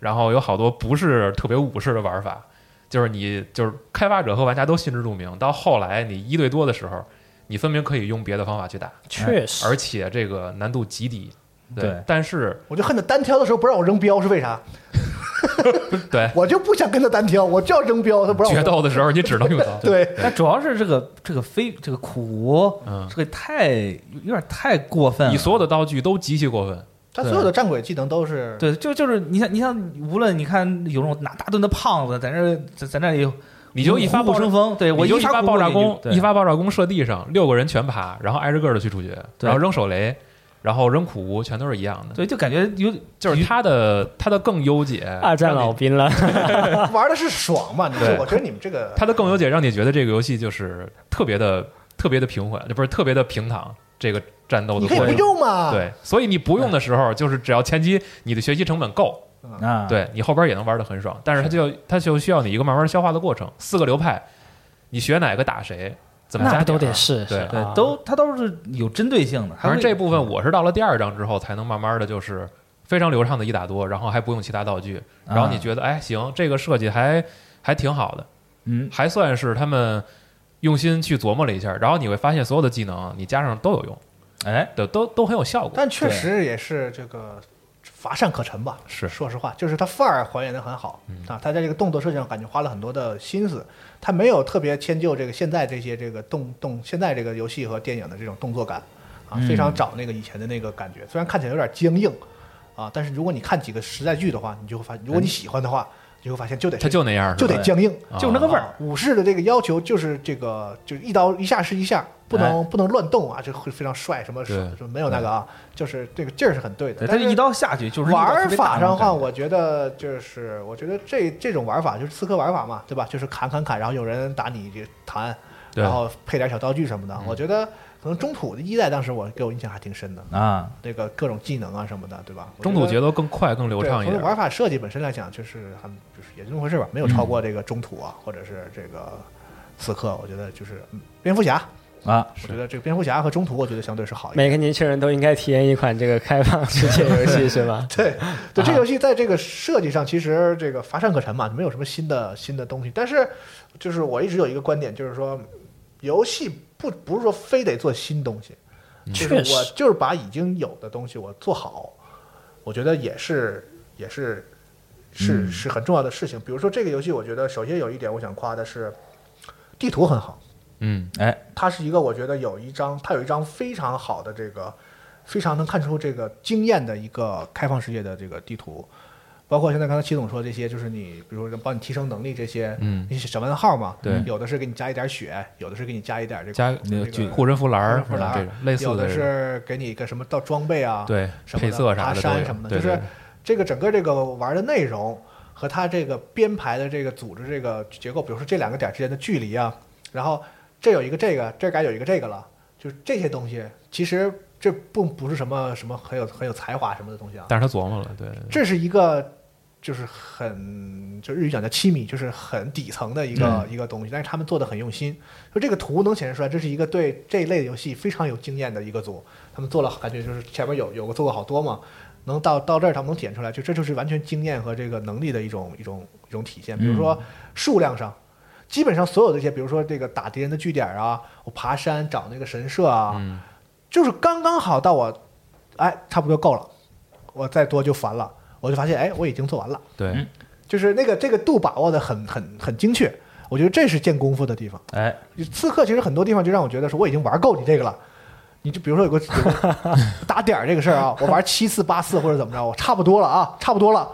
[SPEAKER 3] 然后有好多不是特别武士的玩法，就是你就是开发者和玩家都心知肚明。到后来你一对多的时候，你分明可以用别的方法去打，
[SPEAKER 4] 确实，
[SPEAKER 3] 而且这个难度极低。
[SPEAKER 5] 对
[SPEAKER 3] 但是
[SPEAKER 2] 我就恨他单挑的时候不让我扔镖是为啥？
[SPEAKER 3] 对
[SPEAKER 2] 我就不想跟他单挑，我就要扔镖，他不让我
[SPEAKER 3] 决
[SPEAKER 2] 扔。。
[SPEAKER 3] 斗的时候，你只能用刀
[SPEAKER 2] [LAUGHS] 对，
[SPEAKER 5] 但主要是这个这个非这个苦，
[SPEAKER 3] 嗯
[SPEAKER 5] 这个太有点太过分了。
[SPEAKER 3] 你所有的道具都极其过分，
[SPEAKER 2] 他所有的战鬼技能都是
[SPEAKER 5] 对，就就是你像你像，无论你看有那种拿大盾的胖子在那儿在在那里，
[SPEAKER 3] 你就一发
[SPEAKER 5] 虎
[SPEAKER 3] 爆
[SPEAKER 5] 虎生
[SPEAKER 3] 炸，
[SPEAKER 5] 风，对我
[SPEAKER 3] 你就一
[SPEAKER 5] 发
[SPEAKER 3] 发爆炸弓，
[SPEAKER 5] 对
[SPEAKER 3] 一发爆炸弓射地上，六个人全爬，然后挨着个儿的去处决，
[SPEAKER 5] 对
[SPEAKER 3] 然后扔手雷，然后扔苦无，全都是一样的。
[SPEAKER 5] 对，就感觉有
[SPEAKER 3] 就是他的他的更优解，
[SPEAKER 4] 二战老兵了，
[SPEAKER 2] 玩的是爽嘛？你说
[SPEAKER 3] 对，
[SPEAKER 2] 我觉得你们这个
[SPEAKER 3] 它的更优解让你觉得这个游戏就是特别的、特别的平缓，不是特别的平躺。这个战斗
[SPEAKER 2] 你
[SPEAKER 3] 的
[SPEAKER 2] 可以
[SPEAKER 3] 过
[SPEAKER 2] 不
[SPEAKER 3] 程，
[SPEAKER 2] 用嘛？，
[SPEAKER 3] 对，所以你不用的时候，就是只要前期你的学习成本够，
[SPEAKER 5] 啊，，
[SPEAKER 3] 对你后边也能玩得很爽。但是它就它就需要你一个慢慢消化的过程。四个流派，你学哪个打谁，怎么
[SPEAKER 4] 那
[SPEAKER 3] 加
[SPEAKER 4] 不都
[SPEAKER 3] 点儿
[SPEAKER 4] 得试试
[SPEAKER 3] 对
[SPEAKER 4] 啊？
[SPEAKER 5] 对，都它都是有针对性的。还
[SPEAKER 3] 反正
[SPEAKER 5] 会啊
[SPEAKER 3] 这部分我是到了第二章之后才能慢慢的就是非常流畅的一打多，然后还不用其他道具，然
[SPEAKER 5] 啊
[SPEAKER 3] 后你觉得哎行，这个设计还还挺好的，
[SPEAKER 5] 嗯，
[SPEAKER 3] 还算是他们用心去琢磨了一下，然后你会发现所有的技能你加上都有用，
[SPEAKER 5] 哎，
[SPEAKER 3] 都都都很有效果。
[SPEAKER 2] 但确实也是这个乏善可陈吧。
[SPEAKER 3] 是嗯
[SPEAKER 2] 说实话，就是它范儿还原的很好、啊，它在这个动作设计上感觉花了很多的心思，它没有特别迁就这个现在这些这个动动现在这个游戏和电影的这种动作感啊，非
[SPEAKER 3] 嗯
[SPEAKER 2] 常找那个以前的那个感觉，虽然看起来有点僵硬啊，但是如果你看几个时代剧的话，你就会发，如果你喜欢的话，你就会发现就得
[SPEAKER 3] 嗯它就那样，
[SPEAKER 2] 就得僵硬，
[SPEAKER 5] 就那个味儿
[SPEAKER 2] 啊。武士的这个要求就是这个，就是一刀一下是一下，不能、不能乱动啊，这会非常帅，什么
[SPEAKER 3] 对
[SPEAKER 2] 什么没有那个啊，就是这个劲儿是很对的。
[SPEAKER 5] 对，它
[SPEAKER 2] 但
[SPEAKER 5] 这一刀下去就是
[SPEAKER 2] 玩儿法上的话，
[SPEAKER 5] 话，
[SPEAKER 2] 我觉得就是我觉得这这种玩法就是刺客玩法嘛，对吧？就是砍砍砍，然后有人打你就弹，
[SPEAKER 3] 对
[SPEAKER 2] 然后配点小道具什么的。我觉得可能中土的一代当时我给我印象还挺深的，
[SPEAKER 5] 啊，
[SPEAKER 2] 那个各种技能啊什么的，对吧？我
[SPEAKER 3] 中途
[SPEAKER 2] 觉
[SPEAKER 3] 节奏更快更流
[SPEAKER 2] 对，
[SPEAKER 3] 畅一
[SPEAKER 2] 从
[SPEAKER 3] 点。
[SPEAKER 2] 玩法设计本身来讲，就是很就是也就那么回事吧，没有超
[SPEAKER 3] 嗯
[SPEAKER 2] 过这个中土啊，或者是这个刺客。我觉得就是嗯蝙蝠侠，
[SPEAKER 5] 啊，
[SPEAKER 2] 我觉得这个蝙蝠侠和中土，我觉得相对是好一点。
[SPEAKER 4] 每个年轻人都应该体验一款这个开放世界游 [LAUGHS] 戏，是吧？
[SPEAKER 2] [LAUGHS] 对对，
[SPEAKER 4] 啊
[SPEAKER 2] 这个游戏在这个设计上其实这个乏善可陈嘛，没有什么新的新的东西。但是就是我一直有一个观点，就是说游戏不不是说非得做新东西，就是
[SPEAKER 4] 嗯确实
[SPEAKER 2] 我就是把已经有的东西我做好，我觉得也是也是
[SPEAKER 4] 嗯
[SPEAKER 2] 是是很重要的事情。比如说这个游戏，我觉得首先有一点我想夸的是，地图很好，
[SPEAKER 3] 嗯，
[SPEAKER 5] 哎，
[SPEAKER 2] 它是一个我觉得有一张它有一张非常好的这个非常能看出这个经验的一个开放世界的这个地图。包括现在刚才齐总说这些，就是你比如说帮你提升能力这些，
[SPEAKER 3] 嗯
[SPEAKER 2] 那些小问号嘛，
[SPEAKER 3] 对
[SPEAKER 2] 有的是给你加一点血，有的是给你加一点这个
[SPEAKER 3] 加
[SPEAKER 5] 那个
[SPEAKER 2] 这
[SPEAKER 5] 剧
[SPEAKER 2] 个
[SPEAKER 3] 护身符栏
[SPEAKER 2] 护身
[SPEAKER 3] 儿
[SPEAKER 2] 符栏
[SPEAKER 3] 这
[SPEAKER 2] 儿
[SPEAKER 3] 种类似
[SPEAKER 2] 有的
[SPEAKER 3] 这种
[SPEAKER 2] 是给你一个什么到装备啊，
[SPEAKER 3] 对
[SPEAKER 2] 什么
[SPEAKER 3] 配
[SPEAKER 2] 的
[SPEAKER 3] 色
[SPEAKER 2] 爬
[SPEAKER 3] 啥的都
[SPEAKER 2] 山
[SPEAKER 3] 有
[SPEAKER 2] 什么的，
[SPEAKER 3] 对
[SPEAKER 2] 就是
[SPEAKER 3] 对
[SPEAKER 2] 这个整个这个玩的内容和它这个编排的这个组织这个结构，比如说这两个点之间的距离啊，然后这有一个这个，这该有一个这个了，就是这些东西，其实这不不是什么什么很有很有才华什么的东西啊，
[SPEAKER 3] 但是他琢磨了，对，
[SPEAKER 2] 这是一个就是很就日语讲叫七米，就是很底层的一个、一个东西，但是他们做的很用心。就这个图能显示出来，这是一个对这一类游戏非常有经验的一个组，他们做了感觉就是前面有有过做过好多嘛，能到到这儿他们能点出来，就这就是完全经验和这个能力的一种一种一种体现。比如说数量上。基本上所有这些，比如说这个打敌人的据点啊，我爬山找那个神社啊，
[SPEAKER 3] 嗯
[SPEAKER 2] 就是刚刚好到我，哎，差不多够了，我再多就烦了。我就发现，哎，我已经做完了，
[SPEAKER 3] 对
[SPEAKER 5] 嗯，
[SPEAKER 2] 就是那个这个度把握的很很很精确。我觉得这是见功夫的地方。
[SPEAKER 5] 哎，
[SPEAKER 2] 刺客其实很多地方就让我觉得说我已经玩够你这个了。你就比如说有个有个打点儿这个事儿啊，我玩七次八次或者怎么着，我差不多了啊，差不多了，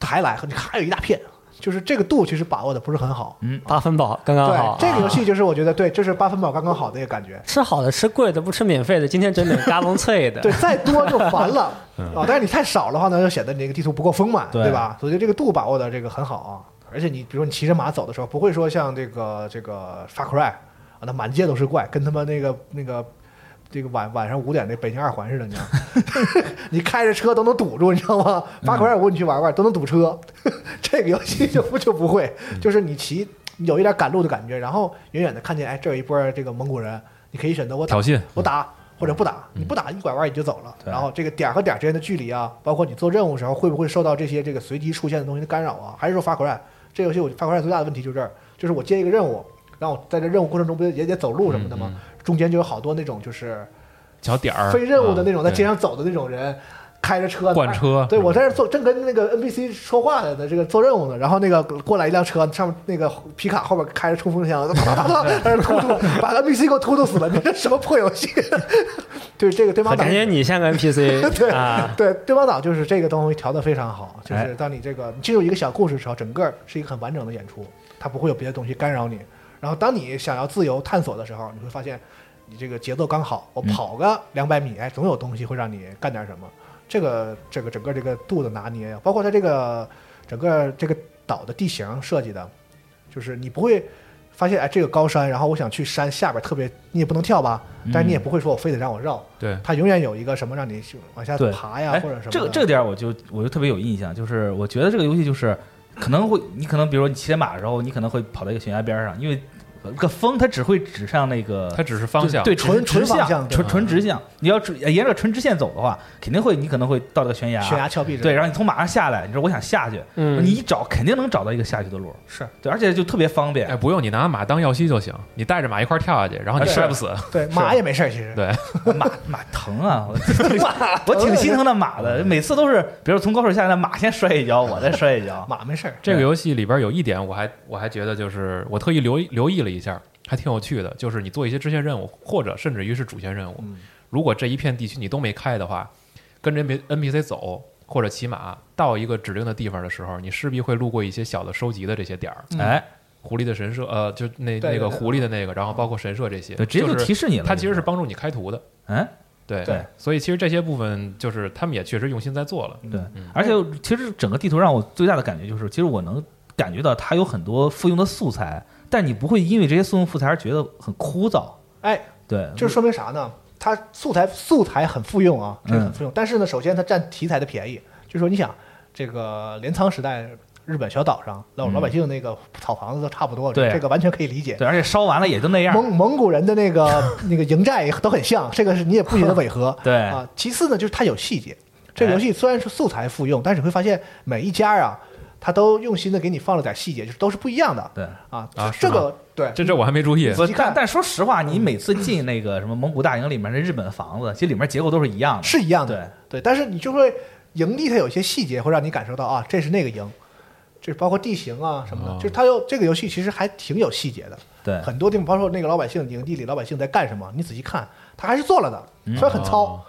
[SPEAKER 2] 还来，你还有一大片，就是这个度其实把握的不是很好。
[SPEAKER 4] 八分饱刚刚好
[SPEAKER 2] 对，。这个游
[SPEAKER 4] 啊
[SPEAKER 2] 戏就是我觉得对，这是八分饱刚刚好的一个感觉。
[SPEAKER 4] [LAUGHS] 吃好的吃贵的，不吃免费的。今天整点嘎嘣脆
[SPEAKER 2] [LAUGHS]
[SPEAKER 4] 的。
[SPEAKER 2] 对，再多就烦了啊！但是你太少的话呢，就显得你这个地图不够丰满，
[SPEAKER 5] 对
[SPEAKER 2] 对吧？所以这个度把握的这个很好啊。而且你比如说你骑着马走的时候，不会说像这个这个 Far Cry 啊，那满街都是怪，跟他妈那个那个这个晚晚上五点那北京二环似的，你知道吗？你开着车都能堵住，你知道吗？Far
[SPEAKER 3] 嗯
[SPEAKER 2] Cry 五你去玩玩都能堵车， [LAUGHS] 这个游戏就不就不会，
[SPEAKER 3] 嗯
[SPEAKER 2] 就是你骑有一点赶路的感觉，然后远远的看见哎，这有一波这个蒙古人，你可以选择我打
[SPEAKER 3] 挑衅，嗯
[SPEAKER 2] 我打或者不打，你不打一拐弯你就走了。
[SPEAKER 5] 对
[SPEAKER 2] 然后这个点儿和点儿之间的距离啊，包括你做任务时候会不会受到这些这个随机出现的东西的干扰啊？还是说发口袋？这游戏我发口袋最大的问题就是这儿，就是我接一个任务，然后我在这任务过程中不是也得走路什么的
[SPEAKER 3] 嗯
[SPEAKER 2] 吗？中间就有好多那种就是
[SPEAKER 3] 小点儿，
[SPEAKER 2] 非任务的那种
[SPEAKER 3] 啊
[SPEAKER 2] 在街
[SPEAKER 3] 对
[SPEAKER 2] 上走的那种人，开着车啊
[SPEAKER 3] 贯车嗯
[SPEAKER 2] 对我在这儿做正跟那个 NPC 说话呢，在这个做任务呢，然后那个过来一辆车，上面那个皮卡后边开着冲锋枪，哒哒哒
[SPEAKER 3] [LAUGHS]
[SPEAKER 2] 哒，在那突突，把 NPC 给我突突死了，你这什么破游戏？ [LAUGHS] 对这个对马
[SPEAKER 4] 我
[SPEAKER 2] 岛
[SPEAKER 4] 感，觉你像个 NPC
[SPEAKER 2] [LAUGHS] 对
[SPEAKER 4] 啊，
[SPEAKER 2] 对对马岛就是这个东西调的非常好，就
[SPEAKER 5] 哎
[SPEAKER 2] 是当你这个你进入一个小故事的时候，整个是一个很完整的演出，它不会有别的东西干扰你。然后当你想要自由探索的时候，你会发现你这个节奏刚好，我跑个两百米，哎，总有东西会让你干点什么。这个这个整个这个度的拿捏，包括它这个整个这个岛的地形设计的，就是你不会发现哎这个高山，然后我想去山下边特别，你也不能跳吧，但是你也不会说我非得让我绕，
[SPEAKER 3] 对
[SPEAKER 2] 它永远有一个什么让你去往下
[SPEAKER 5] 对
[SPEAKER 2] 爬呀
[SPEAKER 5] 哎
[SPEAKER 2] 或者什么的。
[SPEAKER 5] 这个这个点儿我就我就特别有印象，就是我觉得这个游戏就是可能会，你可能比如说你骑着马的时候，你可能会跑到一个悬崖边儿上，因为呃个风它只会指向那个
[SPEAKER 3] 它只是方向，
[SPEAKER 5] 对
[SPEAKER 2] 纯
[SPEAKER 5] 只是
[SPEAKER 2] 纯
[SPEAKER 5] 直
[SPEAKER 2] 方
[SPEAKER 5] 向
[SPEAKER 2] 向
[SPEAKER 5] 纯
[SPEAKER 2] 对
[SPEAKER 5] 纯直向。你要直沿着纯直线走的话，肯定会你可能会到这个悬崖，啊
[SPEAKER 2] 悬崖峭壁之类的
[SPEAKER 5] 对，然后你从马上下来，你说我想下去，
[SPEAKER 4] 嗯
[SPEAKER 5] 你一找肯定能找到一个下去的路，
[SPEAKER 2] 是
[SPEAKER 5] 对，而且就特别方便
[SPEAKER 3] 哎，。不用你拿马当药吸就行，你带着马一块儿跳下去，然后你
[SPEAKER 5] 哎
[SPEAKER 3] 摔不死，
[SPEAKER 2] 对马也没事儿，其实，
[SPEAKER 3] 对，
[SPEAKER 5] 马马疼啊，我 [LAUGHS] 我挺心疼那马的，每次都是，比如从高处下来，马先摔一跤，我再摔一跤
[SPEAKER 2] 马没事儿。
[SPEAKER 3] 这个游戏里边有一点，我还我还觉得就是我特意留意留意了一下，还挺有趣的。就是你做一些支线任务，或者甚至于是主线任务，
[SPEAKER 2] 嗯
[SPEAKER 3] 如果这一片地区你都没开的话，跟着 N NPC 走或者骑马到一个指定的地方的时候，你势必会路过一些小的收集的这些点儿。
[SPEAKER 2] 嗯
[SPEAKER 5] 哎，
[SPEAKER 3] 狐狸的神社，呃，就那
[SPEAKER 2] 对
[SPEAKER 3] 那
[SPEAKER 2] 对对
[SPEAKER 3] 个狐狸的那个，然后包括神社这些，
[SPEAKER 5] 嗯对，直接
[SPEAKER 3] 就
[SPEAKER 5] 就是提示你了。
[SPEAKER 3] 它其实是帮助你开图的。
[SPEAKER 5] 嗯，
[SPEAKER 3] 对
[SPEAKER 5] 对，
[SPEAKER 3] 所以其实这些部分就是他们也确实用心在做了。
[SPEAKER 2] 嗯
[SPEAKER 5] 对，而且其实整个地图让我最大的感觉就是，其实我能感觉到它有很多复用的素材，但你不会因为这些复用素材而觉得很枯燥。
[SPEAKER 2] 哎，
[SPEAKER 5] 对，
[SPEAKER 2] 这说明啥呢？它素材素材很复用啊，这个
[SPEAKER 5] 嗯
[SPEAKER 2] 很复用。但是呢，首先它占题材的便宜，就是说你想这个镰仓时代日本小岛上老
[SPEAKER 5] 嗯
[SPEAKER 2] 老百姓那个草房子都差不多，
[SPEAKER 5] 对啊
[SPEAKER 2] 这个完全可以理解。
[SPEAKER 5] 对，而且烧完了也就那样。。
[SPEAKER 2] 蒙蒙古人的那
[SPEAKER 3] [LAUGHS]
[SPEAKER 2] 个那个营寨也都很像，这个是你也不觉得违和
[SPEAKER 5] 对
[SPEAKER 2] 啊，其次呢就是它有细节，这
[SPEAKER 3] 哎
[SPEAKER 2] 个游戏虽然是素材复用，但是你会发现每一家啊，它都用心的给你放了点细节，就是都是不一样的。
[SPEAKER 5] 对
[SPEAKER 2] 啊
[SPEAKER 3] 啊，
[SPEAKER 2] 这
[SPEAKER 3] 是吗
[SPEAKER 2] 个对
[SPEAKER 3] 这这我还没注意，
[SPEAKER 5] 不
[SPEAKER 2] 你看嗯
[SPEAKER 5] 但但说实话，你每次进那个什么蒙古大营里面那日本的房子，其实里面结构都是一样的。
[SPEAKER 2] 是一样的。
[SPEAKER 5] 对，
[SPEAKER 2] 对，但是你就会营地它有一些细节会让你感受到啊，这是那个营，这包括地形啊什么的，
[SPEAKER 3] 哦
[SPEAKER 2] 就是它有这个游戏其实还挺有细节的，
[SPEAKER 5] 对
[SPEAKER 2] 很多地方包括那个老百姓营地里老百姓在干什么，你仔细看，他还是做了的，虽然很糙。
[SPEAKER 3] 哦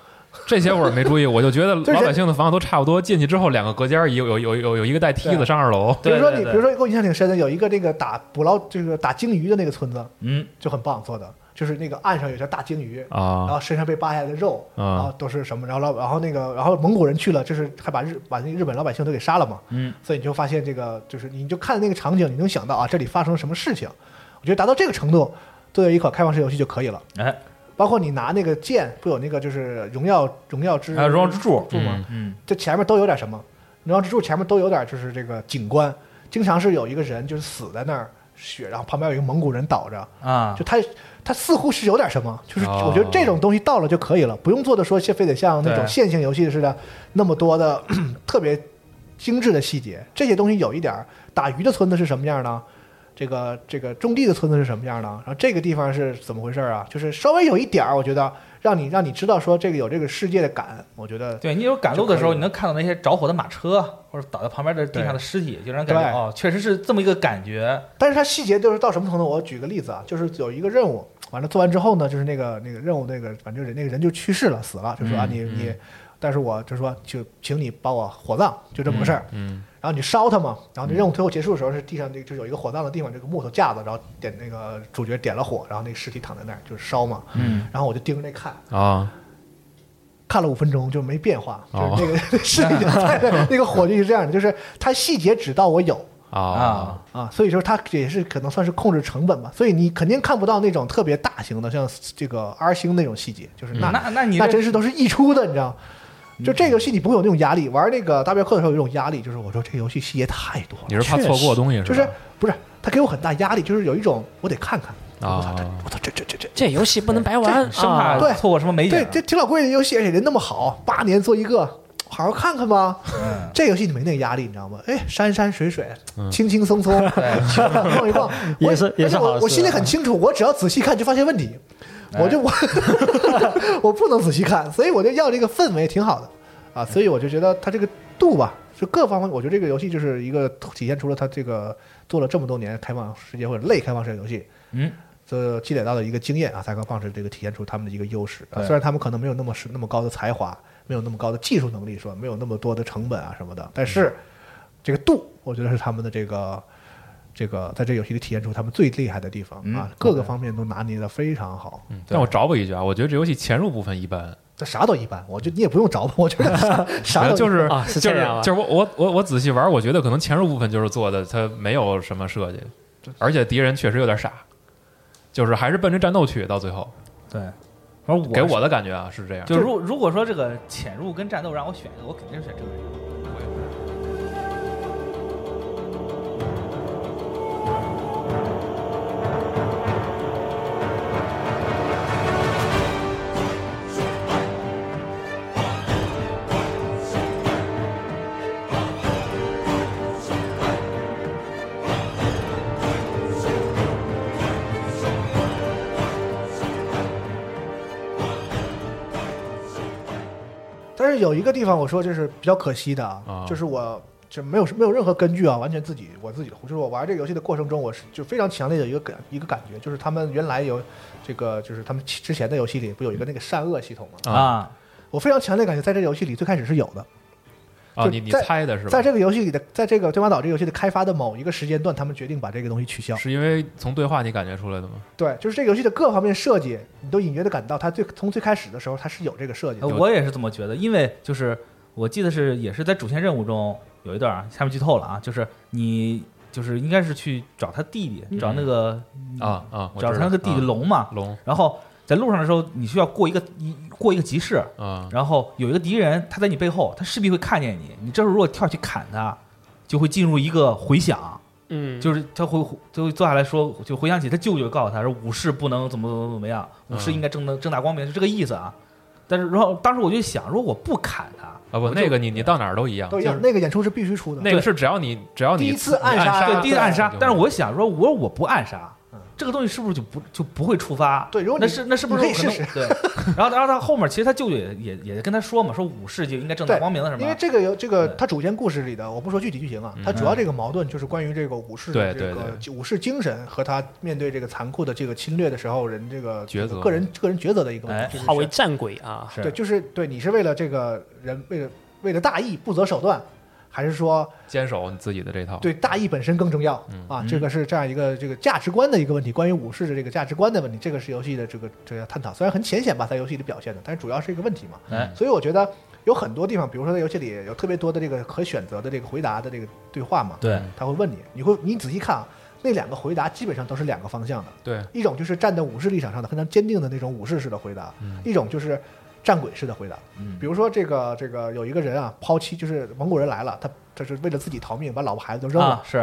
[SPEAKER 3] 这些我是没注意，我就觉得
[SPEAKER 2] [LAUGHS] 就是
[SPEAKER 3] 老百姓的房子都差不多，进去之后两个隔间儿，有有有有有一个带梯子
[SPEAKER 2] 对
[SPEAKER 3] 上二楼，
[SPEAKER 2] 比如说你，
[SPEAKER 5] 对对对
[SPEAKER 2] 比如说给我印象挺深的，有一个那个打捕捞，就是打鲸鱼的那个村子
[SPEAKER 5] 嗯，
[SPEAKER 2] 就很棒做的，就是那个岸上有一条大鲸鱼，
[SPEAKER 3] 啊
[SPEAKER 2] 然后身上被扒下来的肉
[SPEAKER 3] 啊
[SPEAKER 2] 然后都是什么，然后老然后那个然后蒙古人去了，就是还把日把那日本老百姓都给杀了嘛，
[SPEAKER 5] 嗯，
[SPEAKER 2] 所以你就发现这个就是你就看那个场景，你能想到啊这里发生了什么事情，我觉得达到这个程度，作为一款开放式游戏就可以了。
[SPEAKER 5] 哎，
[SPEAKER 2] 包括你拿那个剑，不有那个就是荣耀荣耀之
[SPEAKER 5] 还有荣耀之柱，
[SPEAKER 2] 柱吗？
[SPEAKER 5] 嗯，
[SPEAKER 2] 这前面都有点什么，荣耀之柱前面都有点就是这个景观，经常是有一个人就是死在那儿血，然后旁边有一个蒙古人倒着，
[SPEAKER 5] 啊，
[SPEAKER 2] 就他他似乎是有点什么，就是
[SPEAKER 3] 哦
[SPEAKER 2] 我觉得这种东西到了就可以了，不用做的说像非得像那
[SPEAKER 5] 对
[SPEAKER 2] 种线性游戏似的那么多的 [CLEARS THROAT] 特别精致的细节。这些东西有一点儿，打鱼的村子是什么样呢？这个这个种地的村子是什么样呢？然后这个地方是怎么回事啊？就是稍微有一点儿，我觉得让你让你知道说这个有这个世界的感，我觉得
[SPEAKER 5] 对你有赶路的时候，
[SPEAKER 2] 就可以了
[SPEAKER 5] 你能看到那些着火的马车，或者倒在旁边的地上的尸体，就让人感觉
[SPEAKER 2] 对
[SPEAKER 5] 哦，确实是这么一个感觉。
[SPEAKER 2] 但是它细节就是到什么程度？我举个例子啊，就是有一个任务，完了做完之后呢，就是那个那个任务那个，反正人那个人就去世了，死了，就说啊
[SPEAKER 5] 嗯
[SPEAKER 2] 你你，但是我就说就请你帮我火葬，就这么个事儿。
[SPEAKER 3] 嗯，
[SPEAKER 2] 然后你烧它嘛，然后你任务最后结束的时候是地上这就有一个火葬的地方，这个木头架子，然后点那个主角点了火，然后那个尸体躺在那儿就是烧嘛，
[SPEAKER 5] 嗯，
[SPEAKER 2] 然后我就盯着那看，
[SPEAKER 3] 啊，
[SPEAKER 2] 看了五分钟就没变化，就是
[SPEAKER 3] 哦
[SPEAKER 2] 那个是
[SPEAKER 5] [LAUGHS]
[SPEAKER 2] 已经在那，那个火就是这样的，就是它细节只到我有
[SPEAKER 3] 啊
[SPEAKER 5] 啊，
[SPEAKER 2] 啊，所以说它也是可能算是控制成本吧，所以你肯定看不到那种特别大型的，像这个 R 星那种细节，就是那、
[SPEAKER 5] 嗯那那你
[SPEAKER 2] 那
[SPEAKER 5] 这嗯
[SPEAKER 2] 真是都是溢出的，你知道吗。就这个游戏，你不会有那种压力。玩那个大镖客的时候有一种压力，就是我说这个游戏细节太多了，
[SPEAKER 3] 你是怕错过东西是吧？
[SPEAKER 2] 就是不是他给我很大压力，就是有一种我得看看，
[SPEAKER 3] 啊
[SPEAKER 2] 我操这我操这这这这
[SPEAKER 4] 这游戏不能白玩
[SPEAKER 5] 生怕
[SPEAKER 4] 啊
[SPEAKER 2] 对
[SPEAKER 5] 错过什么美景
[SPEAKER 2] 对，，这挺老贵的游戏，而且人那么好，八年做一个，好好看看吧。
[SPEAKER 5] 嗯
[SPEAKER 2] 这游戏你没那个压力，你知道吗？哎，山山水水
[SPEAKER 3] 嗯，
[SPEAKER 2] 轻轻松松， [LAUGHS] 逛
[SPEAKER 4] [LAUGHS]
[SPEAKER 2] 一逛，
[SPEAKER 4] 也
[SPEAKER 2] 我
[SPEAKER 4] 是也
[SPEAKER 2] 而
[SPEAKER 4] 是
[SPEAKER 2] 且
[SPEAKER 4] 哎好
[SPEAKER 2] 我
[SPEAKER 4] 事
[SPEAKER 2] 我心里很清楚，我只要仔细看就发现问题，我就我 [LAUGHS] 我不能仔细看，所以我就要这个氛围挺好的啊，所以我就觉得它这个度吧，就各方面，我觉得这个游戏就是一个体现出了它这个做了这么多年开放世界或者类开放式的游戏，
[SPEAKER 5] 嗯，
[SPEAKER 2] 这积累到的一个经验啊，才能放置这个体现出他们的一个优势、啊。
[SPEAKER 5] 对
[SPEAKER 2] 虽然他们可能没有那么是那么高的才华，没有那么高的技术能力，是吧？没有那么多的成本啊什么的，但是这个度，我觉得是他们的这个这个在这游戏里体现出他们最厉害的地方、
[SPEAKER 5] 嗯
[SPEAKER 2] 啊，各个方面都拿捏的非常好。
[SPEAKER 3] 嗯但我找补一句啊，我觉得这游戏潜入部分一般，
[SPEAKER 2] 这啥都一般，我觉得你也不用找吧，我觉得啥啥都一般
[SPEAKER 3] 就是
[SPEAKER 4] 啊是
[SPEAKER 3] 就
[SPEAKER 4] 这
[SPEAKER 3] 是
[SPEAKER 4] 样啊
[SPEAKER 3] 就是我我我我仔细玩，我觉得可能潜入部分就是做的，它没有什么设计，而且敌人确实有点傻，就是还是奔着战斗去，到最后
[SPEAKER 5] 对，反正我
[SPEAKER 3] 给
[SPEAKER 5] 是
[SPEAKER 3] 我的感觉啊是这样。
[SPEAKER 5] 就如如果说这个潜入跟战斗让我选一个，我肯定是选这个。
[SPEAKER 2] 但是有一个地方我说就是比较可惜的
[SPEAKER 3] 啊
[SPEAKER 2] 啊，就是我就没有没有任何根据啊，完全自己我自己的就是我玩这个游戏的过程中，我是就非常强烈的一个感一个感觉，就是他们原来有这个就是他们其之前的游戏里不有一个那个善恶系统吗？
[SPEAKER 3] 啊
[SPEAKER 5] 啊，
[SPEAKER 2] 我非常强烈地感觉在这个游戏里最开始是有的，
[SPEAKER 3] 啊，
[SPEAKER 2] 就
[SPEAKER 3] 你你
[SPEAKER 2] 在
[SPEAKER 3] 猜的是吧？
[SPEAKER 2] 在这个游戏里的在这个《对马岛》这个游戏的开发的某一个时间段，他们决定把这个东西取消。
[SPEAKER 3] 是因为从对话你感觉出来的吗？
[SPEAKER 2] 对，就是这个游戏的各方面设计，你都隐约的感到它最从最开始的时候它是有这个设计的
[SPEAKER 5] 呃。
[SPEAKER 3] 哦
[SPEAKER 5] 我也是这么觉得，因为就是我记得是也是在主线任务中有一段啊，下面剧透了啊，就是你就是应该是去找他弟弟，找那个
[SPEAKER 2] 嗯
[SPEAKER 3] 啊啊，我
[SPEAKER 5] 找
[SPEAKER 3] 知
[SPEAKER 5] 他
[SPEAKER 3] 道
[SPEAKER 5] 那个弟弟
[SPEAKER 3] 啊
[SPEAKER 5] 龙嘛，
[SPEAKER 3] 龙
[SPEAKER 5] 然后在路上的时候，你需要过一个一过一个集市，
[SPEAKER 3] 啊
[SPEAKER 5] 然后有一个敌人他在你背后，他势必会看见你，你这时候如果跳下去砍他，就会进入一个回响，
[SPEAKER 4] 嗯，
[SPEAKER 5] 就是他会就会坐下来说，就回想起他舅舅告诉他说武士不能怎么怎么怎么样，武士
[SPEAKER 3] 嗯
[SPEAKER 5] 应该正大正大光明，是这个意思啊。但是然后当时我就想，如果我不砍他
[SPEAKER 3] 啊不，
[SPEAKER 5] 我就
[SPEAKER 3] 那个你你到哪儿都一样
[SPEAKER 2] 都，一样，那个演出是必须出的。
[SPEAKER 3] 那个是只要你只要你
[SPEAKER 2] 第一次
[SPEAKER 3] 你
[SPEAKER 2] 暗杀
[SPEAKER 5] 对第一次
[SPEAKER 2] 对
[SPEAKER 5] 暗杀
[SPEAKER 3] 就，
[SPEAKER 5] 但是
[SPEAKER 3] 会
[SPEAKER 5] 我想说，我我不暗杀
[SPEAKER 2] 嗯，
[SPEAKER 5] 这个东西是不是就不就不会触发？
[SPEAKER 2] 对如果
[SPEAKER 5] 那
[SPEAKER 2] 你
[SPEAKER 5] 是那是不是
[SPEAKER 2] 你可以
[SPEAKER 5] 可能
[SPEAKER 2] 试试
[SPEAKER 5] 对？然后然后他后面其实他舅舅也也也跟他说嘛，说武士就应该正大
[SPEAKER 2] 对
[SPEAKER 5] 光明的什么
[SPEAKER 2] 因为这个有这个
[SPEAKER 5] 对
[SPEAKER 2] 它主线故事里的，我不说具体剧情啊
[SPEAKER 3] 嗯，
[SPEAKER 2] 它主要这个矛盾就是关于这个武士的
[SPEAKER 3] 对
[SPEAKER 2] 这
[SPEAKER 3] 对
[SPEAKER 2] 个武士精神和他面对这个残酷的这个侵略的时候人这个
[SPEAKER 3] 抉
[SPEAKER 2] 这
[SPEAKER 3] 择
[SPEAKER 2] 个个人个人抉择的一个问
[SPEAKER 5] 哎
[SPEAKER 2] 题，就是
[SPEAKER 4] 化为战鬼啊，
[SPEAKER 5] 是
[SPEAKER 2] 对，就是对你是为了这个人为了为了大义不择手段，还是说
[SPEAKER 3] 坚守你自己的这套。
[SPEAKER 2] 对大义本身更重要啊
[SPEAKER 5] 嗯，
[SPEAKER 2] 这个是这样一个这个价值观的一个问题，关于武士的这个价值观的问题，这个是游戏的这个这个探讨，虽然很浅显吧，在游戏里表现的，但是主要是一个问题嘛。
[SPEAKER 5] 哎
[SPEAKER 2] 所以我觉得有很多地方，比如说在游戏里有特别多的这个可选择的这个回答的这个对话嘛，
[SPEAKER 5] 对
[SPEAKER 2] 他会问你，你会你仔细看啊，那两个回答基本上都是两个方向的，
[SPEAKER 3] 对
[SPEAKER 2] 一种就是站在武士立场上的非常坚定的那种武士式的回答，一种就是战鬼式的回答。
[SPEAKER 5] 嗯
[SPEAKER 2] 比如说这个这个有一个人啊，抛弃就是蒙古人来了，他他是为了自己逃命，把老婆孩子都扔了
[SPEAKER 5] 啊，是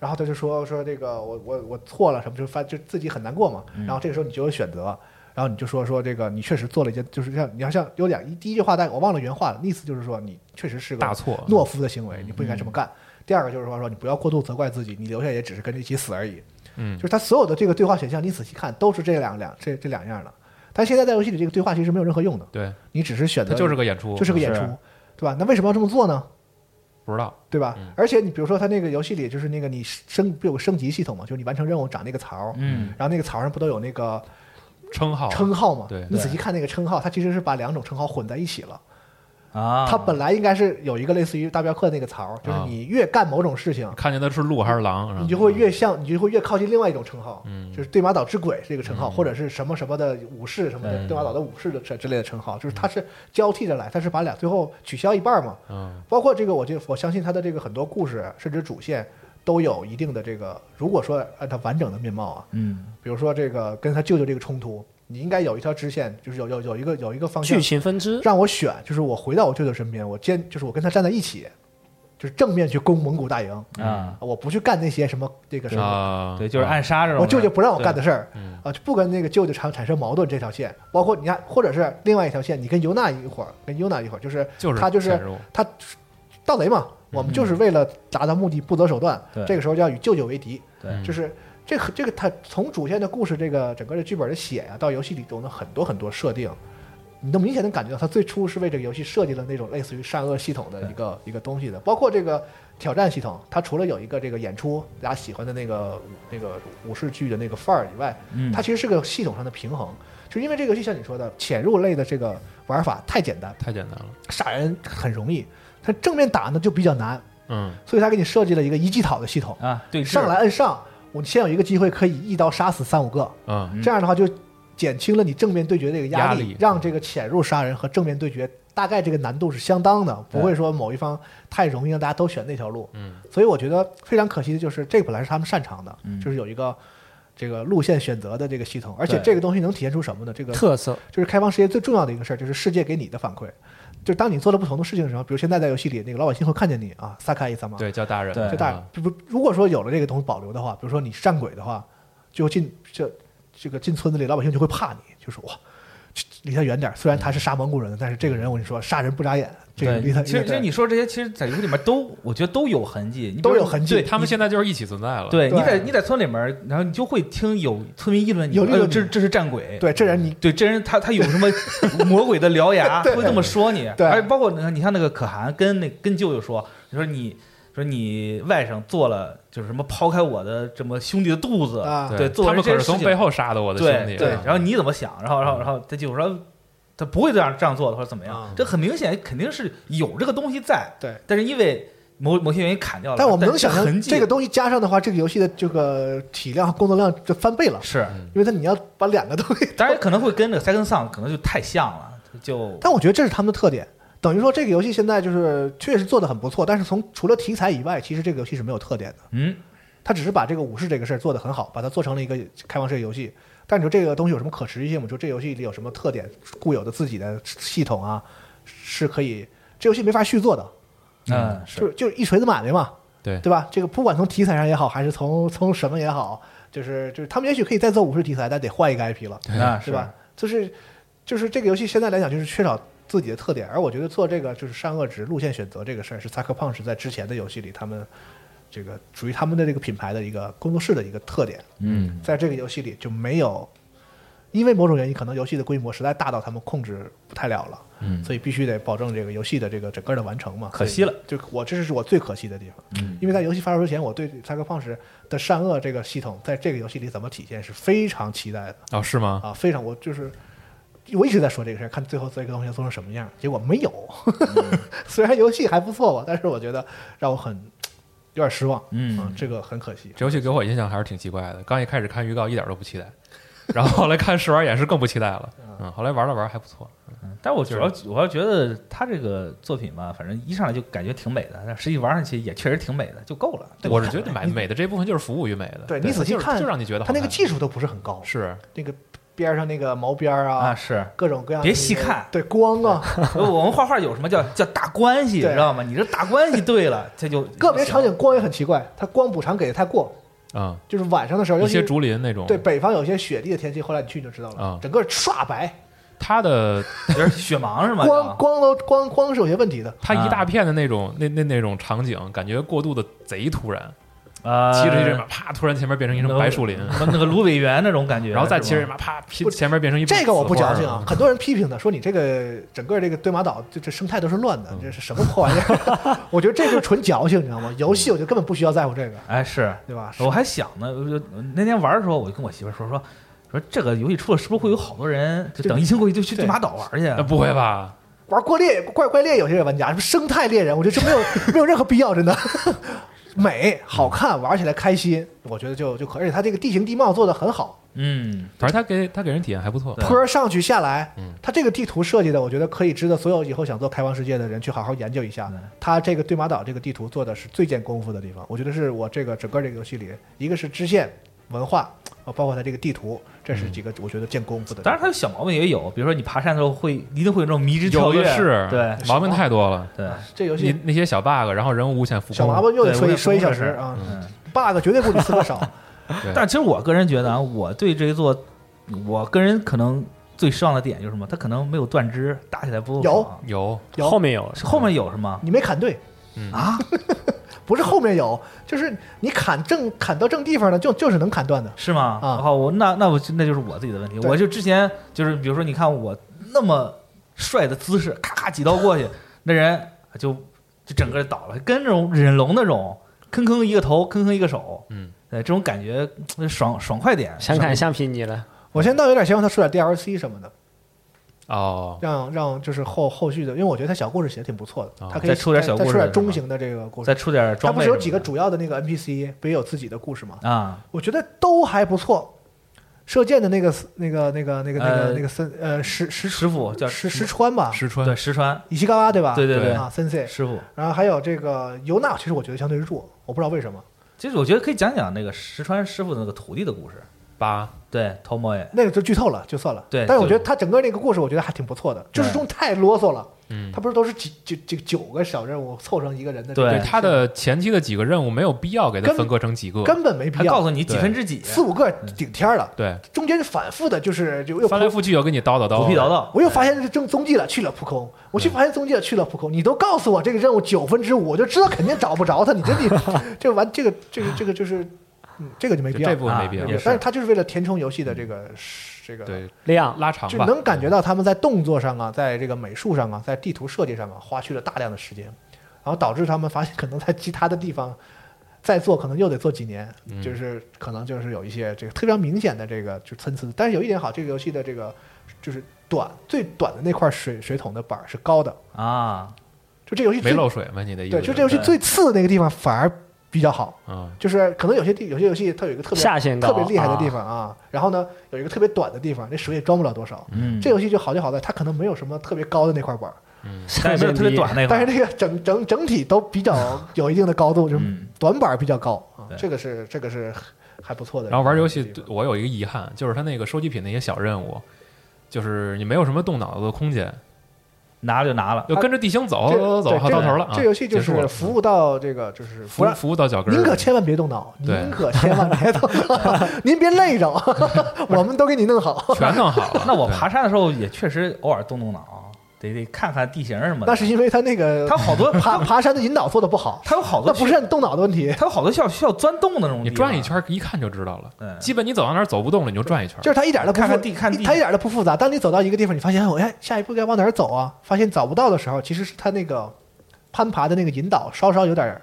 [SPEAKER 2] 然后他就说说这个我我我错了什么，就发就自己很难过嘛。
[SPEAKER 3] 嗯
[SPEAKER 2] 然后这个时候你就有选择，然后你就说说这个你确实做了一件，就是像你要像有点一第一句话，但我忘了原话了，意思就是说你确实是个
[SPEAKER 3] 大错嗯
[SPEAKER 2] 懦夫的行为，你不应该这么干。第二个就是说说你不要过度责怪自己，你留下也只是跟着一起死而已。
[SPEAKER 3] 嗯
[SPEAKER 2] 就是他所有的这个对话选项，你仔细看都是这两两这这两样的。但现在在游戏里这个对话其实没有任何用的，
[SPEAKER 3] 对，
[SPEAKER 2] 你只是选择
[SPEAKER 3] 它就是个演出，
[SPEAKER 2] 就是个演
[SPEAKER 5] 是
[SPEAKER 2] 出，对吧？那为什么要这么做呢？
[SPEAKER 3] 不知道
[SPEAKER 2] 对吧？而且你比如说，它那个游戏里就是那个你升不有个升级系统嘛，就是你完成任务长那个槽，
[SPEAKER 5] 嗯，
[SPEAKER 2] 然后那个槽上不都有那个
[SPEAKER 3] 称号啊
[SPEAKER 2] 称号嘛？
[SPEAKER 3] 对
[SPEAKER 2] 你仔细看那个称号，它其实是把两种称号混在一起了。
[SPEAKER 5] 啊，
[SPEAKER 2] 它本来应该是有一个类似于大镖客那个槽儿，就是
[SPEAKER 3] 啊
[SPEAKER 2] 你越干某种事情，
[SPEAKER 3] 看见的是鹿还是狼？啊是吧
[SPEAKER 2] 你就会越像，你就会越靠近另外一种称号，
[SPEAKER 3] 嗯
[SPEAKER 2] 就是对马岛之鬼这个称号，
[SPEAKER 3] 嗯
[SPEAKER 2] 或者是什么什么的武士什么的，
[SPEAKER 5] 对
[SPEAKER 2] 对马岛的武士的之之类的称号，就是它是交替着来，它是把俩最后取消一半嘛。
[SPEAKER 3] 嗯
[SPEAKER 2] 包括这个，我就我相信它的这个很多故事，甚至主线都有一定的这个，如果说按它完整的面貌啊，
[SPEAKER 5] 嗯，
[SPEAKER 2] 比如说这个跟他舅舅这个冲突，你应该有一条支线，就是有有有一个有一个方向
[SPEAKER 4] 剧情分支，
[SPEAKER 2] 让我选，就是我回到我舅舅身边，我坚就是我跟他站在一起，就是正面去攻蒙古大营。
[SPEAKER 5] 啊，
[SPEAKER 2] 我不去干那些什么这个什么，
[SPEAKER 3] 啊，
[SPEAKER 5] 对，就是暗杀这种事儿。
[SPEAKER 2] 我舅舅不让我
[SPEAKER 5] 对
[SPEAKER 2] 干的事儿
[SPEAKER 3] 嗯
[SPEAKER 2] 啊，就不跟那个舅舅产产生矛盾这条线，包括你看，或者是另外一条线，你跟尤娜一会儿，跟尤娜一会儿，就是
[SPEAKER 3] 就是
[SPEAKER 2] 他就是
[SPEAKER 3] 潜入
[SPEAKER 2] 他盗贼嘛，我们就是为了达到目的不择手段，
[SPEAKER 5] 嗯对
[SPEAKER 2] 这个时候就要与舅舅为敌，
[SPEAKER 5] 对
[SPEAKER 2] 就是这个这个他从主线的故事这个整个的剧本的写呀、到游戏里中的很多很多设定。你都明显能感觉到，他最初是为这个游戏设计了那种类似于善恶系统的一个一个东西的，包括这个挑战系统，它除了有一个这个演出大家喜欢的那个那个武士剧的那个范儿以外，
[SPEAKER 5] 嗯
[SPEAKER 2] 它其实是个系统上的平衡。就因为这个游戏像你说的，潜入类的这个玩法太简单，
[SPEAKER 3] 太简单了，
[SPEAKER 2] 杀人很容易，它正面打呢就比较难，
[SPEAKER 3] 嗯
[SPEAKER 2] 所以它给你设计了一个一技讨的系统，
[SPEAKER 5] 啊，对峙，
[SPEAKER 2] 上来摁上，我先有一个机会可以一刀杀死三五个，
[SPEAKER 3] 嗯
[SPEAKER 5] 嗯
[SPEAKER 2] 这样的话就减轻了你正面对决的这个压力，
[SPEAKER 3] 压力
[SPEAKER 2] 让这个潜入杀人和正面对决大概这个难度是相当的，不会说某一方太容易让大家都选那条路。
[SPEAKER 3] 嗯
[SPEAKER 2] 所以我觉得非常可惜的就是，这个本来是他们擅长的，
[SPEAKER 5] 嗯
[SPEAKER 2] 就是有一个这个路线选择的这个系统，而且
[SPEAKER 5] 对
[SPEAKER 2] 这个东西能体现出什么呢？这个
[SPEAKER 4] 特色
[SPEAKER 2] 就是开放世界最重要的一个事儿，就是世界给你的反馈。就是当你做了不同的事情的时候，比如现在在游戏里，那个老百姓会看见你啊，萨卡伊萨嘛，
[SPEAKER 3] 对，叫大人，
[SPEAKER 5] 对
[SPEAKER 2] 就大
[SPEAKER 3] 啊
[SPEAKER 2] 不不，如果说有了这个东西保留的话，比如说你战鬼的话，就进这这个进村子里，老百姓就会怕你，就说哇，这离他远点儿。虽然他是杀蒙古人的，但是这个人我跟你说，杀人不眨眼，这个
[SPEAKER 5] 对
[SPEAKER 2] 离他，
[SPEAKER 5] 其实其实你说这些，其实在游戏里面都，我觉得都有痕迹，你比如
[SPEAKER 2] 都有痕迹
[SPEAKER 3] 对他们现在就是一起存在了，
[SPEAKER 5] 对，
[SPEAKER 2] 对
[SPEAKER 5] 你在你在村里面，然后你就会听有村民议论你，
[SPEAKER 2] 有议论
[SPEAKER 5] 哎呦
[SPEAKER 2] 你
[SPEAKER 5] 这这是战鬼，
[SPEAKER 2] 对这人你
[SPEAKER 5] 对，这人他他有什么魔鬼的獠牙，
[SPEAKER 2] [LAUGHS] 对
[SPEAKER 5] 会这么说你，
[SPEAKER 2] 对
[SPEAKER 5] 而且包括你看你像那个可汗跟那跟舅舅说，你说你说你外甥做了就是什么抛开我的这么兄弟的肚子，
[SPEAKER 2] 啊，
[SPEAKER 5] 对做
[SPEAKER 3] 他
[SPEAKER 5] 完
[SPEAKER 3] 们
[SPEAKER 5] 这
[SPEAKER 3] 可
[SPEAKER 5] 些
[SPEAKER 3] 是
[SPEAKER 5] 事情
[SPEAKER 3] 从背后杀的我的兄
[SPEAKER 5] 对
[SPEAKER 3] 弟，
[SPEAKER 5] 对，
[SPEAKER 3] 啊
[SPEAKER 5] 然后你怎么想？然后然后然后他舅舅说他不会这样这样做的，或者怎么
[SPEAKER 2] 啊
[SPEAKER 5] 样，这很明显肯定是有这个东西在，
[SPEAKER 2] 对，
[SPEAKER 5] 但是因为某某些原因砍掉了，
[SPEAKER 2] 但我们能
[SPEAKER 5] 这
[SPEAKER 2] 想象
[SPEAKER 5] 痕迹
[SPEAKER 2] 这个东西加上的话，这个游戏的这个体量、工作量就翻倍了，
[SPEAKER 5] 是。
[SPEAKER 3] 嗯
[SPEAKER 2] 因为它你要把两个东西
[SPEAKER 5] 当然可能会跟那个塞根丧可能就太像了，就
[SPEAKER 2] 但我觉得这是他们的特点。等于说，这个游戏现在就是确实做的很不错，但是从除了题材以外，其实这个游戏是没有特点的。
[SPEAKER 5] 嗯，
[SPEAKER 2] 它只是把这个武士这个事儿做得很好，把它做成了一个开放式游戏。但你说这个东西有什么可持续性吗？就这游戏里有什么特点，固有的自己的系统啊，是可以这游戏没法续做的，
[SPEAKER 5] 嗯
[SPEAKER 2] 就，是就是一锤子买卖嘛，
[SPEAKER 3] 对
[SPEAKER 2] 对吧？这个不管从题材上也好，还是从从什么也好，就是就是他们也许可以再做武士题材，但得换一个 IP 了。
[SPEAKER 5] 那
[SPEAKER 2] 是吧？？就是就是这个游戏现在来讲，就是缺少自己的特点，而我觉得做这个就是善恶值路线选择这个事儿，是 Sucker Punch 在之前的游戏里他们这个属于他们的这个品牌的一个工作室的一个特点，
[SPEAKER 5] 嗯，
[SPEAKER 2] 在这个游戏里就没有。因为某种原因，可能游戏的规模实在大到他们控制不太了了，
[SPEAKER 3] 嗯
[SPEAKER 2] 所以必须得保证这个游戏的这个整个的完成嘛。
[SPEAKER 5] 可惜了，
[SPEAKER 2] 就我这是我最可惜的地方，
[SPEAKER 5] 嗯
[SPEAKER 2] 因为在游戏发售之前，我对《萨克胖时》的善恶这个系统在这个游戏里怎么体现是非常期待的。
[SPEAKER 3] 哦是吗？
[SPEAKER 2] 啊，非常我就是我一直在说这个事儿，看最后这个东西做成什么样，结果没有。 [LAUGHS] 虽然游戏还不错吧，但是我觉得让我很有点失望，
[SPEAKER 5] 嗯
[SPEAKER 2] 啊这个很可惜。
[SPEAKER 3] 这游戏给我印象还是挺奇怪的，刚一开始看预告一点都不期待，然后后来看试玩演示更不期待了，嗯，后来玩了玩还不错，
[SPEAKER 5] 但我主要我要觉得他这个作品吧，反正一上来就感觉挺美的，但实际玩上去也确实挺美的，就够了。
[SPEAKER 3] 我是觉得美美的这部分就是服务于美的，
[SPEAKER 2] 对你仔细
[SPEAKER 3] 就是
[SPEAKER 2] 看
[SPEAKER 3] 就让你觉得
[SPEAKER 2] 它那个技
[SPEAKER 3] 术
[SPEAKER 2] 术都不是很高，
[SPEAKER 3] 是
[SPEAKER 2] 那个边儿上那个毛边儿啊，
[SPEAKER 5] 啊，是
[SPEAKER 2] 各种各样的
[SPEAKER 5] 别
[SPEAKER 2] 那
[SPEAKER 5] 细
[SPEAKER 2] 个
[SPEAKER 5] 看
[SPEAKER 2] 对光啊，
[SPEAKER 5] 我们画画有什么叫叫大关系，
[SPEAKER 2] 对
[SPEAKER 5] 知道吗？你这大关系对了，这就
[SPEAKER 2] 个别场景光也很奇怪，它光补偿给的太过，
[SPEAKER 3] 嗯，
[SPEAKER 2] 就是晚上的时候，尤
[SPEAKER 3] 一
[SPEAKER 2] 其
[SPEAKER 3] 些
[SPEAKER 2] 是
[SPEAKER 3] 竹林那种，
[SPEAKER 2] 对，北方有些雪地的天气，后来你去你就知道了，
[SPEAKER 3] 啊
[SPEAKER 2] 整个刷白，
[SPEAKER 3] 它的
[SPEAKER 2] 啊
[SPEAKER 5] 有点雪盲是吗？
[SPEAKER 2] 光光都光光是有些问题的，
[SPEAKER 3] 它一大片的那种、那那那种场景，感觉过度的贼突然，
[SPEAKER 5] 啊，
[SPEAKER 2] 呃
[SPEAKER 3] 骑着一匹马啪，突然前面变成一层白树林，
[SPEAKER 5] 那个芦苇园那种感觉，
[SPEAKER 3] 然后再
[SPEAKER 5] 是
[SPEAKER 3] 骑着一匹
[SPEAKER 5] 吗
[SPEAKER 3] 马啪，
[SPEAKER 2] 不
[SPEAKER 3] 劈前面变成一
[SPEAKER 2] 这个我不矫情啊
[SPEAKER 3] 啊，，
[SPEAKER 2] 很多人批评他说你这个整个这个对马岛这这生态都是乱的，这是什么破玩意儿？ [LAUGHS] 我觉得这就是纯矫情，你知道吗？游戏我就根本不需要在乎这个，
[SPEAKER 5] 哎是，
[SPEAKER 2] 对吧？
[SPEAKER 5] 我还想呢，我就那天玩的时候，我就跟我媳妇儿说说说这个游戏出了，是不是会有好多人就等疫情过去就去
[SPEAKER 2] 对
[SPEAKER 5] 对马岛玩去？
[SPEAKER 3] 啊呃那不会吧？
[SPEAKER 2] 玩怪猎怪怪猎有些玩家什么生态猎人，我觉得这没有没有任何必要，真的。 [LAUGHS] 美好看，玩起来开心，我觉得就就可，而且它这个地形地貌做的很好，
[SPEAKER 5] 嗯，
[SPEAKER 3] 反正他给他给人体验还不错
[SPEAKER 5] 对。
[SPEAKER 2] 坡儿上去下来
[SPEAKER 3] 嗯，
[SPEAKER 2] 它这个地图设计的，我觉得可以值得所有以后想做开放世界的人去好好研究一下
[SPEAKER 5] 对。
[SPEAKER 2] 它这个对马岛这个地图做的是最见功夫的地方，我觉得是我这个整个这个游戏里，一个是支线文化，啊，包括它这个地图，这是几个我觉得见功夫的地
[SPEAKER 5] 嗯
[SPEAKER 2] 方。
[SPEAKER 5] 当然它有小毛病也有，比如说你爬山的时候会一定会有这种迷之跳
[SPEAKER 3] 有
[SPEAKER 5] 跃，
[SPEAKER 3] 的是，
[SPEAKER 5] 对
[SPEAKER 3] 毛病太多了。
[SPEAKER 5] 对，
[SPEAKER 2] 这游
[SPEAKER 3] 你
[SPEAKER 2] 戏
[SPEAKER 3] 那些小 bug，然后人物无限复
[SPEAKER 2] 小麻
[SPEAKER 3] 工，
[SPEAKER 2] 瓜又得
[SPEAKER 5] 对
[SPEAKER 2] 说
[SPEAKER 5] 我
[SPEAKER 2] 一
[SPEAKER 5] 也
[SPEAKER 2] 说一
[SPEAKER 5] 不会
[SPEAKER 2] 小
[SPEAKER 5] 是
[SPEAKER 2] 时啊
[SPEAKER 5] 嗯。
[SPEAKER 2] [LAUGHS] ，bug 绝对不比刺客少。
[SPEAKER 5] 但其实我个人觉得啊，我对这一座，我个人可能最失望的点就是什么？它可能没有断肢，打起来不够
[SPEAKER 2] 有
[SPEAKER 5] 爽
[SPEAKER 3] 有
[SPEAKER 2] 有
[SPEAKER 4] 后面有
[SPEAKER 5] 是后面有是吗？
[SPEAKER 2] 你没砍对，
[SPEAKER 3] 嗯
[SPEAKER 5] 啊，
[SPEAKER 2] [LAUGHS] 不是后面有，就是你砍正砍到正地方呢，就就是能砍断的。
[SPEAKER 5] 是吗？
[SPEAKER 2] 啊
[SPEAKER 5] 好，我那那我那就是我自己的问题。
[SPEAKER 2] 对
[SPEAKER 5] 我就之前就是，比如说，你看我那么帅的姿势，咔咔几刀过去，那人就就整个倒了，跟那种忍龙那种，坑坑一个头，坑坑一个手，
[SPEAKER 3] 嗯，
[SPEAKER 5] 对，这种感觉嗯爽爽快点。
[SPEAKER 4] 想砍橡皮泥了，
[SPEAKER 2] 我现在倒有点希望他出点 DLC 什么的，
[SPEAKER 3] 哦，
[SPEAKER 2] 让让就是后后续的，因为我觉得他小故事写的挺不错的，
[SPEAKER 3] 啊
[SPEAKER 2] 他可以
[SPEAKER 5] 再出点小
[SPEAKER 2] 再
[SPEAKER 5] 故
[SPEAKER 2] 出
[SPEAKER 5] 事
[SPEAKER 2] 点
[SPEAKER 5] 是
[SPEAKER 2] 中
[SPEAKER 5] 吗
[SPEAKER 2] 型的这个故事
[SPEAKER 5] 再。出点
[SPEAKER 2] 他
[SPEAKER 5] 装备什么的。
[SPEAKER 2] 不是有几个主要的那个 NPC 不也有自己的故事吗？
[SPEAKER 5] 啊？
[SPEAKER 2] 我觉得都还不错。射箭的那个那个那个那个那个
[SPEAKER 5] 呃
[SPEAKER 2] 那个森呃石石
[SPEAKER 5] 师傅叫嗯
[SPEAKER 2] 石石川吧，
[SPEAKER 3] 石川
[SPEAKER 5] 对石川，
[SPEAKER 2] 伊西嘎哇对吧？
[SPEAKER 5] 对对对
[SPEAKER 2] 啊森 C，
[SPEAKER 5] 师傅。
[SPEAKER 2] 然后还有这个尤娜，其实我觉得相对弱，我不知道为什么。
[SPEAKER 5] 其实我觉得可以讲讲那个石川师傅的那个徒弟的故事。
[SPEAKER 3] 八，
[SPEAKER 5] 对，头摩耶，
[SPEAKER 2] 那个就剧透了，就算了。
[SPEAKER 5] 对
[SPEAKER 2] 但是我
[SPEAKER 5] 就
[SPEAKER 2] 觉得他整个那个故事，我觉得还挺不错的，就是中太啰嗦了。
[SPEAKER 3] 嗯，
[SPEAKER 2] 他不是都是几九九九个小任务凑成一个人的这
[SPEAKER 5] 对
[SPEAKER 2] 个
[SPEAKER 3] 对
[SPEAKER 2] 故事
[SPEAKER 3] 他的前期的几个任务没有必要给他
[SPEAKER 2] 根
[SPEAKER 3] 分割成几个，
[SPEAKER 2] 根本没
[SPEAKER 5] 他
[SPEAKER 2] 必
[SPEAKER 5] 告
[SPEAKER 2] 要，
[SPEAKER 5] 诉你几
[SPEAKER 3] 对
[SPEAKER 5] 分之几，
[SPEAKER 2] 四五个顶天儿了，
[SPEAKER 3] 对，
[SPEAKER 2] 中间反复的就是就又
[SPEAKER 3] 翻来覆去又给你叨叨叨，
[SPEAKER 5] 狗屁倒倒。
[SPEAKER 2] 我又发现这正踪迹了，去了扑空。我
[SPEAKER 3] 嗯
[SPEAKER 2] 去发现踪迹了，去了扑空。你都告诉我这个任务九分之五，我就知道肯定找不着他。你
[SPEAKER 3] [LAUGHS]
[SPEAKER 2] 这你这完这个这个这个就是，嗯，这个就没
[SPEAKER 3] 就
[SPEAKER 2] 必要
[SPEAKER 3] 这。部分没必要
[SPEAKER 5] 啊，
[SPEAKER 2] 没必
[SPEAKER 5] 也
[SPEAKER 2] 要
[SPEAKER 5] 是
[SPEAKER 2] 但是他就是为了填充游戏的这个这个，
[SPEAKER 3] 对，
[SPEAKER 4] 亮
[SPEAKER 3] 拉长
[SPEAKER 2] 就
[SPEAKER 3] 吧，嗯
[SPEAKER 2] 能感觉到他们在动作上啊，在这个美术上啊，在地图设计上啊，花去了大量的时间，然后导致他们发现可能在其他的地方。再做可能又得做几年，
[SPEAKER 3] 嗯
[SPEAKER 2] 就是可能就是有一些这个非常明显的这个就参差，但是有一点好，这个游戏的这个就是短最短的那块水水桶的板儿是高的，
[SPEAKER 5] 啊，
[SPEAKER 2] 就这游戏
[SPEAKER 3] 没
[SPEAKER 2] 最
[SPEAKER 3] 漏水吗？你的意思
[SPEAKER 2] 对，
[SPEAKER 3] 是？
[SPEAKER 2] 就这游戏最次的那个地方反而比较好，
[SPEAKER 3] 嗯，
[SPEAKER 2] 就是可能有些地有些游戏它有一个特别
[SPEAKER 4] 下线
[SPEAKER 2] 特
[SPEAKER 4] 刀
[SPEAKER 2] 别厉害的地
[SPEAKER 4] 啊
[SPEAKER 2] 方啊，然后呢有一个特别短的地方，那水也装不了多少。
[SPEAKER 5] 嗯，
[SPEAKER 2] 这游戏就好就好在它可能没有什么特别高的那块板儿，
[SPEAKER 5] 但
[SPEAKER 4] 下
[SPEAKER 5] 是没有
[SPEAKER 4] 线
[SPEAKER 5] 特别
[SPEAKER 4] 低
[SPEAKER 5] 短那块
[SPEAKER 2] 但
[SPEAKER 5] 儿
[SPEAKER 2] 是，这个整整整体都比较有一定的高度，就是
[SPEAKER 5] 嗯
[SPEAKER 2] 短板儿比较高啊
[SPEAKER 5] 对，
[SPEAKER 2] 这个是这个是还不错的。
[SPEAKER 3] 然后玩游戏，我有一个遗憾，就是他那个收集品那些小任务，就是你没有什么动脑子的空间，
[SPEAKER 5] 拿了就拿了。。
[SPEAKER 3] 就跟着地形走
[SPEAKER 2] 这
[SPEAKER 3] 走走，
[SPEAKER 2] 对
[SPEAKER 3] 好
[SPEAKER 2] 这
[SPEAKER 3] 到头了啊，
[SPEAKER 2] 这游戏就
[SPEAKER 3] 结束
[SPEAKER 2] 是
[SPEAKER 3] 了
[SPEAKER 2] 服务到这个就是
[SPEAKER 3] 服
[SPEAKER 2] 不让
[SPEAKER 3] 服务到脚跟儿，
[SPEAKER 2] 您可千万别动脑，
[SPEAKER 3] 对
[SPEAKER 2] 您可千万别动
[SPEAKER 3] [LAUGHS]
[SPEAKER 2] 脑，您别累着，我们都给你弄好。
[SPEAKER 3] 全弄好了
[SPEAKER 5] 那我
[SPEAKER 3] 对
[SPEAKER 5] 爬山的时候也确实偶尔动动脑，啊得得看看地形什么的。
[SPEAKER 2] 那是因为他那个 [LAUGHS]
[SPEAKER 5] 它好多
[SPEAKER 2] 爬爬山的引导做的不好，
[SPEAKER 5] 它有好
[SPEAKER 2] 那
[SPEAKER 5] 多
[SPEAKER 2] 不是动脑的问题，
[SPEAKER 5] 它有好多需要需要钻洞的那种
[SPEAKER 3] 你
[SPEAKER 5] 地方。
[SPEAKER 3] 转一圈儿一看就知道了，
[SPEAKER 5] 嗯，
[SPEAKER 3] 基本你走到哪儿走不动了你就转一圈儿，
[SPEAKER 2] 就是他一点都不复
[SPEAKER 5] 啊看看地看地啊
[SPEAKER 2] 他一点都不复杂。当你走到一个地方，你发现我哎下一步该往哪儿走啊？发现找不到的时候，其实是他那个攀爬的那个引导稍稍有点儿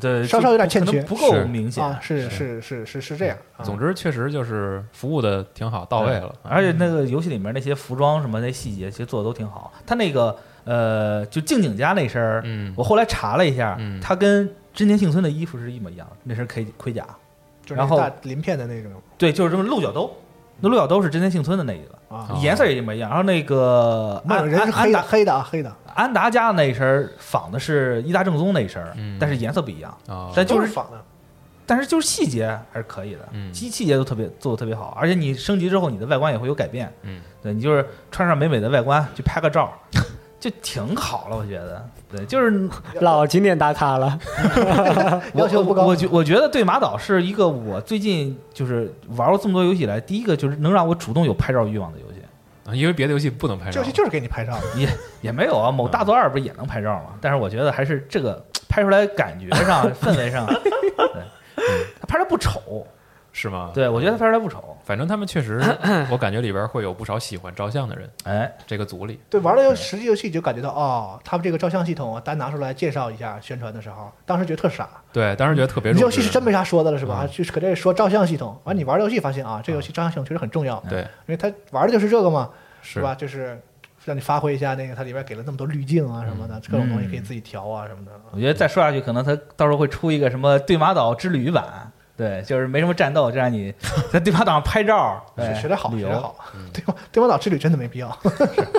[SPEAKER 5] 对，
[SPEAKER 2] 稍
[SPEAKER 5] 就
[SPEAKER 2] 稍有点欠
[SPEAKER 5] 可
[SPEAKER 2] 缺
[SPEAKER 5] 能不够
[SPEAKER 3] 是
[SPEAKER 5] 明显。
[SPEAKER 2] 啊，是是是是是这样。
[SPEAKER 5] 嗯
[SPEAKER 2] 啊
[SPEAKER 3] 总之确实就是服务的挺好到位了，
[SPEAKER 5] 而且那个游戏里面那些服装什么那细节，其实做的都挺好。他那个呃，就静景家那身儿，
[SPEAKER 3] 嗯
[SPEAKER 5] 我后来查了一下
[SPEAKER 3] 嗯，
[SPEAKER 5] 他跟真田幸村的衣服是一模一样的，那身盔盔甲。
[SPEAKER 2] 就是
[SPEAKER 5] 然
[SPEAKER 2] 那
[SPEAKER 5] 后
[SPEAKER 2] 大鳞片的那种
[SPEAKER 5] 对，就是这么鹿角兜，那鹿角兜是真田幸村的那一个，
[SPEAKER 2] 啊，
[SPEAKER 3] 哦
[SPEAKER 5] 颜色也一模一样。然后那个
[SPEAKER 2] 没有
[SPEAKER 5] 嗯安
[SPEAKER 2] 人是
[SPEAKER 5] 安
[SPEAKER 2] 黑
[SPEAKER 5] 安
[SPEAKER 2] 的
[SPEAKER 5] 达
[SPEAKER 2] 黑的啊黑的，
[SPEAKER 5] 安达家那一身儿仿的是伊达正宗那一身儿
[SPEAKER 3] 嗯，
[SPEAKER 5] 但是颜色不一样，
[SPEAKER 3] 啊，
[SPEAKER 5] 但就
[SPEAKER 2] 都
[SPEAKER 5] 是
[SPEAKER 2] 是仿的。
[SPEAKER 5] 但是就是细节还是可以的，
[SPEAKER 3] 嗯
[SPEAKER 5] 细细节都特别做的特别好，而且你升级之后你的外观也会有改变，
[SPEAKER 3] 嗯，
[SPEAKER 5] 对你就是穿上美美的外观去拍
[SPEAKER 3] [LAUGHS]
[SPEAKER 5] 个照，就挺好了，我觉得，对，就是
[SPEAKER 4] 老景点打卡了，
[SPEAKER 2] [LAUGHS]
[SPEAKER 5] 我
[SPEAKER 2] 要求不高
[SPEAKER 5] 我觉我觉得对马岛是一个我最近就是玩过这么多游戏以来第一个就是能让我主动有拍照欲望的游戏，
[SPEAKER 3] 啊因为别的游戏不能拍
[SPEAKER 2] 这
[SPEAKER 3] 照
[SPEAKER 2] 游戏，就是给你拍照的，
[SPEAKER 5] 也也没有啊，某大作二不是也能拍照吗？但是我觉得还是这个拍出来感觉上、氛围上，对，嗯它拍出来不丑，
[SPEAKER 3] 是吗？
[SPEAKER 5] 对我觉得它拍出来不丑，
[SPEAKER 3] 反正他们确实，我感觉里边会有不少喜欢照相的人，
[SPEAKER 5] 哎，
[SPEAKER 3] 这个组里，
[SPEAKER 2] 对，玩了游实际游戏你就感觉到哦，他们这个照相系统啊，单拿出来介绍一下宣传的时候，当时觉得特傻，
[SPEAKER 3] 对，当时觉得特别
[SPEAKER 2] 你这
[SPEAKER 3] 弱
[SPEAKER 2] 游
[SPEAKER 3] 智
[SPEAKER 2] 戏是真没啥说的了，是吧？
[SPEAKER 5] 嗯
[SPEAKER 3] 啊
[SPEAKER 2] 啊就是可这说照相系统，完你玩游戏发现啊，这游戏照相系统确实很重要，
[SPEAKER 3] 嗯对，
[SPEAKER 2] 因为它玩的就是这个嘛，
[SPEAKER 3] 是
[SPEAKER 2] 是吧？就是让你发挥一下那个它里边给了那么多滤镜啊什么
[SPEAKER 5] 嗯
[SPEAKER 2] 的，各种东西可以自己调啊什么的。
[SPEAKER 5] 我觉得再说下去，可能他到时候会出一个什么对马岛之旅版，对，就是没什么战斗，就让你在对马岛上
[SPEAKER 2] [LAUGHS]
[SPEAKER 5] 拍照，对，
[SPEAKER 2] 学学得好，
[SPEAKER 5] 旅
[SPEAKER 2] 学
[SPEAKER 5] 游
[SPEAKER 2] 得好。 [LAUGHS] 对吧？对马岛之旅真的没必要，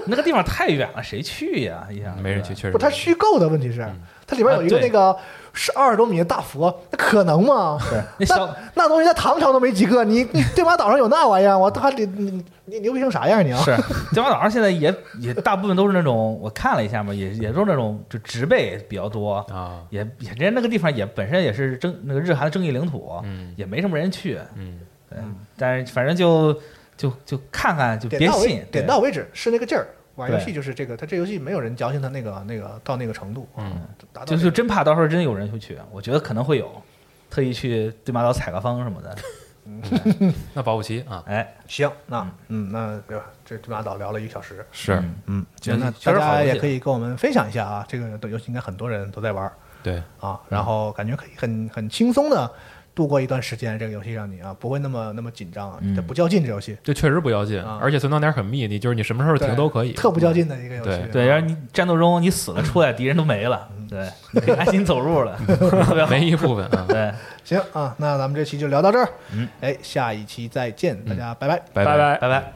[SPEAKER 5] 那个地方太远了，谁去呀？一下
[SPEAKER 3] 没人去，。确实
[SPEAKER 2] 不，它虚构的问题是，它里边有一个
[SPEAKER 5] 啊对
[SPEAKER 2] 那个是二十多米的大佛，那可能吗？
[SPEAKER 5] 对，
[SPEAKER 2] 那 [LAUGHS]
[SPEAKER 5] 那小
[SPEAKER 2] 那东西在唐朝都没几个，你你对马岛上有那玩意儿，我他妈你你你牛逼成啥样你啊？
[SPEAKER 5] 是 [LAUGHS] 对马岛上现在也也大部分都是那种，我看了一下嘛，也也都是那种就植被比较多，
[SPEAKER 3] 啊，
[SPEAKER 5] 也也人家那个地方也本身也是争那个日韩的争议领土，
[SPEAKER 3] 嗯
[SPEAKER 5] 也没什么人去，
[SPEAKER 3] 嗯
[SPEAKER 5] 对，但是反正就就就看看，就
[SPEAKER 2] 点
[SPEAKER 5] 别
[SPEAKER 2] 到为
[SPEAKER 5] 信，
[SPEAKER 2] 点
[SPEAKER 5] 对
[SPEAKER 2] 到为止，是那个劲儿。玩游
[SPEAKER 5] 对
[SPEAKER 2] 戏就是这个，它这游戏没有人矫情它那个那个到那个程度，
[SPEAKER 3] 嗯，
[SPEAKER 2] 达到
[SPEAKER 5] 就
[SPEAKER 2] 那
[SPEAKER 5] 就
[SPEAKER 2] 个
[SPEAKER 5] 真怕到时候真有人会去，我觉得可能会有，特意去对马岛采个风什么的。
[SPEAKER 3] 那保不齐啊，
[SPEAKER 2] [LAUGHS]
[SPEAKER 5] 哎，
[SPEAKER 2] 行，那嗯那对吧？这对马岛聊了一个小时，
[SPEAKER 3] 是
[SPEAKER 5] 嗯
[SPEAKER 2] 嗯，行，那
[SPEAKER 5] 确
[SPEAKER 2] 大
[SPEAKER 5] 实好
[SPEAKER 2] 家
[SPEAKER 5] 游戏
[SPEAKER 2] 也可以跟我们分享一下啊，这个游戏应该很多人都在玩儿
[SPEAKER 3] 对，
[SPEAKER 2] 啊，然后感觉可以很很轻松的度过一段时间，这个游戏让你啊不会那么那么紧张啊，
[SPEAKER 5] 嗯
[SPEAKER 2] 这不较劲这游戏，
[SPEAKER 3] 这确实不要紧，
[SPEAKER 2] 啊
[SPEAKER 3] 而且存档点很密，你就是你什么时候停
[SPEAKER 2] 对
[SPEAKER 3] 都可以，
[SPEAKER 2] 特不较劲的一个游戏
[SPEAKER 3] 对
[SPEAKER 2] 啊，嗯
[SPEAKER 5] 对，然后你战斗中你死了出来，敌人都没了，对，你可以安心走路
[SPEAKER 2] [LAUGHS]
[SPEAKER 5] 了，特别好。
[SPEAKER 3] 没一部分啊，
[SPEAKER 5] 对，
[SPEAKER 2] 行啊，那咱们这期就聊到这儿。
[SPEAKER 5] 嗯，
[SPEAKER 2] 哎，下一期再见，大家拜拜。
[SPEAKER 3] 拜
[SPEAKER 4] 拜。
[SPEAKER 5] 拜拜。